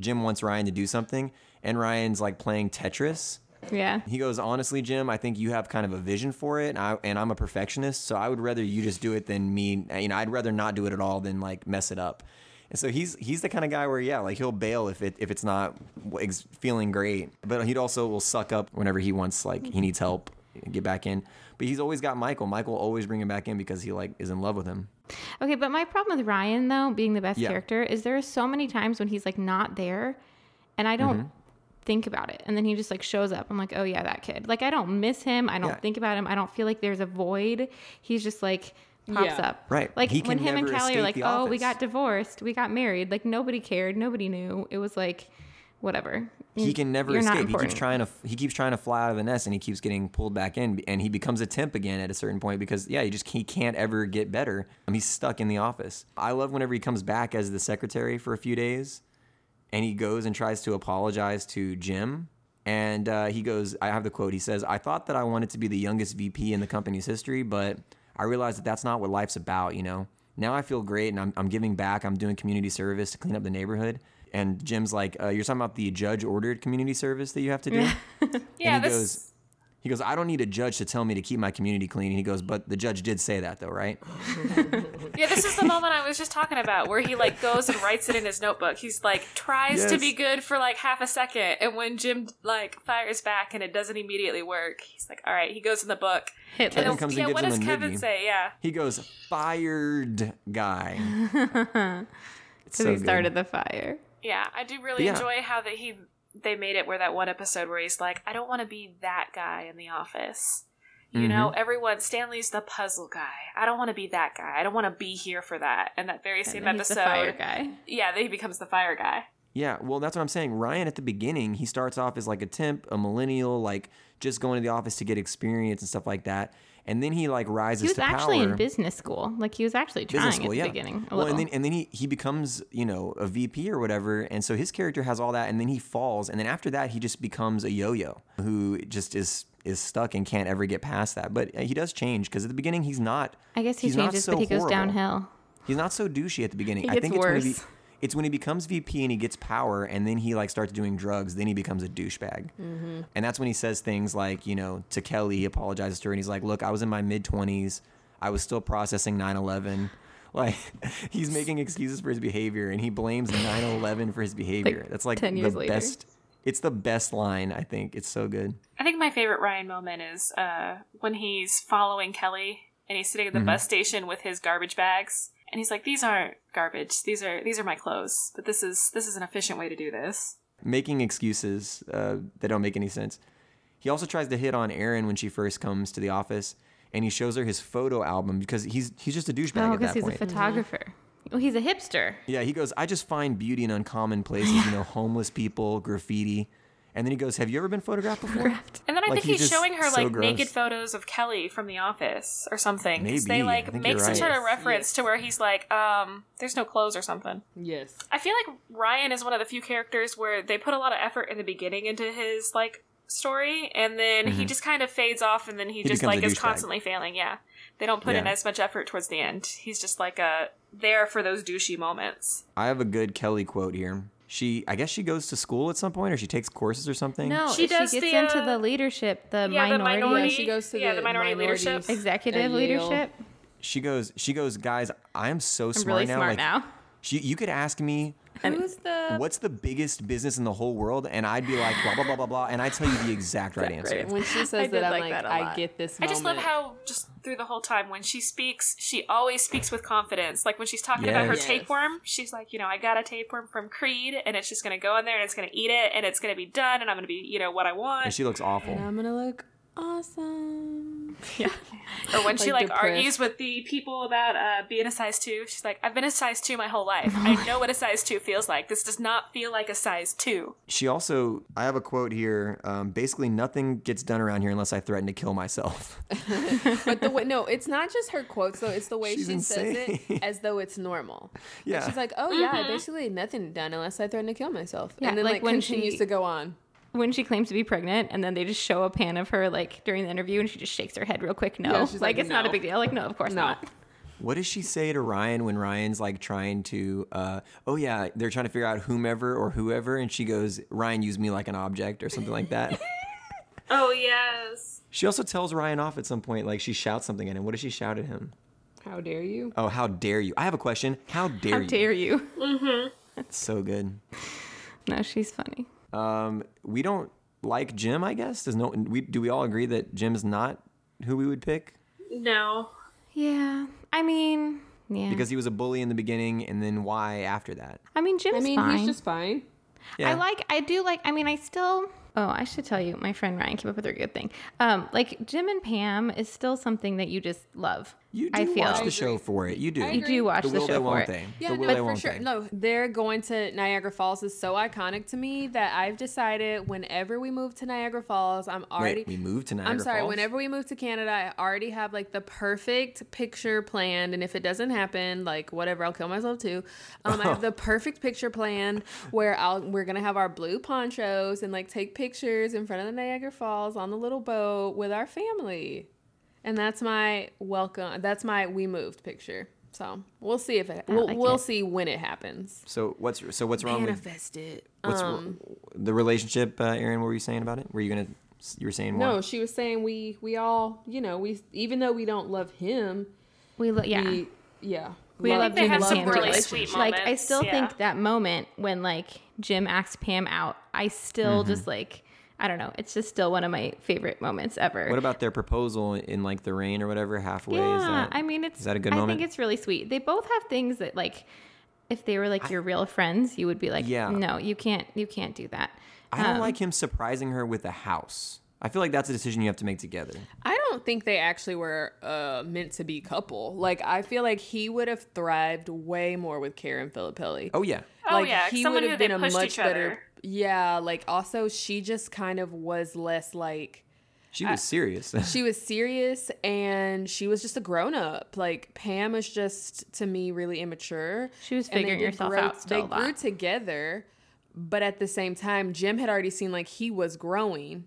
Speaker 12: Jim wants Ryan to do something, and Ryan's like playing Tetris.
Speaker 8: Yeah.
Speaker 12: He goes, honestly, Jim, I think you have kind of a vision for it, and, I, and I'm a perfectionist, so I would rather you just do it than me. You know, I'd rather not do it at all than like mess it up. And so he's he's the kind of guy where yeah, like he'll bail if it if it's not ex- feeling great, but he'd also will suck up whenever he wants like he needs help get back in. But he's always got Michael. Michael will always bring him back in because he like is in love with him.
Speaker 8: Okay, but my problem with Ryan though being the best
Speaker 12: Yeah.
Speaker 8: character is there are so many times when he's like not there, and I
Speaker 12: Mm-hmm.
Speaker 8: don't think about it, and then he just like shows up. I'm like, oh yeah, that kid. Like I don't miss him. I don't
Speaker 12: Yeah.
Speaker 8: think about him. I don't feel like there's a void. He's just like pops
Speaker 7: Yeah.
Speaker 8: up.
Speaker 12: Right.
Speaker 8: Like
Speaker 12: He
Speaker 8: when
Speaker 12: can
Speaker 8: him and
Speaker 12: never
Speaker 8: Callie are
Speaker 12: escape
Speaker 8: like,
Speaker 12: the
Speaker 8: oh, we
Speaker 12: office.
Speaker 8: got divorced, we got married. Like nobody cared. Nobody knew. It was like, whatever.
Speaker 12: He can never
Speaker 8: Mm, You're not
Speaker 12: escape. He keeps
Speaker 8: important.
Speaker 12: trying to he keeps trying to fly out of the nest, and he keeps getting pulled back in, and he becomes a temp again at a certain point because yeah, he just he can't ever get better. Um, he's stuck in the office. I love whenever he comes back as the secretary for a few days, and he goes and tries to apologize to Jim. And uh, he goes, I have the quote. He says, I thought that I wanted to be the youngest VP in the company's history, but I realized that that's not what life's about, you know? Now I feel great and I'm, I'm giving back. I'm doing community service to clean up the neighborhood. And Jim's like, uh, You're talking about the judge ordered community service that you have to do?
Speaker 6: Yeah,
Speaker 12: and he
Speaker 6: this
Speaker 12: goes, he goes, I don't need a judge to tell me to keep my community clean. And he goes, but the judge did say that though, right?
Speaker 6: Yeah, this is the moment I was just talking about where he like goes and writes it in his notebook. He's like tries to
Speaker 12: Yes.
Speaker 6: be good for like half a second, and when Jim like fires back and it doesn't immediately work, he's like, "All right." He goes in the book.
Speaker 8: Hit
Speaker 12: Kevin
Speaker 6: And
Speaker 12: comes and
Speaker 6: yeah,
Speaker 12: gives
Speaker 6: what
Speaker 12: him
Speaker 6: does
Speaker 12: a
Speaker 6: Kevin
Speaker 12: noogie.
Speaker 6: say? Yeah,
Speaker 12: He goes, fired guy. It's
Speaker 8: because he
Speaker 12: good.
Speaker 8: started the fire.
Speaker 6: yeah. I do really
Speaker 12: Yeah.
Speaker 6: enjoy how that he they made it where that one episode where he's like, "I don't want to be that guy in the office." You know,
Speaker 12: Mm-hmm.
Speaker 6: everyone. Stanley's the puzzle guy. I don't want to be that guy. I don't want to be here for that. And that very
Speaker 8: And
Speaker 6: same
Speaker 8: then he's the fire
Speaker 6: episode,
Speaker 8: guy.
Speaker 6: yeah, that he becomes the fire guy.
Speaker 12: Yeah, well, that's what I'm saying. Ryan at the beginning, he starts off as like a temp, a millennial, like just going to the office to get experience and stuff like that. And then he like rises
Speaker 8: He was
Speaker 12: to
Speaker 8: actually
Speaker 12: power.
Speaker 8: in business school. Like he was actually trying
Speaker 12: business
Speaker 8: at
Speaker 12: school,
Speaker 8: the
Speaker 12: yeah.
Speaker 8: beginning. A
Speaker 12: well, and
Speaker 8: little.
Speaker 12: then and then he he becomes you know a VP or whatever, and so his character has all that, and then he falls, and then after that he just becomes a yo-yo who just is is stuck and can't ever get past that. But uh, he does change because at the beginning he's not.
Speaker 8: I guess he
Speaker 12: he's not
Speaker 8: changes,
Speaker 12: so
Speaker 8: but he goes
Speaker 12: horrible.
Speaker 8: downhill.
Speaker 12: He's not so douchey at the beginning.
Speaker 8: He
Speaker 12: I
Speaker 8: gets
Speaker 12: think it's when he,
Speaker 8: worse.
Speaker 12: it's when he becomes VP and he gets power, and then he like starts doing drugs. Then he becomes a douchebag,
Speaker 8: Mm-hmm.
Speaker 12: and that's when he says things like, you know, to Kelly, he apologizes to her, and he's like, "Look, I was in my mid twenties. I was still processing 9/11." Like he's making excuses for his behavior, and he blames 9/11 for his behavior. that's like
Speaker 8: 10 years
Speaker 12: the
Speaker 8: later.
Speaker 12: best. It's the best line. I think it's so good.
Speaker 6: I think my favorite Ryan moment is uh, when he's following Kelly and he's sitting at the
Speaker 12: Mm-hmm.
Speaker 6: bus station with his garbage bags, and he's like, "These aren't garbage. These are these are my clothes. But this is this is an efficient way to do this."
Speaker 12: making excuses uh, that don't make any sense. He also tries to hit on Erin when she first comes to the office, and he shows her his photo album because he's he's just a douchebag
Speaker 8: Oh,
Speaker 12: at
Speaker 8: because
Speaker 12: that
Speaker 8: he's
Speaker 12: point.
Speaker 8: a photographer. Well, he's a hipster.
Speaker 12: yeah, he goes, "I just find beauty in uncommon places, you know, homeless people, graffiti." And then he goes, "Have you ever been photographed before?"
Speaker 6: And then I
Speaker 12: Like,
Speaker 6: think he's,
Speaker 12: just
Speaker 6: showing her
Speaker 12: so
Speaker 6: like naked
Speaker 12: gross.
Speaker 6: photos of Kelly from The Office or something. 'Cause
Speaker 12: Maybe.
Speaker 6: They
Speaker 12: I
Speaker 6: like
Speaker 12: think
Speaker 6: make
Speaker 12: you're
Speaker 6: some
Speaker 12: right.
Speaker 6: sort of
Speaker 5: Yes,
Speaker 6: reference
Speaker 5: yes.
Speaker 6: to where he's like, um, there's no clothes or something.
Speaker 5: Yes.
Speaker 6: I feel like Ryan is one of the few characters where they put a lot of effort in the beginning into his like story, and then he just kind of fades off, and then he,
Speaker 12: Mm-hmm. He
Speaker 6: just
Speaker 12: becomes
Speaker 6: like
Speaker 12: a
Speaker 6: is
Speaker 12: douchebag.
Speaker 6: constantly failing. Yeah, they don't put in
Speaker 12: Yeah.
Speaker 6: as much effort towards the end. He's just like uh there for those douchey moments.
Speaker 12: I have a good Kelly quote here. She, I guess she goes to school at some point, or she takes courses or something.
Speaker 8: No,
Speaker 6: She
Speaker 8: she,
Speaker 6: does
Speaker 8: gets
Speaker 6: the,
Speaker 8: into
Speaker 6: uh,
Speaker 8: the leadership, the
Speaker 6: yeah, the
Speaker 8: minority,
Speaker 6: minority-
Speaker 7: she goes to
Speaker 6: yeah,
Speaker 7: the,
Speaker 6: the minority leadership.
Speaker 7: minorities at
Speaker 8: executive
Speaker 7: Yale.
Speaker 8: leadership.
Speaker 12: She goes, she goes, guys, I am so
Speaker 8: I'm
Speaker 12: smart
Speaker 8: really
Speaker 12: now.
Speaker 8: smart
Speaker 12: like,
Speaker 8: now.
Speaker 12: She, you could ask me
Speaker 7: Who's the
Speaker 12: what's the biggest business in the whole world, and I'd be like blah blah blah blah blah, and I tell you the exact right answer.
Speaker 7: when she says
Speaker 8: did
Speaker 7: that? I'm
Speaker 8: like
Speaker 7: like,
Speaker 8: that a
Speaker 7: I
Speaker 8: lot.
Speaker 7: get this.
Speaker 6: I
Speaker 7: Moment.
Speaker 6: just love how just through the whole time when she speaks, she always speaks with confidence. Like when she's talking about her
Speaker 12: Yes.
Speaker 6: tapeworm, she's like, you know, I got a tapeworm from Creed, and it's just gonna go in there and it's gonna eat it, and it's gonna be done, and I'm gonna be, you know, what I want.
Speaker 12: And um, she looks awful.
Speaker 7: I'm gonna look awesome.
Speaker 6: Or when she
Speaker 7: like,
Speaker 6: like
Speaker 7: depressed.
Speaker 6: argues with the people about uh, being a size two, she's like, "I've been a size two my whole life. I know what a size two feels like. This does not feel like a size two.
Speaker 12: She also, I have a quote here. Um, basically, nothing gets done around here unless I threaten to kill myself.
Speaker 7: But the way no, it's not just her quotes though. It's the way
Speaker 12: She's
Speaker 7: she says
Speaker 12: insane.
Speaker 7: it as though it's normal. Yeah,
Speaker 12: Yeah.
Speaker 7: she's like, oh yeah, basically nothing done unless I threaten to kill myself.
Speaker 8: Mm-hmm. Yeah,
Speaker 7: and then
Speaker 8: like,
Speaker 7: like,
Speaker 8: when
Speaker 7: continues
Speaker 8: she-
Speaker 7: to go on.
Speaker 8: When she claims to be pregnant, and then they just show a pan of her like during the interview, and she just shakes her head real quick. No,
Speaker 7: Yeah,
Speaker 8: like,
Speaker 7: she's like,
Speaker 8: it's not a
Speaker 7: no.
Speaker 8: big deal. Like no, of course
Speaker 7: No.
Speaker 8: not.
Speaker 12: What does she say to Ryan when Ryan's like trying to, uh, oh yeah, they're trying to figure out whomever or whoever, and she goes, Ryan used me like an object or something like that.
Speaker 6: Oh yes.
Speaker 12: she also tells Ryan off at some point, like she shouts something at him. What does she shout at him?
Speaker 7: How dare you?
Speaker 12: Oh, how dare you! I have a question. How dare
Speaker 8: How
Speaker 12: you?
Speaker 8: dare you?
Speaker 12: It's so good.
Speaker 8: No, she's funny.
Speaker 12: Um, we don't like Jim, I guess. Does no? We do we all agree that Jim's not who we would
Speaker 8: Mm-hmm.
Speaker 12: pick
Speaker 6: No.
Speaker 8: Yeah, I mean, yeah.
Speaker 12: because he was a bully in the beginning, and then why after that?
Speaker 8: I mean, Jim's
Speaker 7: I mean,
Speaker 8: fine.
Speaker 7: he's just fine.
Speaker 12: Yeah.
Speaker 8: I like, I do like, I mean, I still, oh, I should tell you, my friend Ryan came up with a good thing. Um, like Jim and Pam is still something that you just love.
Speaker 12: You do
Speaker 8: I feel.
Speaker 12: watch the show for it. You do.
Speaker 8: you do watch
Speaker 12: the
Speaker 8: the,
Speaker 12: will
Speaker 8: show
Speaker 12: they
Speaker 8: for
Speaker 12: won't
Speaker 8: it.
Speaker 12: they?
Speaker 7: Yeah,
Speaker 12: the
Speaker 7: no,
Speaker 12: will
Speaker 7: but
Speaker 12: they
Speaker 7: for
Speaker 12: won't
Speaker 7: sure.
Speaker 12: they.
Speaker 7: No, they're going to Niagara Falls is so iconic to me that I've decided whenever we move to Niagara Falls, I'm already.
Speaker 12: Wait, we moved to Niagara
Speaker 7: I'm sorry.
Speaker 12: Falls?
Speaker 7: Whenever we move to Canada, I already have like the perfect picture planned, and if it doesn't happen, like whatever, I'll kill myself too. Um, I have the perfect picture planned where I'll we're gonna have our blue ponchos and like take pictures in front of the Niagara Falls on the little boat with our family, and that's my welcome. That's my we moved picture. So we'll see if it. We'll,
Speaker 8: like
Speaker 7: we'll
Speaker 8: it.
Speaker 7: see when it happens.
Speaker 12: So what's so what's wrong with
Speaker 7: Manifest it.
Speaker 12: what's wr-
Speaker 8: um,
Speaker 12: the relationship, uh, Aaron? What were you saying about it? Were you gonna you were saying
Speaker 7: No,
Speaker 12: what?
Speaker 7: she was saying we we all you know we even though we don't love him,
Speaker 8: We lo- yeah.
Speaker 7: we yeah
Speaker 8: we
Speaker 6: I think
Speaker 8: love
Speaker 6: they
Speaker 8: Jim
Speaker 6: have
Speaker 8: and
Speaker 6: some
Speaker 8: Pam
Speaker 6: really
Speaker 8: together.
Speaker 6: sweet
Speaker 8: Like I
Speaker 6: moments,
Speaker 8: still
Speaker 6: yeah.
Speaker 8: think that moment when like Jim asks Pam out, I still
Speaker 12: Mm-hmm.
Speaker 8: just like I don't know. It's just still one of my favorite moments ever.
Speaker 12: What about their proposal in like the rain or whatever halfway?
Speaker 8: yeah,
Speaker 12: is that,
Speaker 8: I mean, it's.
Speaker 12: is that a good
Speaker 8: I
Speaker 12: moment?
Speaker 8: think it's really sweet. They both have things that, like, if they were like your real friends, you would be like,
Speaker 12: Yeah.
Speaker 8: no, you can't, you can't do that.
Speaker 12: I
Speaker 8: uh,
Speaker 12: don't like him surprising her with a house. I feel like that's a decision you have to make together.
Speaker 7: I don't think they actually were uh, meant to be couple. Like I feel like he would have thrived way more with Karen Filippelli.
Speaker 12: Oh yeah,
Speaker 6: Oh,
Speaker 7: like,
Speaker 6: yeah, someone who they pushed each other.
Speaker 7: Yeah, like also she just kind of was less like
Speaker 12: she was serious.
Speaker 7: she was serious and she was just a grown up. Like Pam was just to me really immature.
Speaker 8: She was
Speaker 7: And they
Speaker 8: figuring
Speaker 7: did
Speaker 8: herself
Speaker 7: grow-
Speaker 8: out still
Speaker 7: They
Speaker 8: a lot.
Speaker 7: grew together, but at the same time, Jim had already seen like he was growing,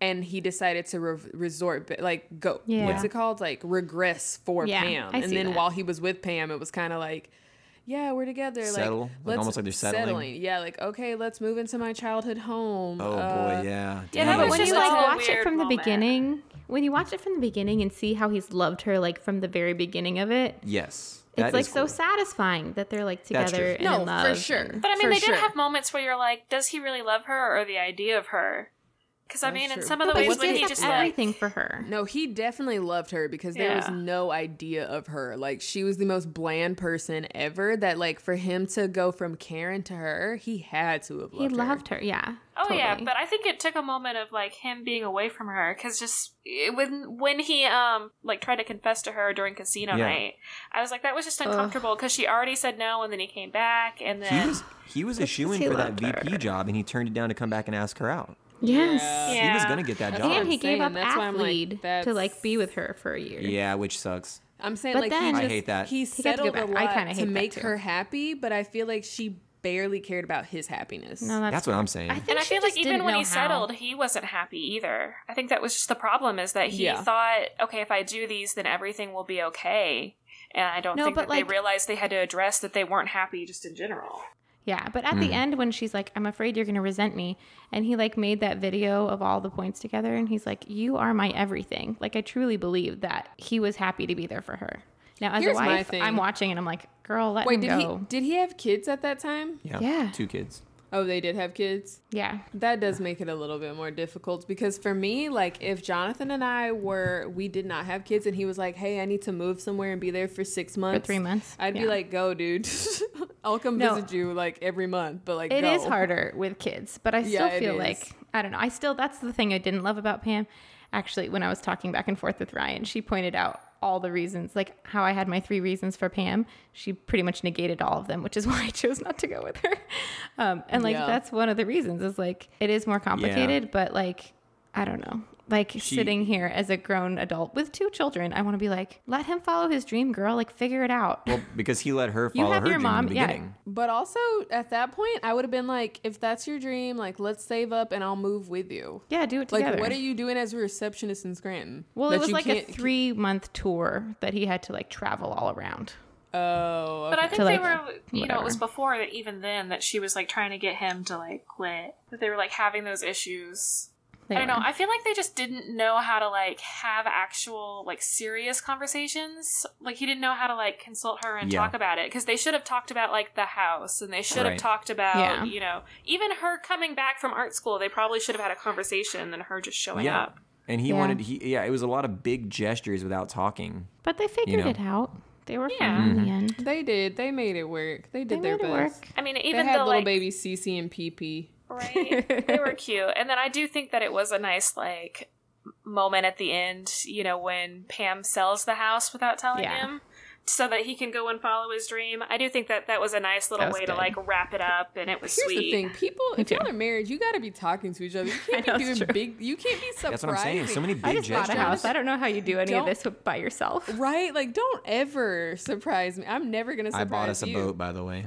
Speaker 7: and he decided to re- resort ba- like go.
Speaker 8: Yeah.
Speaker 7: What's it called? Like regress for
Speaker 8: Yeah,
Speaker 7: Pam.
Speaker 8: I
Speaker 7: and
Speaker 8: see
Speaker 7: then
Speaker 8: that.
Speaker 7: while he was with Pam, it was kind of like. Yeah, we're together.
Speaker 12: Settle? Like,
Speaker 7: Like, let's-
Speaker 12: almost like they're settling?
Speaker 7: Yeah, like okay, let's move into my childhood home.
Speaker 12: oh
Speaker 7: Uh,
Speaker 12: boy, yeah.
Speaker 6: Yeah,
Speaker 12: Damn
Speaker 6: that
Speaker 12: it.
Speaker 8: but
Speaker 6: was
Speaker 8: when you
Speaker 6: just
Speaker 8: like
Speaker 6: all a
Speaker 8: watch it
Speaker 6: weird
Speaker 8: from the
Speaker 6: moment.
Speaker 8: beginning, when you watch it from the beginning and see how he's loved her like from the very beginning of it,
Speaker 12: yes.
Speaker 8: it's
Speaker 12: that
Speaker 8: like
Speaker 12: is
Speaker 8: so
Speaker 12: cool.
Speaker 8: satisfying that they're like
Speaker 12: That's true.
Speaker 8: together and
Speaker 7: No,
Speaker 8: in love.
Speaker 7: for sure.
Speaker 8: and-
Speaker 6: But I mean,
Speaker 7: For
Speaker 6: they
Speaker 7: sure.
Speaker 6: did have moments where you're like, does he really love her or the idea of her? Because I mean, in
Speaker 7: true.
Speaker 6: some of the
Speaker 8: But he
Speaker 6: ways when
Speaker 8: gives
Speaker 6: he
Speaker 8: up
Speaker 6: just like
Speaker 8: everything for her.
Speaker 7: No, he definitely loved her because there was
Speaker 6: Yeah.
Speaker 7: no idea of her. Like she was the most bland person ever. That like for him to go from Karen to her, he had to have loved.
Speaker 8: he
Speaker 7: her.
Speaker 8: loved her. Yeah.
Speaker 6: Oh yeah,
Speaker 8: totally.
Speaker 6: but I think it took a moment of like him being away from her because just it- when when he um like tried to confess to her during casino
Speaker 12: Yeah.
Speaker 6: night, I was like that was just uncomfortable because she already said no and then he came back and
Speaker 12: He
Speaker 6: then
Speaker 12: was he was a
Speaker 8: That's 'cause
Speaker 12: shoe in
Speaker 8: he
Speaker 12: for that
Speaker 8: loved her.
Speaker 12: VP job, and he turned it down to come back and ask her out.
Speaker 8: yes.
Speaker 12: He was
Speaker 6: Yeah.
Speaker 12: gonna get that
Speaker 7: That's
Speaker 12: job.
Speaker 7: what
Speaker 8: And he
Speaker 7: I'm
Speaker 8: gave
Speaker 7: saying,
Speaker 8: up
Speaker 7: that's why I'm like,
Speaker 8: athlete to
Speaker 7: that's-
Speaker 8: like be with her for a year.
Speaker 12: yeah, which sucks.
Speaker 7: I'm saying
Speaker 8: But
Speaker 7: like he
Speaker 8: then- I
Speaker 7: just,
Speaker 12: hate that.
Speaker 7: he
Speaker 8: got to go
Speaker 7: settled a
Speaker 8: back. I
Speaker 7: lot
Speaker 8: kinda hate
Speaker 7: to
Speaker 8: that
Speaker 7: make
Speaker 8: too.
Speaker 7: her happy, but I feel like she barely cared about his happiness.
Speaker 8: No, that's,
Speaker 12: That's what I'm saying.
Speaker 8: I think
Speaker 6: and I
Speaker 8: she
Speaker 6: feel like
Speaker 8: just didn't
Speaker 6: even when
Speaker 8: know
Speaker 6: he
Speaker 8: how.
Speaker 6: settled, he wasn't happy either. I think that was just the problem is that he
Speaker 7: Yeah.
Speaker 6: thought, okay, if I do these, then everything will be okay. And I don't
Speaker 8: No,
Speaker 6: think
Speaker 8: but,
Speaker 6: that
Speaker 8: like-
Speaker 6: they realized they had to address that they weren't happy just in general.
Speaker 8: Yeah, but at the end when she's like, "I'm afraid you're gonna resent me," and he like made that video of all the points together, and he's like, "You are my everything." Like I truly believe that he was happy to be there for her. Now as
Speaker 7: Here's
Speaker 8: a
Speaker 7: my
Speaker 8: wife,
Speaker 7: thing.
Speaker 8: I'm watching and I'm like, "Girl, let
Speaker 7: Wait,
Speaker 8: him
Speaker 7: did
Speaker 8: go."
Speaker 7: he did he have kids at that time?
Speaker 12: Yeah,
Speaker 8: Yeah.
Speaker 12: two kids.
Speaker 7: Oh, they did have kids.
Speaker 8: Yeah,
Speaker 7: That does make it a little bit more difficult because for me, like if Jonathan and I were we did not have kids and he was like, "Hey, I need to move somewhere and be there for 6 months."
Speaker 8: three months,
Speaker 7: I'd
Speaker 8: yeah.
Speaker 7: be like, "Go, dude. I'll come
Speaker 8: No.
Speaker 7: visit you like every month." But like
Speaker 8: it
Speaker 7: go.
Speaker 8: is harder with kids, but I still
Speaker 7: Yeah, it
Speaker 8: feel
Speaker 7: is.
Speaker 8: like I don't know. I still that's the thing I didn't love about Pam. Actually, when I was talking back and forth with Ryan, she pointed out all the reasons, like how I had my three reasons for Pam. She pretty much negated all of them, which is why I chose not to go with her. Um, and like
Speaker 7: Yeah.
Speaker 8: that's one of the reasons is like it is more complicated, but like I don't know. Like sitting here as a grown adult with two children, I want to be like, let him follow his dream, girl. Like figure it out.
Speaker 12: Well, because he let her
Speaker 8: You
Speaker 12: follow
Speaker 8: have
Speaker 12: her
Speaker 8: your
Speaker 12: dream
Speaker 8: mom-
Speaker 12: in the
Speaker 8: yeah.
Speaker 12: beginning.
Speaker 7: But also at that point, I would have been like, "If that's your dream, like let's save up and I'll move with you."
Speaker 8: yeah, do it
Speaker 7: Like,
Speaker 8: together.
Speaker 7: what are you doing as a receptionist in Scranton?
Speaker 8: Well,
Speaker 7: That
Speaker 8: it was
Speaker 7: you
Speaker 8: like a
Speaker 7: can't-
Speaker 8: three month tour that he had to like travel all around.
Speaker 7: Oh,
Speaker 6: But I think
Speaker 8: To,
Speaker 6: they
Speaker 8: like,
Speaker 6: were, you know, it was
Speaker 8: whatever.
Speaker 6: before that even then that she was like trying to get him to like quit. That they were like having those issues.
Speaker 8: They
Speaker 6: I don't know.
Speaker 8: were.
Speaker 6: I feel like they just didn't know how to like have actual like serious conversations. Like he didn't know how to like consult her and
Speaker 12: Yeah.
Speaker 6: talk about it because they should have talked about like the house and they should
Speaker 12: Right.
Speaker 6: have talked about
Speaker 8: Yeah.
Speaker 6: you know even her coming back from art school. They probably should have had a conversation than her just showing
Speaker 12: Yeah,
Speaker 6: up.
Speaker 12: and he
Speaker 8: Yeah.
Speaker 12: wanted he yeah. It was a lot of big gestures without talking.
Speaker 8: But they figured
Speaker 12: know. Mm-hmm.
Speaker 8: it out. They were
Speaker 6: Yeah.
Speaker 8: fine in the end.
Speaker 7: they did. They made it work. They
Speaker 8: They
Speaker 7: did
Speaker 8: made
Speaker 7: their
Speaker 8: it
Speaker 7: best.
Speaker 8: work.
Speaker 6: I mean,
Speaker 7: They
Speaker 6: even
Speaker 7: had
Speaker 6: though
Speaker 7: little
Speaker 6: like
Speaker 7: baby Cece and PP.
Speaker 6: Right. they were cute. And then I do think that it was a nice like m- moment at the end, you know, when Pam sells the house without telling
Speaker 8: Yeah.
Speaker 6: him so that he can go and follow his dream. I do think that that was a nice little
Speaker 8: That
Speaker 6: way
Speaker 8: was
Speaker 6: to
Speaker 8: good.
Speaker 6: like wrap it up and it was
Speaker 7: Here's
Speaker 6: sweet.
Speaker 7: the thing, people. If y'all are married, you got to be talking to each other. You can't
Speaker 8: know,
Speaker 7: be doing
Speaker 8: it's true.
Speaker 7: big. You can't be surprised.
Speaker 12: That's what I'm saying. So many
Speaker 8: I
Speaker 12: big
Speaker 8: just bought a
Speaker 12: gestures.
Speaker 8: house. I don't know how you do any
Speaker 7: Don't-
Speaker 8: of this with- by yourself.
Speaker 7: Right? Like, don't ever surprise me. I'm never gonna
Speaker 12: I
Speaker 7: surprise
Speaker 12: bought us a
Speaker 7: you.
Speaker 12: boat, by the way.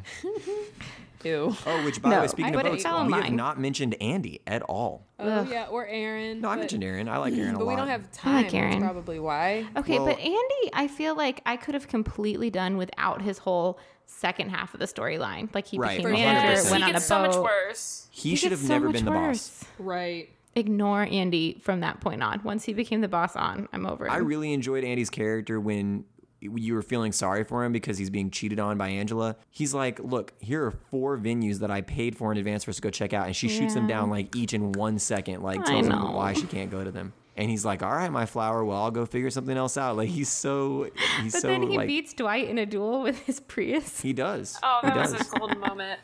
Speaker 7: Ew.
Speaker 12: Oh, which by the
Speaker 8: No,
Speaker 12: way, speaking of
Speaker 8: but it
Speaker 12: boats, we
Speaker 8: fell in
Speaker 12: have
Speaker 8: mine.
Speaker 12: not mentioned Andy at all.
Speaker 7: Oh yeah, or Aaron.
Speaker 12: No, I
Speaker 7: but-
Speaker 12: mentioned Aaron. I
Speaker 8: Mm,
Speaker 12: like Aaron a
Speaker 7: But
Speaker 12: lot.
Speaker 7: we don't have
Speaker 8: I
Speaker 7: time.
Speaker 8: like
Speaker 7: That's
Speaker 8: Aaron.
Speaker 7: probably why.
Speaker 8: Okay,
Speaker 12: Well-
Speaker 8: but Andy, I feel like I could have completely done without his whole second half of the storyline. Like he
Speaker 12: Right,
Speaker 8: became
Speaker 12: for sure.
Speaker 8: manager,
Speaker 12: Yes,
Speaker 8: went
Speaker 6: he
Speaker 8: on a boat.
Speaker 6: gets so much worse.
Speaker 12: He,
Speaker 8: He
Speaker 12: should
Speaker 8: gets
Speaker 12: have
Speaker 8: so
Speaker 12: never
Speaker 8: much
Speaker 12: been the boss.
Speaker 8: worse.
Speaker 7: Right.
Speaker 8: Ignore Andy from that point on. Once he became the boss on, I'm over.
Speaker 12: I
Speaker 8: him.
Speaker 12: really enjoyed Andy's character when you were feeling sorry for him because he's being cheated on by Angela. He's like, "Look, here are four venues that I paid for in advance for us to go check out," and she shoots him
Speaker 8: Yeah.
Speaker 12: down like each in one second, like
Speaker 8: I
Speaker 12: tells him
Speaker 8: know.
Speaker 12: why she can't go to them. And he's like, "All right, my flower. Well, I'll go figure something else out." Like he's so, he's
Speaker 8: but
Speaker 12: so
Speaker 8: then he
Speaker 12: like
Speaker 8: beats Dwight in a duel with his Prius.
Speaker 12: he does.
Speaker 6: Oh,
Speaker 12: he
Speaker 6: that was
Speaker 12: does.
Speaker 6: a golden moment.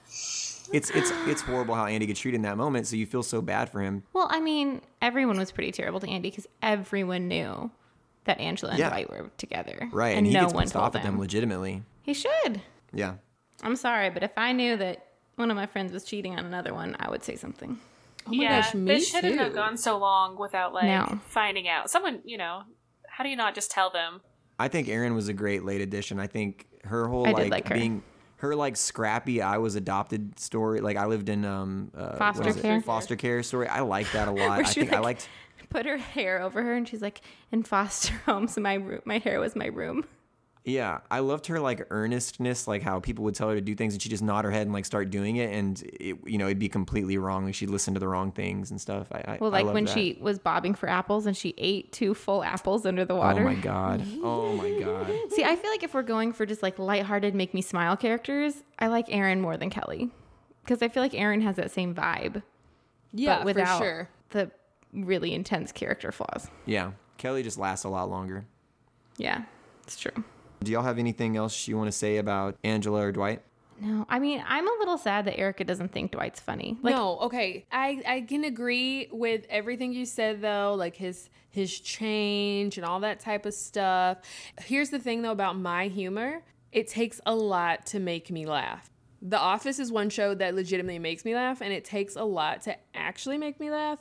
Speaker 12: it's it's it's horrible how Andy gets treated in that moment. So you feel so bad for him.
Speaker 8: Well, I mean, everyone was pretty terrible to Andy because everyone knew that Angela and
Speaker 12: Yeah.
Speaker 8: Dwight were together,
Speaker 12: Right,
Speaker 8: And,
Speaker 12: and, he
Speaker 8: no
Speaker 12: gets
Speaker 8: one
Speaker 12: pissed
Speaker 8: told
Speaker 12: off at
Speaker 8: him.
Speaker 12: them legitimately.
Speaker 8: he should.
Speaker 12: Yeah,
Speaker 8: I'm sorry, but if I knew that one of my friends was cheating on another one, I would say something.
Speaker 7: Oh my
Speaker 6: yeah,
Speaker 7: gosh, me
Speaker 6: they shouldn't
Speaker 7: too.
Speaker 6: have gone so long without like
Speaker 8: No.
Speaker 6: finding out. Someone, you know, how do you not just tell them?
Speaker 12: I think Erin was a great late addition. I think her whole
Speaker 8: I did
Speaker 12: like,
Speaker 8: like her.
Speaker 12: being her like scrappy I was adopted story. Like I lived in um uh, what
Speaker 8: Foster
Speaker 12: is it?
Speaker 8: care.
Speaker 12: foster care story. I liked that a lot. I
Speaker 8: Where she,
Speaker 12: think I
Speaker 8: like-
Speaker 12: liked
Speaker 8: Put her hair over her, and she's like, "In foster homes, my room, my hair was my room."
Speaker 12: yeah, I loved her like earnestness, like how people would tell her to do things and she just nod her head and like start doing it and it you know, it'd be completely wrong. Like she'd listen to the wrong things and stuff. I, I
Speaker 8: Well,
Speaker 12: I
Speaker 8: like
Speaker 12: loved
Speaker 8: when
Speaker 12: that.
Speaker 8: she was bobbing for apples, and she ate two full apples under the
Speaker 12: Oh
Speaker 8: water.
Speaker 12: my god. Oh my god.
Speaker 8: See, I feel like if we're going for just like lighthearted, make me smile characters, I like Aaron more than Kelly because I feel like Aaron has that same vibe.
Speaker 7: Yeah,
Speaker 8: but without
Speaker 7: for sure.
Speaker 8: the really intense character flaws.
Speaker 12: Yeah. Kelly just lasts a lot longer.
Speaker 8: Yeah, it's true.
Speaker 12: Do y'all have anything else you want to say about Angela or Dwight?
Speaker 8: No, I mean, I'm a little sad that Erica doesn't think Dwight's funny. Like,
Speaker 7: no, okay. I I can agree with everything you said though, like his his change and all that type of stuff. Here's the thing though about my humor. It takes a lot to make me laugh. The Office is one show that legitimately makes me laugh and it takes a lot to actually make me laugh.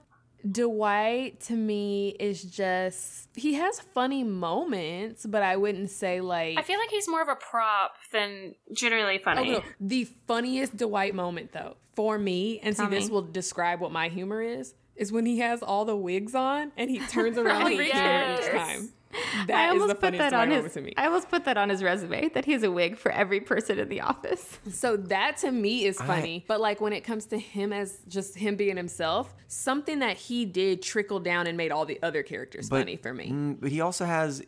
Speaker 7: Dwight to me is just he has funny moments, but I wouldn't say like
Speaker 6: I feel like he's more of a prop than generally funny.
Speaker 7: Oh, no. The funniest Dwight moment, though, for me, and
Speaker 8: Tell
Speaker 7: see, this
Speaker 8: me.
Speaker 7: will describe what my humor is, is when he has all the wigs on and he turns around each and each
Speaker 6: yes.
Speaker 7: time.
Speaker 8: I
Speaker 7: That is
Speaker 8: almost
Speaker 7: the
Speaker 8: put
Speaker 7: funniest
Speaker 8: that
Speaker 7: Dwight
Speaker 8: on
Speaker 7: moment
Speaker 8: his.
Speaker 7: to me.
Speaker 8: I almost put that on his resume that he has a wig for every person in the office.
Speaker 7: So that to me is funny. but like when it comes to him as just him being himself, something that he did trickled down and made all the other characters funny for me.
Speaker 12: Mm, But he also has,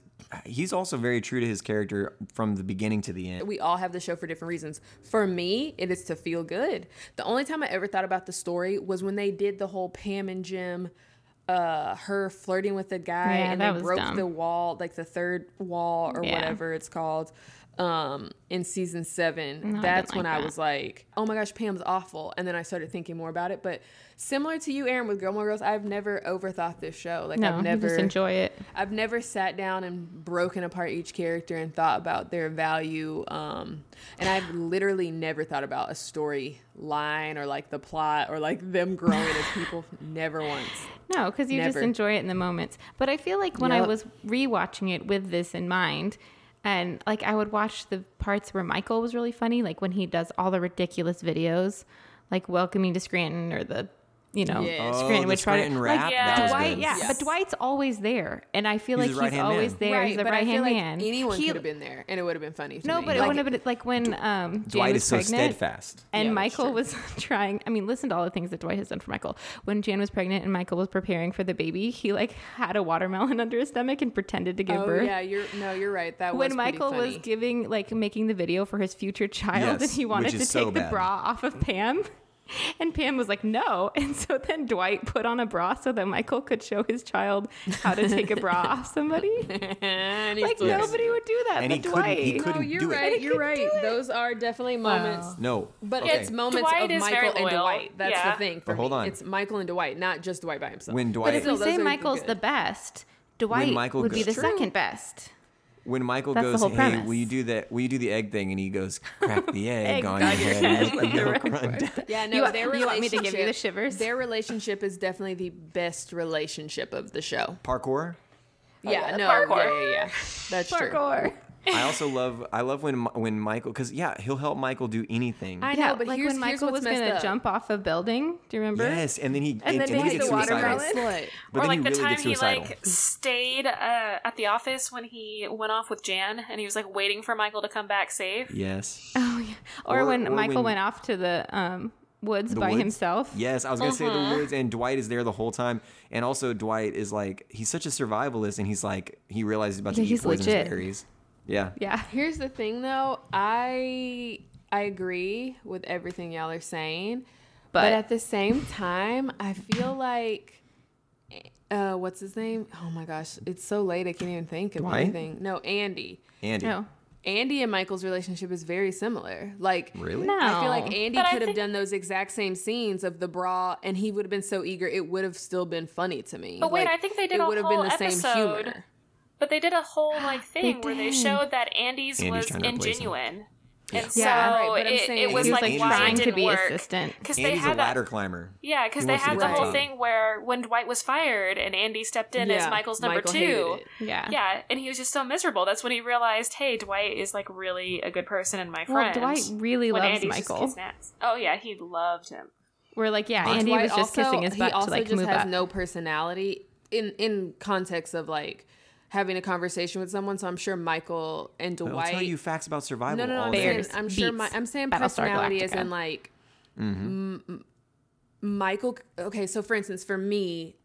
Speaker 12: he's also very true to his character from the beginning to the end.
Speaker 7: we all have the show for different reasons. For me, it is to feel good. The only time I ever thought about the story was when they did the whole Pam and Jim, uh, her flirting with the guy,
Speaker 8: Yeah,
Speaker 7: and
Speaker 8: that
Speaker 7: they
Speaker 8: was
Speaker 7: broke
Speaker 8: dumb.
Speaker 7: the wall, like the third wall or
Speaker 8: Yeah.
Speaker 7: whatever it's called, um, in season seven.
Speaker 8: I
Speaker 7: That's when
Speaker 8: didn't like
Speaker 7: I
Speaker 8: that.
Speaker 7: was like, oh my gosh, Pam's awful. And then I started thinking more about it. But similar to you, Aaron, with Gilmore Girls, I've never overthought this show. Like
Speaker 8: No,
Speaker 7: I've
Speaker 8: you
Speaker 7: never
Speaker 8: just enjoy it.
Speaker 7: I've never sat down and broken apart each character and thought about their value. Um, and I've literally never thought about a storyline or like the plot or like them growing as people. Never once.
Speaker 8: No, because you just
Speaker 7: Never.
Speaker 8: enjoy it in the moments. But I feel like when I
Speaker 7: Yep.
Speaker 8: was rewatching it with this in mind, and like I would watch the parts where Michael was really funny, like when he does all the ridiculous videos, like welcoming to Scranton or the, you know,
Speaker 7: Yes. Oh,
Speaker 12: the
Speaker 8: Scranton Witch Project.
Speaker 12: Scranton
Speaker 8: Like,
Speaker 12: rap,
Speaker 6: that was
Speaker 8: Dwight,
Speaker 6: good.
Speaker 8: yeah,
Speaker 7: Yes.
Speaker 8: but Dwight's always there, and I feel
Speaker 12: He's his
Speaker 8: like he's
Speaker 12: right-hand
Speaker 8: always
Speaker 12: man.
Speaker 8: there as the
Speaker 7: but I
Speaker 8: right
Speaker 7: feel
Speaker 8: hand
Speaker 7: like
Speaker 8: man.
Speaker 7: anyone
Speaker 8: He-
Speaker 7: could have been there and it would have been funny. To
Speaker 8: No,
Speaker 7: me.
Speaker 8: but it
Speaker 7: Like,
Speaker 8: wouldn't have been like when um, Jane
Speaker 12: Dwight
Speaker 8: was
Speaker 12: is so
Speaker 8: pregnant
Speaker 12: steadfast.
Speaker 8: and
Speaker 7: Yeah, that's
Speaker 8: Michael
Speaker 7: true.
Speaker 8: was trying. I mean, listen to all the things that Dwight has done for Michael. When Jan was pregnant and Michael was preparing for the baby, he like had a watermelon under his stomach and pretended to give
Speaker 7: Oh
Speaker 8: birth.
Speaker 7: yeah, you're no, you're right. That was
Speaker 8: When
Speaker 7: pretty
Speaker 8: Michael was
Speaker 7: funny.
Speaker 8: giving, like, making the video for his future child,
Speaker 12: Yes,
Speaker 8: and he wanted
Speaker 12: which
Speaker 8: to
Speaker 12: is
Speaker 8: take
Speaker 12: so
Speaker 8: the
Speaker 12: bad.
Speaker 8: bra off of Pam, and Pam was like, "No," and so then Dwight put on a bra so that Michael could show his child how to take a bra off somebody.
Speaker 7: And he's
Speaker 8: Like
Speaker 7: still-
Speaker 8: nobody would do that,
Speaker 12: And
Speaker 8: but
Speaker 12: he couldn't-
Speaker 8: Dwight.
Speaker 12: he couldn't
Speaker 7: No, you're
Speaker 12: do it.
Speaker 7: right.
Speaker 8: He
Speaker 7: You're
Speaker 8: could
Speaker 7: right.
Speaker 8: do it.
Speaker 7: Those are definitely moments.
Speaker 12: No.
Speaker 7: But
Speaker 12: Okay.
Speaker 7: it's moments
Speaker 6: Dwight
Speaker 7: of
Speaker 6: is very
Speaker 7: Michael and
Speaker 6: loyal.
Speaker 7: Dwight. That's
Speaker 6: Yeah.
Speaker 7: the thing for
Speaker 12: But hold
Speaker 7: me.
Speaker 12: on.
Speaker 7: It's Michael and Dwight, not just Dwight by himself.
Speaker 12: When
Speaker 8: But
Speaker 12: Dwight-
Speaker 8: if we
Speaker 7: still,
Speaker 8: say
Speaker 7: those are
Speaker 8: Michael's the
Speaker 7: good.
Speaker 8: best, Dwight
Speaker 12: Michael
Speaker 8: would be the
Speaker 12: goes-
Speaker 8: second best.
Speaker 12: when Michael
Speaker 8: That's the
Speaker 12: goes,
Speaker 8: whole
Speaker 12: "Hey,
Speaker 8: premise.
Speaker 12: will you do that? Will you do the egg thing?" and he goes, "Crack the egg,
Speaker 8: Egg
Speaker 12: on
Speaker 8: on
Speaker 12: your
Speaker 8: your
Speaker 12: head,
Speaker 8: head.
Speaker 12: and let the
Speaker 8: Right.
Speaker 12: yolk run down."
Speaker 7: Yeah,
Speaker 8: You
Speaker 7: no,
Speaker 8: want-
Speaker 7: their
Speaker 8: you want me
Speaker 7: relationship.
Speaker 8: to give you the shivers?
Speaker 7: Their relationship is definitely the best relationship of the show.
Speaker 12: Parkour.
Speaker 8: Oh,
Speaker 7: yeah, no,
Speaker 6: parkour.
Speaker 7: yeah, yeah, yeah. That's true.
Speaker 8: Parkour.
Speaker 12: I also love. I love when Mi- when Michael, because yeah, he'll help Michael do anything.
Speaker 7: I know,
Speaker 8: Yeah,
Speaker 7: but
Speaker 8: like
Speaker 7: here's,
Speaker 8: when
Speaker 7: here's
Speaker 8: Michael
Speaker 7: what's
Speaker 8: was gonna
Speaker 7: messed up.
Speaker 8: jump off a building. Do you remember?
Speaker 12: yes, and then he
Speaker 8: And then
Speaker 12: and
Speaker 8: he
Speaker 12: he
Speaker 8: hit the
Speaker 12: gets suicidal.
Speaker 8: watermelon.
Speaker 7: Slut.
Speaker 12: But
Speaker 6: or
Speaker 12: then
Speaker 6: like
Speaker 12: he
Speaker 6: the
Speaker 12: really
Speaker 6: time
Speaker 12: gets
Speaker 6: he
Speaker 12: suicidal.
Speaker 6: like stayed uh, at the office when he went off with Jan, and he was like waiting for Michael to come back safe.
Speaker 12: yes.
Speaker 8: Oh yeah. Or,
Speaker 12: Or-
Speaker 8: when
Speaker 12: or
Speaker 8: Michael
Speaker 12: when-
Speaker 8: went off to the um, woods
Speaker 12: The
Speaker 8: by
Speaker 12: woods?
Speaker 8: himself. Uh-huh.
Speaker 12: Yes, I was gonna say the woods, and Dwight is there the whole time, and also Dwight is like he's such a survivalist, and he's like he realizes about
Speaker 8: Yeah,
Speaker 12: to eat
Speaker 8: he's
Speaker 12: poisonous
Speaker 8: legit.
Speaker 12: berries. Yeah.
Speaker 8: Yeah.
Speaker 7: Here's the thing, though. I I agree with everything y'all are saying, but,
Speaker 8: But-
Speaker 7: at the same time, I feel like uh, what's his name? Oh my gosh, it's so late I can't even think of
Speaker 12: Dwight?
Speaker 7: anything. No, Andy.
Speaker 12: Andy.
Speaker 8: No.
Speaker 7: Andy and Michael's relationship is very similar. Like
Speaker 12: Really?
Speaker 8: No.
Speaker 7: I feel like Andy
Speaker 6: But I
Speaker 7: could have
Speaker 6: think-
Speaker 7: done those exact same scenes of the bra, and he would have been so eager. It would have still been funny to me.
Speaker 6: But wait,
Speaker 7: Like,
Speaker 6: I think they did
Speaker 7: It
Speaker 6: a
Speaker 7: would have
Speaker 6: whole
Speaker 7: been the same
Speaker 6: episode.
Speaker 7: humor.
Speaker 6: But they did a whole like thing where they
Speaker 8: did.
Speaker 6: showed that Andy's,
Speaker 12: Andy's
Speaker 6: was
Speaker 12: trying to replace him.
Speaker 6: ingenuine. And
Speaker 8: Yeah.
Speaker 6: so
Speaker 7: Right, but I'm
Speaker 6: it,
Speaker 7: saying-
Speaker 6: it was,
Speaker 8: he was
Speaker 6: like,
Speaker 8: like,
Speaker 6: why
Speaker 8: trying
Speaker 6: it
Speaker 8: to
Speaker 6: didn't
Speaker 8: be
Speaker 6: work.
Speaker 8: assistant.
Speaker 6: Because they
Speaker 12: Andy's a
Speaker 6: had that
Speaker 12: ladder climber.
Speaker 6: Yeah, because
Speaker 12: He
Speaker 6: they
Speaker 12: wants to
Speaker 6: had the
Speaker 12: get to
Speaker 7: the
Speaker 6: whole
Speaker 7: top.
Speaker 6: thing where when Dwight was fired and Andy stepped in as
Speaker 7: Yeah,
Speaker 6: Michael's number
Speaker 7: Michael
Speaker 6: two.
Speaker 7: hated it.
Speaker 8: Yeah.
Speaker 6: Yeah, and he was just so miserable. That's when he realized, hey, Dwight is like really a good person and my
Speaker 8: Well,
Speaker 6: friend.
Speaker 8: Dwight really
Speaker 6: when
Speaker 8: loves
Speaker 6: Andy's just
Speaker 8: Michael.
Speaker 6: kissing ass. Oh yeah, he loved him.
Speaker 8: We're like, yeah,
Speaker 7: But
Speaker 8: Andy
Speaker 7: Dwight
Speaker 8: was just
Speaker 7: also-
Speaker 8: kissing his
Speaker 7: he
Speaker 8: butt
Speaker 7: also
Speaker 8: to like
Speaker 7: just
Speaker 8: move
Speaker 7: has
Speaker 8: up.
Speaker 7: no personality in in context of like having a conversation with someone. So I'm sure Michael and
Speaker 12: I'll
Speaker 7: Dwight.
Speaker 12: tell you facts about survival.
Speaker 7: no, no, no.
Speaker 12: all
Speaker 7: I'm
Speaker 12: day.
Speaker 7: saying,
Speaker 8: Bears,
Speaker 7: I'm sure.
Speaker 8: beats,
Speaker 7: My, I'm saying
Speaker 8: Battlestar
Speaker 7: personality as
Speaker 8: Galactica.
Speaker 7: in like
Speaker 12: Mm-hmm.
Speaker 7: m- m- Michael. Okay, so for instance, for me,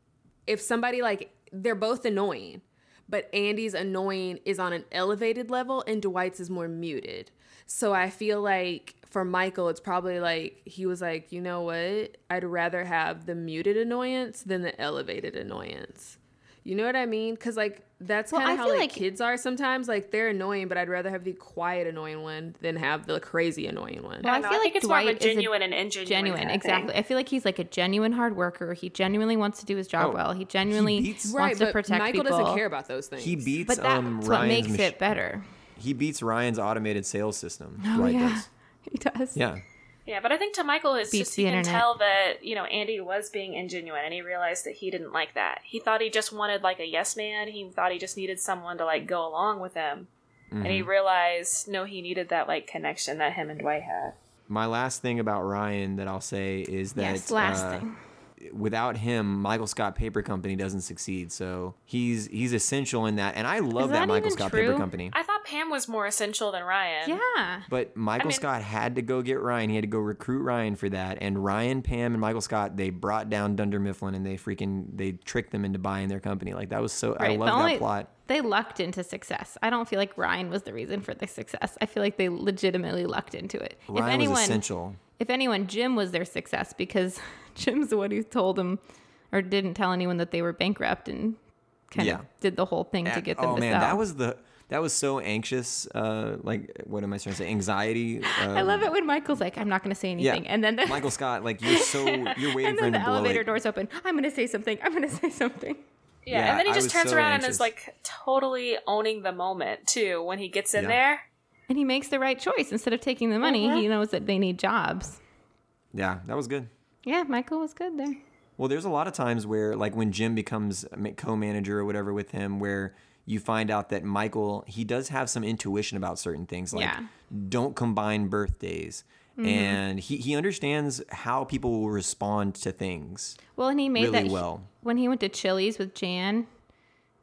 Speaker 7: if somebody like they're both annoying, but Andy's annoying is on an elevated level and Dwight's is more muted. So I feel like for Michael, it's probably like he was like, you know what? I'd rather have the muted annoyance than the elevated annoyance. You know what I mean? Because like that's
Speaker 8: Well,
Speaker 7: kind
Speaker 8: I
Speaker 7: of how
Speaker 8: feel
Speaker 7: like,
Speaker 8: like-
Speaker 7: kids are sometimes. Like they're annoying, but I'd rather have the quiet annoying one than have the crazy annoying one.
Speaker 8: Well,
Speaker 6: I don't know, I think it's more of a genuine and ingenuine kind of
Speaker 8: exactly.
Speaker 6: thing.
Speaker 8: I feel like he's like a genuine hard worker. He genuinely wants to do his job
Speaker 12: Oh,
Speaker 8: well. He genuinely
Speaker 12: beats-
Speaker 8: wants
Speaker 12: Right,
Speaker 8: to protect
Speaker 7: Michael
Speaker 8: people.
Speaker 7: doesn't care about those things.
Speaker 12: He beats
Speaker 8: But that's
Speaker 12: um,
Speaker 8: what
Speaker 12: Ryan's
Speaker 8: makes
Speaker 12: mach-
Speaker 8: it better.
Speaker 12: He beats Ryan's automated sales system.
Speaker 8: Oh
Speaker 12: Ryan
Speaker 8: yeah,
Speaker 12: does.
Speaker 8: he does.
Speaker 12: Yeah.
Speaker 6: Yeah, but I think to Michael, it's
Speaker 8: Beats
Speaker 6: just
Speaker 8: the
Speaker 6: you can
Speaker 8: internet.
Speaker 6: tell that you know Andy was being ingenuine, and he realized that he didn't like that. He thought he just wanted like a yes man. He thought he just needed someone to like go along with him, and
Speaker 12: Mm-hmm.
Speaker 6: he realized no, he needed that like connection that him and Dwight had.
Speaker 12: My last thing about Ryan that I'll say is that
Speaker 8: Yes, last
Speaker 12: uh,
Speaker 8: thing.
Speaker 12: without him, Michael Scott Paper Company doesn't succeed. So he's he's essential in that, and I love
Speaker 8: that
Speaker 12: Michael
Speaker 8: even
Speaker 12: Scott
Speaker 8: true?
Speaker 12: Paper Company.
Speaker 6: I thought Pam was more essential than Ryan.
Speaker 8: Yeah.
Speaker 12: But Michael
Speaker 6: mean-
Speaker 12: Scott had to go get Ryan. He had to go recruit Ryan for that. And Ryan, Pam, and Michael Scott, they brought down Dunder Mifflin and they freaking they tricked them into buying their company. Like that was so I
Speaker 8: Right,
Speaker 12: love
Speaker 8: the
Speaker 12: that
Speaker 8: only-
Speaker 12: plot.
Speaker 8: They lucked into success. I don't feel like Ryan was the reason for the success. I feel like they legitimately lucked into it.
Speaker 12: Ryan
Speaker 8: if anyone,
Speaker 12: was essential.
Speaker 8: if anyone, Jim was their success because Jim's the one who told them or didn't tell anyone that they were bankrupt and kind
Speaker 12: Yeah.
Speaker 8: of did the whole thing to
Speaker 12: That-
Speaker 8: get them
Speaker 12: oh
Speaker 8: to
Speaker 12: man,
Speaker 8: sell.
Speaker 12: that was the that was so anxious. Uh, like what am I trying to say? Anxiety.
Speaker 8: I
Speaker 12: um,
Speaker 8: love it when Michael's like, "I'm not going to say anything," and then the,
Speaker 12: Michael Scott, like you're so you're waiting
Speaker 8: and
Speaker 12: for him
Speaker 8: then
Speaker 12: to
Speaker 8: the
Speaker 12: blow
Speaker 8: elevator
Speaker 12: it.
Speaker 8: doors open. I'm going to say something. I'm going to say something.
Speaker 6: Yeah,
Speaker 12: Yeah,
Speaker 6: and then he
Speaker 12: I
Speaker 6: just
Speaker 12: was
Speaker 6: turns
Speaker 12: so
Speaker 6: around and
Speaker 12: anxious.
Speaker 6: is like totally owning the moment too when he gets in
Speaker 12: Yeah.
Speaker 6: there.
Speaker 8: And he makes the right choice instead of taking the money.
Speaker 12: Uh-huh.
Speaker 8: He knows that they need jobs.
Speaker 12: Yeah, that was good.
Speaker 8: Yeah, Michael was good there.
Speaker 12: Well, there's a lot of times where, like, when Jim becomes a ma- co-manager or whatever with him, where you find out that Michael he does have some intuition about certain things, like
Speaker 8: Yeah. Mm-hmm.
Speaker 12: don't combine birthdays, and he he understands how people will respond to things.
Speaker 8: Well, and he made
Speaker 12: really
Speaker 8: that
Speaker 12: well.
Speaker 8: when he went to Chili's with Jan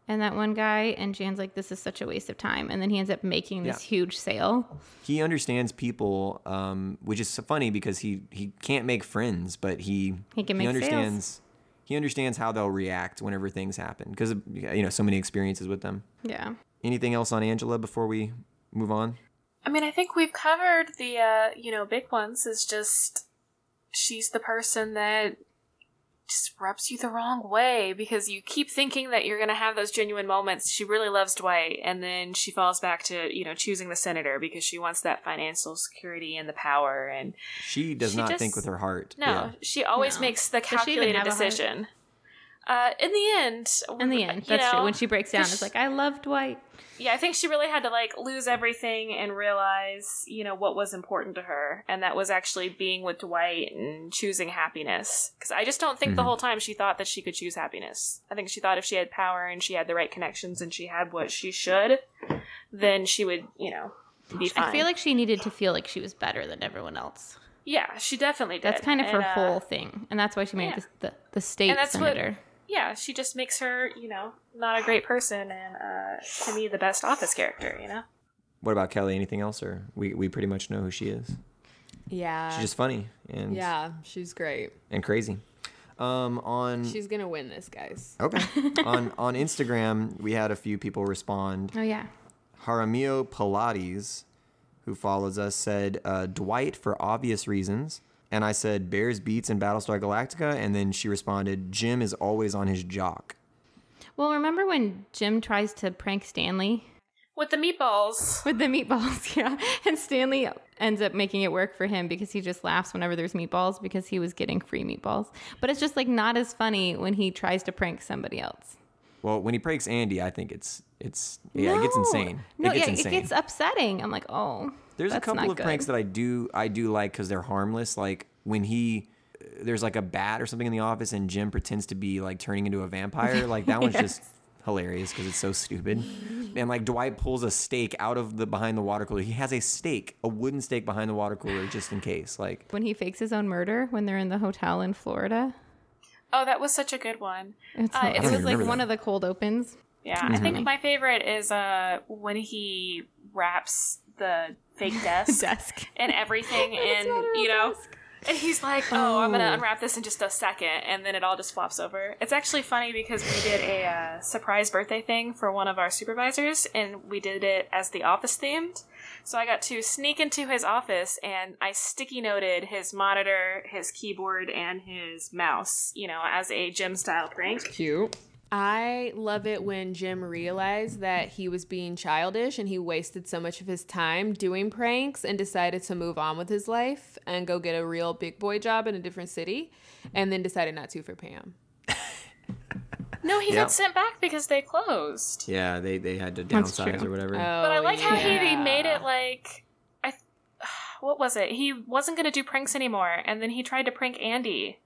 Speaker 8: and that one guy, and Jan's like, "This is such a waste of time," and then he ends up making this
Speaker 12: Yeah.
Speaker 8: huge sale.
Speaker 12: He understands people, um, which is so funny because he he can't make friends, but he
Speaker 8: He can make sales.
Speaker 12: understands. He understands how they'll react whenever things happen because you know so many experiences with them.
Speaker 8: Yeah,
Speaker 12: Anything else on Angela before we move on?
Speaker 6: I mean, I think we've covered the uh, you know big ones. Is just she's the person that just rubs you the wrong way because you keep thinking that you're gonna have those genuine moments. She really loves Dwight, and then she falls back to you know choosing the senator because she wants that financial security and the power. And
Speaker 12: She does
Speaker 6: She
Speaker 12: not
Speaker 6: just-
Speaker 12: think with her heart.
Speaker 6: no,
Speaker 12: Yeah.
Speaker 6: she always
Speaker 8: No.
Speaker 6: makes the
Speaker 8: Does she even
Speaker 6: calculated
Speaker 8: have a heart?
Speaker 6: decision. Uh, in the end,
Speaker 8: in the end,
Speaker 6: you
Speaker 8: that's true.
Speaker 6: know,
Speaker 8: When she breaks down, it's like, "I love Dwight."
Speaker 6: yeah, I think she really had to like lose everything and realize, you know, what was important to her, and that was actually being with Dwight and choosing happiness. Because I just don't think
Speaker 8: Mm-hmm.
Speaker 6: the whole time she thought that she could choose happiness. I think she thought if she had power and she had the right connections and she had what she should, then she would, you know, be fine.
Speaker 8: I feel like she needed to feel like she was better than everyone else.
Speaker 6: yeah, she definitely did.
Speaker 8: That's kind of her
Speaker 6: And, uh,
Speaker 8: whole thing, and that's why she made
Speaker 6: yeah.
Speaker 8: this, the the state
Speaker 6: And that's what-
Speaker 8: senator.
Speaker 6: Yeah, she just makes her, you know, not a great person, and uh, to me, the best office character. You know.
Speaker 12: What about Kelly? Anything else, or we, we pretty much know who she is.
Speaker 7: yeah,
Speaker 12: She's just funny and
Speaker 7: yeah, she's great.
Speaker 12: and crazy. Um, on
Speaker 7: She's gonna win this, guys.
Speaker 12: okay on on Instagram, we had a few people respond.
Speaker 8: oh yeah,
Speaker 12: Jaramillo Pilates, who follows us, said uh, Dwight for obvious reasons. And I said Bears beats in Battlestar Galactica, and then she responded, "Jim is always on his jock."
Speaker 8: well, remember when Jim tries to prank Stanley
Speaker 6: With the meatballs,
Speaker 8: with the meatballs, yeah. And Stanley ends up making it work for him because he just laughs whenever there's meatballs because he was getting free meatballs. But it's just like not as funny when he tries to prank somebody else.
Speaker 12: Well, when he pranks Andy, I think it's it's yeah, it gets
Speaker 8: No.
Speaker 12: insane.
Speaker 8: No,
Speaker 12: it gets
Speaker 8: yeah,
Speaker 12: insane.
Speaker 8: it gets upsetting. I'm like, oh,
Speaker 12: There's
Speaker 8: that's
Speaker 12: a couple
Speaker 8: not
Speaker 12: of
Speaker 8: good.
Speaker 12: pranks that I do I do like because they're harmless. Like when he there's like a bat or something in the office and Jim pretends to be like turning into a vampire. Like that one's just hilarious because it's so stupid. And like Dwight pulls a steak out of the behind the water cooler. He has a steak, a wooden steak behind the water cooler just in case. Like
Speaker 8: when he fakes his own murder when they're in the hotel in Florida.
Speaker 6: Oh, that was such a good one.
Speaker 8: It's,
Speaker 6: Uh, it's
Speaker 8: it
Speaker 12: don't
Speaker 8: was
Speaker 12: even
Speaker 8: like
Speaker 12: remember
Speaker 8: one
Speaker 12: that.
Speaker 8: of the cold opens.
Speaker 6: Yeah, I
Speaker 8: Mm-hmm.
Speaker 6: think my favorite is uh when he wraps the fake desk
Speaker 8: Desk.
Speaker 6: and everything
Speaker 8: It's
Speaker 6: in,
Speaker 8: not a real
Speaker 6: you know,
Speaker 8: desk.
Speaker 6: And he's like, "Oh, I'm gonna unwrap this in just a second, and then it all just flops over. It's actually funny because we did a uh, surprise birthday thing for one of our supervisors, and we did it as the office themed. So I got to sneak into his office, and I sticky noted his monitor, his keyboard, and his mouse. You know, as a gym style prank.
Speaker 5: Cute.
Speaker 7: I love it when Jim realized that he was being childish and he wasted so much of his time doing pranks and decided to move on with his life and go get a real big boy job in a different city and then decided not to for Pam.
Speaker 6: No, he
Speaker 12: Yeah.
Speaker 6: got sent back because they closed.
Speaker 12: Yeah, they, they had to
Speaker 8: That's true. Oh.
Speaker 12: downsize or whatever.
Speaker 6: But I like how he made it like I what was it? He wasn't going to do pranks anymore and then he tried to prank Andy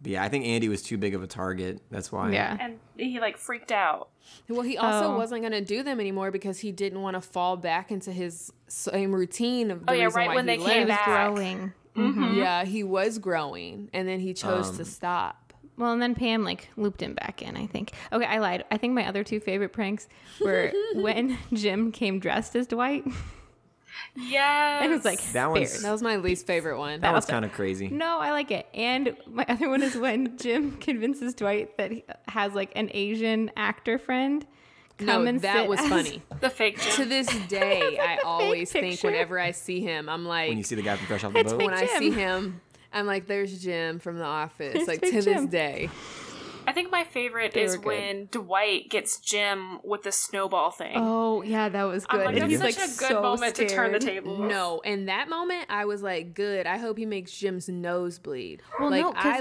Speaker 12: But yeah, I think Andy was too big of a target. That's why.
Speaker 8: Yeah.
Speaker 6: and he like freaked out.
Speaker 7: Well, he also
Speaker 8: Oh.
Speaker 7: wasn't going to do them anymore because he didn't want to fall back into his same routine of the
Speaker 6: Oh, yeah,
Speaker 7: reason
Speaker 6: right
Speaker 7: why
Speaker 6: when
Speaker 7: he
Speaker 6: they
Speaker 7: left.
Speaker 6: came
Speaker 8: He was
Speaker 6: back.
Speaker 8: growing. Mhm.
Speaker 7: Yeah, he was growing and then he chose
Speaker 12: Um,
Speaker 7: to stop.
Speaker 8: Well, and then Pam like looped him back in, I think. Okay, I lied. I think my other two favorite pranks were when Jim came dressed as Dwight.
Speaker 6: Yeah.
Speaker 8: I was like,
Speaker 12: That one's-
Speaker 8: spared.
Speaker 7: That was my least favorite one.
Speaker 12: That was kind of crazy.
Speaker 8: No, I like it. And my other one is when Jim convinces Dwight that he has like an Asian actor friend come
Speaker 7: no,
Speaker 8: and
Speaker 7: that
Speaker 8: sit
Speaker 7: was
Speaker 8: as-
Speaker 7: funny.
Speaker 6: the fake
Speaker 7: to
Speaker 6: Jim.
Speaker 7: this day, I always think
Speaker 8: picture.
Speaker 7: whenever I see him, I'm like,
Speaker 12: When you see the guy from Fresh Off the
Speaker 8: It's
Speaker 12: Boat.
Speaker 8: fake-
Speaker 7: when I see
Speaker 8: Jim.
Speaker 7: him, I'm like, there's Jim from The Office. Like
Speaker 8: Big
Speaker 7: to this
Speaker 8: Jim.
Speaker 7: day,
Speaker 6: I think my favorite is
Speaker 7: were good.
Speaker 6: when Dwight gets Jim with the snowball thing.
Speaker 8: Oh yeah, that was
Speaker 6: I'm
Speaker 8: good.
Speaker 6: like,
Speaker 8: And
Speaker 6: that's
Speaker 8: he's,
Speaker 6: such
Speaker 8: like,
Speaker 6: a good
Speaker 8: so
Speaker 6: moment to turn the
Speaker 8: scared.
Speaker 6: table.
Speaker 7: no. In that moment, I was like, good. I hope he makes Jim's nose bleed.
Speaker 8: Well,
Speaker 7: like
Speaker 8: no, 'cause
Speaker 7: I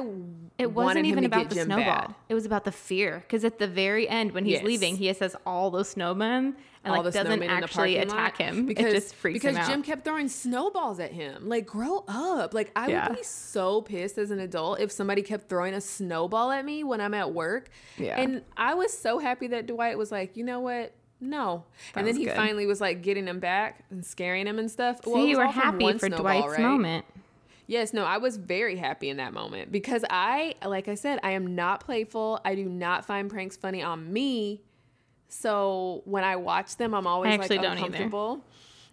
Speaker 8: It
Speaker 7: wanted
Speaker 8: wasn't
Speaker 7: him
Speaker 8: even
Speaker 7: to
Speaker 8: about
Speaker 7: get
Speaker 8: the
Speaker 7: Jim
Speaker 8: snowball.
Speaker 7: bad.
Speaker 8: It was about the fear. Because at the very end, when he's
Speaker 7: Yes.
Speaker 8: leaving, he says all those snowmen and
Speaker 7: All
Speaker 8: like
Speaker 7: the
Speaker 8: doesn't
Speaker 7: snowmen in the
Speaker 8: actually
Speaker 7: parking lot.
Speaker 8: attack him.
Speaker 7: because
Speaker 8: it just freaks
Speaker 7: because
Speaker 8: him out.
Speaker 7: Jim kept throwing snowballs at him. Like, grow up. Like, I
Speaker 8: Yeah.
Speaker 7: would be so pissed as an adult if somebody kept throwing a snowball at me when I'm at work.
Speaker 8: Yeah.
Speaker 7: and I was so happy that Dwight was like, you know what. No, and then
Speaker 8: was
Speaker 7: he
Speaker 8: good.
Speaker 7: finally was like getting him back and scaring him and stuff.
Speaker 8: See,
Speaker 7: it was
Speaker 8: you were
Speaker 7: all from
Speaker 8: happy
Speaker 7: one
Speaker 8: for
Speaker 7: snowball,
Speaker 8: Dwight's
Speaker 7: right?
Speaker 8: moment.
Speaker 7: Yes, no, I was very happy in that moment because I, like I said, I am not playful. I do not find pranks funny on me. So when I watch them, I'm always
Speaker 8: I actually
Speaker 7: like
Speaker 8: don't either.
Speaker 7: uncomfortable.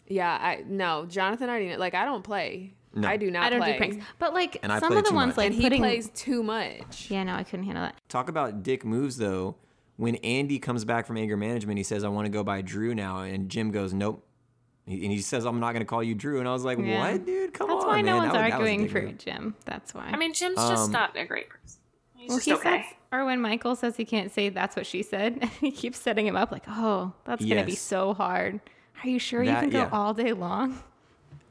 Speaker 7: Yeah, I no, Jonathan already kn- like I don't play. I do not.
Speaker 8: I don't
Speaker 7: play.
Speaker 8: do pranks, but like
Speaker 12: And I
Speaker 8: some
Speaker 12: play
Speaker 8: of the
Speaker 12: too
Speaker 8: ones
Speaker 12: much.
Speaker 8: like
Speaker 7: and he
Speaker 8: putting.
Speaker 7: plays too much.
Speaker 8: yeah, no, I couldn't handle that.
Speaker 12: Talk about dick moves though. When Andy comes back from anger management, he says, "I want to go by Drew now," and Jim goes, "Nope." He- And he says, "I'm not going to call you Drew." And I was like,
Speaker 8: Yeah.
Speaker 12: "What, dude? Come
Speaker 8: That's
Speaker 12: on,
Speaker 8: why
Speaker 12: man."
Speaker 8: no one's
Speaker 12: That was- that was a
Speaker 8: arguing
Speaker 12: dick
Speaker 8: for
Speaker 12: move.
Speaker 8: Jim. That's why.
Speaker 6: I mean, Jim's just
Speaker 12: Um,
Speaker 6: not a great person. He's
Speaker 8: well,
Speaker 6: just
Speaker 8: he
Speaker 6: okay.
Speaker 8: says, or when Michael says he can't say that's what she said, and he keeps setting him up like, oh, that's gonna be
Speaker 12: Yes.
Speaker 8: so hard. Are you sure you
Speaker 12: That-
Speaker 8: can go
Speaker 12: yeah.
Speaker 8: all day long?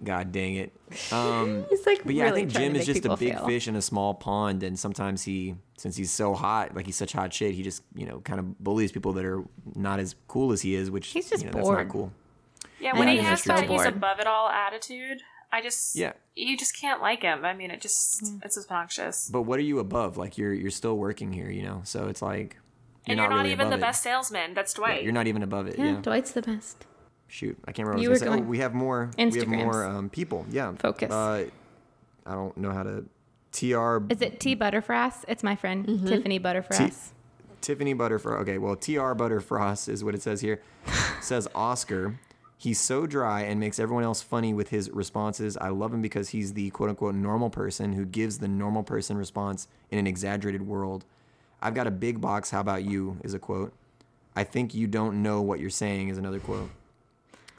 Speaker 12: God dang it. Um,
Speaker 8: He's like,
Speaker 12: But yeah,
Speaker 8: really
Speaker 12: I think
Speaker 8: trying to
Speaker 12: Jim is
Speaker 8: make
Speaker 12: just a
Speaker 8: people
Speaker 12: big
Speaker 8: fail.
Speaker 12: fish in a small pond, and sometimes he, since he's so hot, like he's such hot shit, he just you know kind of bullies people that are not as cool as he is, which
Speaker 8: He's just
Speaker 12: you know, That's
Speaker 8: bored.
Speaker 12: not cool.
Speaker 6: Yeah, when
Speaker 12: I
Speaker 6: he
Speaker 12: think
Speaker 6: has
Speaker 12: that's
Speaker 6: that
Speaker 12: true.
Speaker 6: he's
Speaker 8: Bored.
Speaker 6: above it all attitude, I just
Speaker 12: Yeah.
Speaker 6: you just can't like him. I mean, it just it's obnoxious.
Speaker 12: But what are you above? Like you're you're still working here, you know. So it's like you're
Speaker 6: and you're not
Speaker 12: really
Speaker 6: even the
Speaker 12: above it.
Speaker 6: best salesman. That's
Speaker 12: Yeah,
Speaker 6: Dwight.
Speaker 12: you're not even above it.
Speaker 8: Yeah,
Speaker 12: Yeah.
Speaker 8: Dwight's the best.
Speaker 12: Shoot, I can't remember.
Speaker 8: You
Speaker 12: what I was
Speaker 8: were
Speaker 12: gonna say.
Speaker 8: going-
Speaker 12: Oh, we have more. We have
Speaker 8: Instagrams.
Speaker 12: more um, people. Yeah.
Speaker 8: Focus.
Speaker 12: Uh, I don't know how to. Tr
Speaker 8: Is it T Butterfrass? It's my friend
Speaker 12: Mm-hmm.
Speaker 8: Tiffany Butterfrass.
Speaker 12: Tiffany Butterfrost. Okay, well, T.R. Butterfrost is what it says here. says Oscar. He's so dry and makes everyone else funny with his responses. I love him because he's the quote unquote normal person who gives the normal person response in an exaggerated world. I've got a big box. How about you? Is a quote. I think you don't know what you're saying is another quote.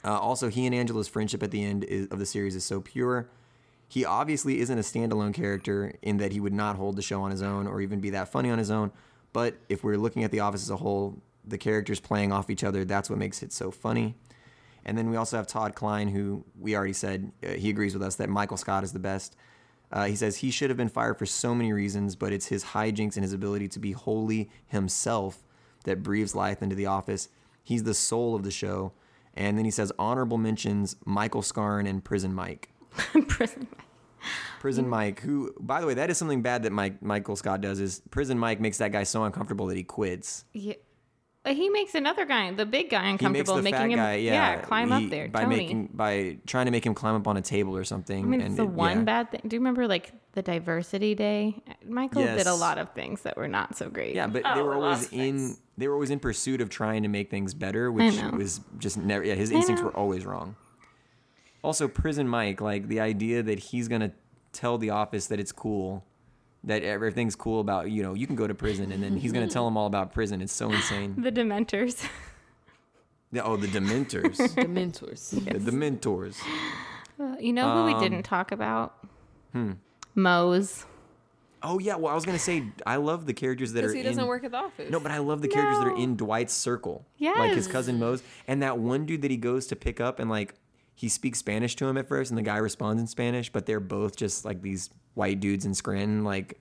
Speaker 12: Uh, also, he and Angela's friendship at the end is, of the series is so pure. He obviously isn't a standalone character in that he would not hold the show on his own or even be that funny on his own. But if we're looking at The Office as a whole, the characters playing off each other, that's what makes it so funny. And then we also have Todd Klein, who we already said uh, he agrees with us that Michael Scott is the best. Uh, he says he should have been fired for so many reasons, but it's his hijinks and his ability to be wholly himself that breathes life into the office. He's the soul of the show. And then he says honorable mentions Michael Scarn and Prison Mike.
Speaker 8: Prison. Mm.
Speaker 12: Prison Mike, who, by the way, that is something bad that Mike Michael Scott does. Is Prison Mike makes that guy so uncomfortable that he quits.
Speaker 8: Yeah. But He makes another guy, the big guy,
Speaker 12: He makes
Speaker 8: uncomfortable,
Speaker 12: the
Speaker 8: making
Speaker 12: fat
Speaker 8: him
Speaker 12: guy, yeah,
Speaker 8: climb
Speaker 12: he-
Speaker 8: up there.
Speaker 12: by
Speaker 8: Tony.
Speaker 12: making by trying to make him climb up on a table or something.
Speaker 8: I mean, it's the
Speaker 12: it-
Speaker 8: one
Speaker 12: yeah.
Speaker 8: bad thing. Do you remember like the diversity day? Michael did a
Speaker 12: Yes.
Speaker 8: lot of things that were not so great.
Speaker 12: Yeah, but they
Speaker 6: Oh,
Speaker 12: were always
Speaker 6: lots of
Speaker 12: in they were always in pursuit of trying to make things better, which
Speaker 8: know.
Speaker 12: was just never. Yeah, his instincts
Speaker 8: know.
Speaker 12: were always wrong. Also, Prison Mike, like the idea that he's gonna tell the office that it's cool, that everything's cool about you know you can go to prison, and then he's gonna tell them all about prison. It's so insane.
Speaker 8: The Dementors.
Speaker 12: The- Oh, the Dementors,
Speaker 5: The mentors.
Speaker 12: the, the Mentors.
Speaker 8: you know who we
Speaker 12: Um,
Speaker 8: didn't talk about? Hmm. Moe's.
Speaker 12: Oh yeah, well I was gonna say I love the characters that are.
Speaker 7: Because he doesn't
Speaker 12: in-
Speaker 7: work at the office.
Speaker 12: No, but I love the characters that
Speaker 8: No.
Speaker 12: are in Dwight's circle. Like his
Speaker 8: Yes.
Speaker 12: cousin Mose. And that one dude that he goes to pick up and like he speaks Spanish to him at first and the guy responds in Spanish, but they're both just like these white dudes in Scranton, like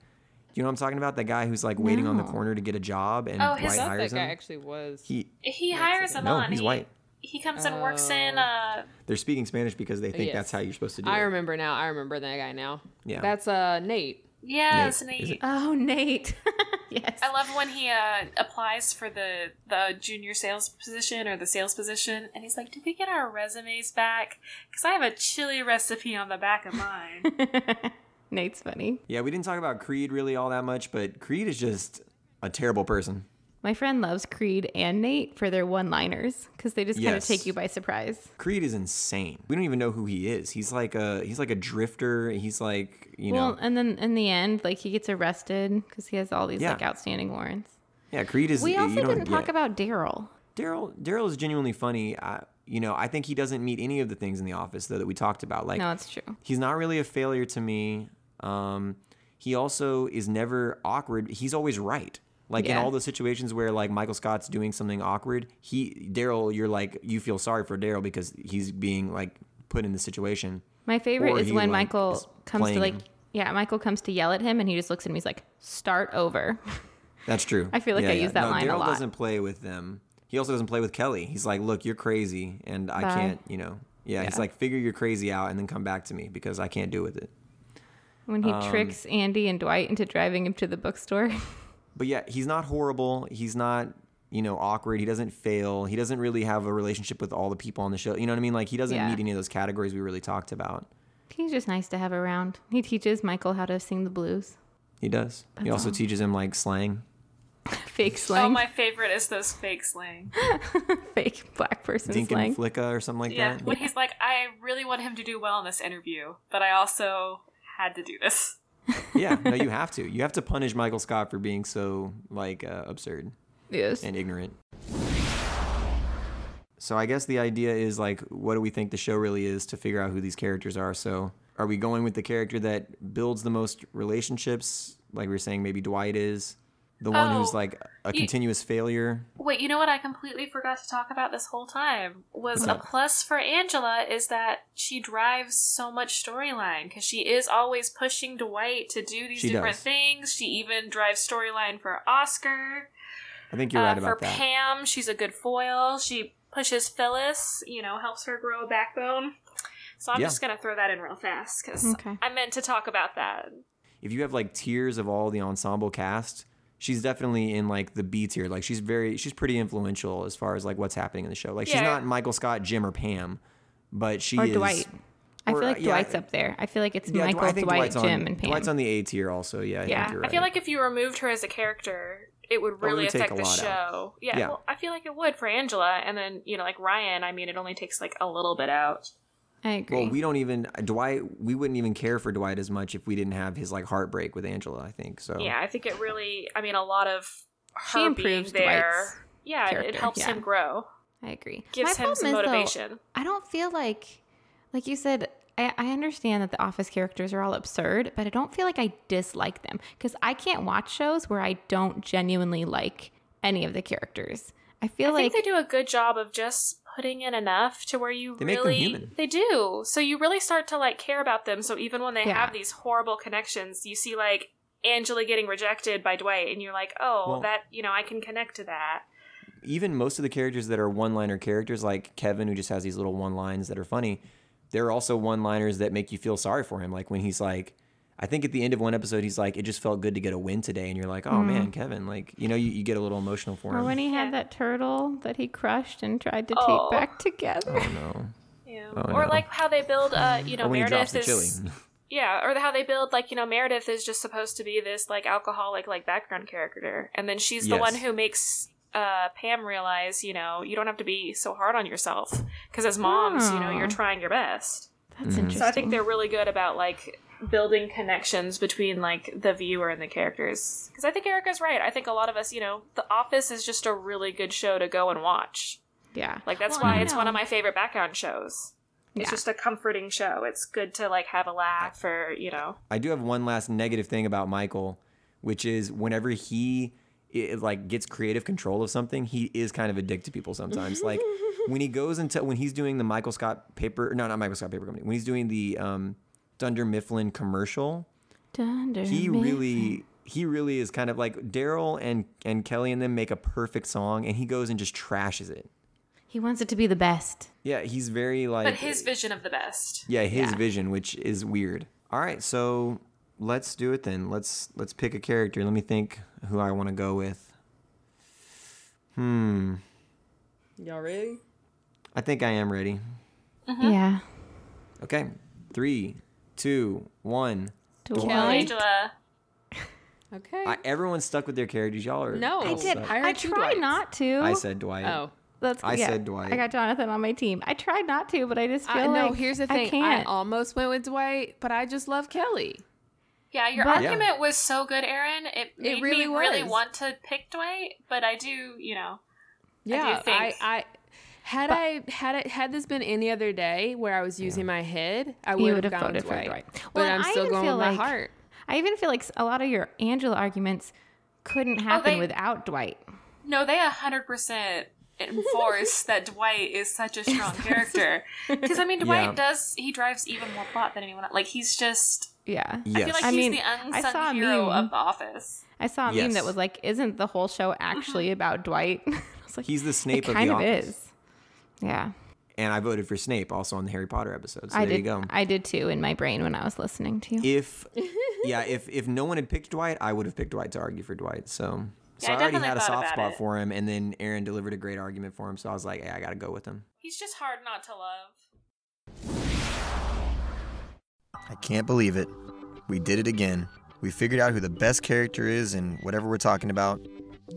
Speaker 12: you know what I'm talking about? That guy who's like waiting on the
Speaker 8: No.
Speaker 12: corner to get a job and
Speaker 6: Oh, his-
Speaker 12: Dwight
Speaker 6: I
Speaker 12: hires him.
Speaker 7: actually was.
Speaker 12: He
Speaker 6: He hires him
Speaker 12: No,
Speaker 6: on.
Speaker 12: he's
Speaker 6: he,
Speaker 12: white.
Speaker 6: He comes and works in. Uh,
Speaker 12: they're speaking Spanish because they think
Speaker 7: Yes.
Speaker 12: that's how you're supposed to do
Speaker 7: I
Speaker 12: it.
Speaker 7: remember now. I remember that guy now.
Speaker 12: Yeah.
Speaker 7: That's uh Nate.
Speaker 6: yeah, it's
Speaker 12: Nate, is
Speaker 6: Nate.
Speaker 8: Oh, Nate. yes.
Speaker 6: I love when he uh, applies for the the junior sales position or the sales position, and he's like, "Did we get our resumes back? Because I have a chili recipe on the back of mine."
Speaker 8: Nate's funny.
Speaker 12: Yeah, we didn't talk about Creed really all that much, but Creed is just a terrible person.
Speaker 8: My friend loves Creed and Nate for their one liners because they just kind of
Speaker 12: Yes.
Speaker 8: take you by surprise.
Speaker 12: Creed is insane. We don't even know who he is. He's like a he's like a drifter. He's like, you know,
Speaker 8: Well, and then in the end, like he gets arrested because he has all these
Speaker 12: Yeah.
Speaker 8: like outstanding warrants.
Speaker 12: Yeah, Creed is.
Speaker 8: We
Speaker 12: you
Speaker 8: also
Speaker 12: don't-
Speaker 8: didn't talk
Speaker 12: yeah.
Speaker 8: about Daryl.
Speaker 12: Daryl. Daryl is genuinely funny. I, you know, I think he doesn't meet any of the things in the office though that we talked about. Like,
Speaker 8: No, it's true.
Speaker 12: he's not really a failure to me. Um, he also is never awkward. He's always right. Like in
Speaker 8: Yeah.
Speaker 12: all the situations where like Michael Scott's doing something awkward, he Daryl, you're like you feel sorry for Daryl because he's being like put in the situation.
Speaker 8: My
Speaker 12: Or
Speaker 8: favorite is
Speaker 12: he,
Speaker 8: when
Speaker 12: like, is
Speaker 8: Michael comes to
Speaker 12: playing
Speaker 8: like,
Speaker 12: him.
Speaker 8: yeah, Michael comes to yell at him, and he just looks at him. He's like, "Start over."
Speaker 12: That's true.
Speaker 8: I feel like I use that line a
Speaker 12: Daryl
Speaker 8: lot.
Speaker 12: doesn't play with them. He also doesn't play with Kelly. He's like, look, you're crazy, and I
Speaker 8: Bye.
Speaker 12: can't, you know. Yeah, he's like, figure your crazy out, and then come back to me because I can't do with it.
Speaker 8: When he
Speaker 12: Um,
Speaker 8: tricks Andy and Dwight into driving him to the bookstore.
Speaker 12: But yeah, he's not horrible. He's not, you know, awkward. He doesn't fail. He doesn't really have a relationship with all the people on the show. You know what I mean? Like he doesn't
Speaker 8: Yeah.
Speaker 12: meet any of those categories we really talked about.
Speaker 8: He's just nice to have around. He teaches Michael how to sing the blues.
Speaker 12: He does. he also teaches him like slang.
Speaker 8: Fake
Speaker 6: oh,
Speaker 8: slang.
Speaker 6: my favorite is those fake slang.
Speaker 8: Fake black person
Speaker 12: Dink
Speaker 8: slang.
Speaker 12: and flicka or something like
Speaker 6: Yeah,
Speaker 12: that.
Speaker 6: when he's like, "I really want him to do well in this interview, but I also had to do this."
Speaker 12: yeah, no, you have to. You have to punish Michael Scott for being so like uh, absurd.
Speaker 8: yes.
Speaker 12: and ignorant. So I guess the idea is like, what do we think the show really is to figure out who these characters are? So are we going with the character that builds the most relationships? Like we were saying, maybe Dwight is the one who's
Speaker 6: Oh,
Speaker 12: like a
Speaker 6: you-
Speaker 12: continuous failure.
Speaker 6: Wait, you know what I completely forgot to talk about this whole time was a plus for Angela is that she drives so much storyline because she is always pushing Dwight to do these
Speaker 12: She
Speaker 6: different
Speaker 12: does.
Speaker 6: things. She even drives storyline for Oscar,
Speaker 12: I think you're
Speaker 6: uh,
Speaker 12: right
Speaker 6: for
Speaker 12: about that.
Speaker 6: Pam. She's a good foil. She pushes Phyllis, you know, helps her grow a backbone. So I'm
Speaker 12: Yeah.
Speaker 6: just gonna throw that in real fast because
Speaker 8: Okay.
Speaker 6: I meant to talk about that.
Speaker 12: if you have like tiers of all the ensemble cast, she's definitely in like the B tier. Like she's very she's pretty influential as far as like what's happening in the show. Like she's
Speaker 6: Yeah.
Speaker 12: not Michael Scott, Jim, or Pam, but she
Speaker 8: Or
Speaker 12: is
Speaker 8: Dwight. I feel
Speaker 12: or, uh,
Speaker 8: like
Speaker 12: yeah,
Speaker 8: Dwight's up there. I feel like it's
Speaker 12: Yeah, Dw-
Speaker 8: Michael,
Speaker 12: I think
Speaker 8: Dwight,
Speaker 12: Dwight's on-
Speaker 8: Jim, and Pam.
Speaker 12: Dwight's on the A tier also. Yeah, I
Speaker 8: Yeah,
Speaker 12: think you're right.
Speaker 6: I feel like if you removed her as a character, it would
Speaker 12: would
Speaker 6: really
Speaker 12: take
Speaker 6: affect
Speaker 12: a
Speaker 6: the
Speaker 12: lot out.
Speaker 6: show. Yeah,
Speaker 12: Yeah.
Speaker 6: Well, I feel like it would for Angela, and then you know, like Ryan. I mean, it only takes like a little bit out.
Speaker 8: I agree.
Speaker 12: well, we don't even Dwight. We wouldn't even care for Dwight as much if we didn't have his like heartbreak with Angela. I think so.
Speaker 6: Yeah, I think it really. I mean, a lot of her
Speaker 8: She improves
Speaker 6: being there.
Speaker 8: Dwight's
Speaker 6: yeah, it- it
Speaker 8: character,
Speaker 6: helps
Speaker 8: yeah.
Speaker 6: him grow.
Speaker 8: I agree.
Speaker 6: Gives him
Speaker 8: problem
Speaker 6: some
Speaker 8: is, though,
Speaker 6: motivation.
Speaker 8: I don't feel like, like you said, I, I understand that the office characters are all absurd, but I don't feel like I dislike them because I can't watch shows where I don't genuinely like any of the characters. I feel
Speaker 6: I
Speaker 8: like
Speaker 6: think they do a good job of just putting in enough to where you
Speaker 12: They make them
Speaker 6: really
Speaker 12: human.
Speaker 6: they do. So you really start to like care about them. So even when they
Speaker 8: Yeah.
Speaker 6: have these horrible connections, you see like Angela getting rejected by Dwight, and you're like, oh,
Speaker 12: Well-
Speaker 6: that you know, I can connect to that.
Speaker 12: Even most of the characters that are one-liner characters, like Kevin, who just has these little one-lines that are funny, there are also one-liners that make you feel sorry for him. Like when he's like, I think at the end of one episode, he's like, "It just felt good to get a win today," and you're like, "Oh man, Kevin!" Like you know, you, you get a little emotional for
Speaker 8: Mm. or
Speaker 12: him.
Speaker 8: when he had that turtle that he crushed and tried to
Speaker 6: Oh.
Speaker 8: take back together.
Speaker 12: oh no!
Speaker 6: Yeah.
Speaker 12: Oh,
Speaker 6: or
Speaker 12: no.
Speaker 6: like how they build, uh, you know,
Speaker 12: Or when he drops
Speaker 6: Meredith
Speaker 12: the
Speaker 6: is.
Speaker 12: chili.
Speaker 6: Yeah, or how they build, like, you know, Meredith is just supposed to be this, like, alcoholic, like, background character. And then she's the
Speaker 12: Yes.
Speaker 6: one who makes uh, Pam realize, you know, you don't have to be so hard on yourself. Because as moms, you know, you're
Speaker 8: Oh.
Speaker 6: trying your best.
Speaker 8: That's interesting.
Speaker 6: So I think they're really good about, like, building connections between like the viewer and the characters. Because I think Erica's right. I think a lot of us, you know, The Office is just a really good show to go and watch.
Speaker 8: Yeah.
Speaker 6: Like that's
Speaker 8: Well, I
Speaker 6: why
Speaker 8: don't
Speaker 6: it's one
Speaker 8: know.
Speaker 6: of my favorite background shows. It's
Speaker 8: Yeah.
Speaker 6: just a comforting show. It's good to like have a laugh or you know.
Speaker 12: I do have one last negative thing about Michael, which is whenever he i like gets creative control of something, he is kind of a dick to people sometimes. like when he goes into when he's doing the Michael Scott paper, no, not Michael Scott paper company. When he's doing the um, Dunder Mifflin commercial,
Speaker 8: Dunder
Speaker 12: he
Speaker 8: Mifflin.
Speaker 12: really he really is kind of like Daryl and and Kelly and them make a perfect song, and he goes and just trashes it.
Speaker 8: He wants it to be the best.
Speaker 12: Yeah, he's very like
Speaker 6: But his vision of the best.
Speaker 12: yeah, his vision, which is weird. All right, so let's do it then. Let's let's pick a character. Let me think who I want to go with. Hmm.
Speaker 7: Y'all ready?
Speaker 12: I think I am ready.
Speaker 6: Mm-hmm.
Speaker 8: Yeah.
Speaker 12: Okay. Three, two, one.
Speaker 8: Dwight.
Speaker 6: Angela.
Speaker 7: Okay.
Speaker 12: I, everyone's stuck with their characters. Y'all are
Speaker 7: no,
Speaker 8: I did.
Speaker 7: Why
Speaker 8: I
Speaker 7: aren't you
Speaker 8: try
Speaker 7: Dwight?
Speaker 8: not to.
Speaker 12: I said Dwight.
Speaker 7: Oh.
Speaker 8: That's,
Speaker 12: I
Speaker 8: yeah.
Speaker 12: said Dwight.
Speaker 8: I got Jonathan on my team. I tried not to, but I just feel
Speaker 7: I,
Speaker 8: like
Speaker 7: no, here's the thing.
Speaker 8: I
Speaker 7: I,
Speaker 8: can't.
Speaker 7: almost went with Dwight, but I just love Kelly.
Speaker 6: Yeah, your
Speaker 8: But-
Speaker 6: argument was so good, Erin. It made
Speaker 7: really
Speaker 6: me really
Speaker 7: was.
Speaker 6: want to pick Dwight, but I do, you know.
Speaker 7: Yeah,
Speaker 6: think-
Speaker 7: I, I, had I had it had this been any other day where I was using my head, I
Speaker 8: You
Speaker 7: would
Speaker 8: would
Speaker 7: have
Speaker 8: have
Speaker 7: gone
Speaker 8: voted
Speaker 7: with
Speaker 8: for
Speaker 7: Dwight.
Speaker 8: Dwight.
Speaker 7: But
Speaker 8: Well,
Speaker 7: I'm
Speaker 8: I
Speaker 7: still
Speaker 8: even
Speaker 7: going with
Speaker 8: feel
Speaker 7: my
Speaker 8: like-
Speaker 7: heart.
Speaker 8: I even feel like a lot of your Angela arguments
Speaker 7: Oh,
Speaker 8: couldn't happen
Speaker 6: they-
Speaker 8: without Dwight.
Speaker 6: No, they 100% enforce that Dwight is such a strong character. Because, I mean, Dwight
Speaker 12: Yeah.
Speaker 6: does, he drives even more plot than anyone else. Like, he's just,
Speaker 8: Yeah.
Speaker 6: I feel
Speaker 12: Yes.
Speaker 6: like
Speaker 8: I
Speaker 6: he's
Speaker 8: mean,
Speaker 6: the
Speaker 8: I
Speaker 6: unsung
Speaker 8: saw a
Speaker 6: hero
Speaker 8: meme.
Speaker 6: of The Office.
Speaker 8: I saw a meme
Speaker 12: Yes.
Speaker 8: that was like, "Isn't the whole
Speaker 7: Uh-huh.
Speaker 8: show actually about Dwight?" I was like,
Speaker 12: He's the
Speaker 8: "It
Speaker 12: Snape of
Speaker 8: kind
Speaker 12: the
Speaker 8: of
Speaker 12: office.
Speaker 8: is." Yeah,
Speaker 12: And I voted for Snape also on the Harry Potter episode. So
Speaker 8: I did.
Speaker 12: there you go.
Speaker 8: I did too in my brain when I was listening to you.
Speaker 12: if yeah, if if no one had picked Dwight, I would have picked Dwight to argue for Dwight. So so
Speaker 6: Yeah, I
Speaker 12: I, already
Speaker 6: definitely
Speaker 12: had a
Speaker 6: thought
Speaker 12: soft
Speaker 6: about
Speaker 12: spot
Speaker 6: it.
Speaker 12: for him, and then Aaron delivered a great argument for him. So I was like, hey, I got to go with him.
Speaker 6: He's just hard not to love.
Speaker 1: I can't believe it. We did it again. We figured out who the best character is in whatever we're talking about,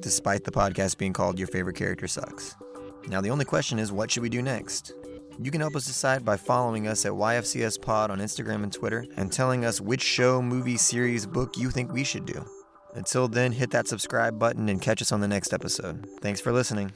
Speaker 1: despite the podcast being called Your Favorite Character Sucks. Now, the only question is what should we do next? You can help us decide by following us at YFCS Pod on Instagram and Twitter and telling us which show, movie, series, book you think we should do. Until then, hit that subscribe button and catch us on the next episode. Thanks for listening.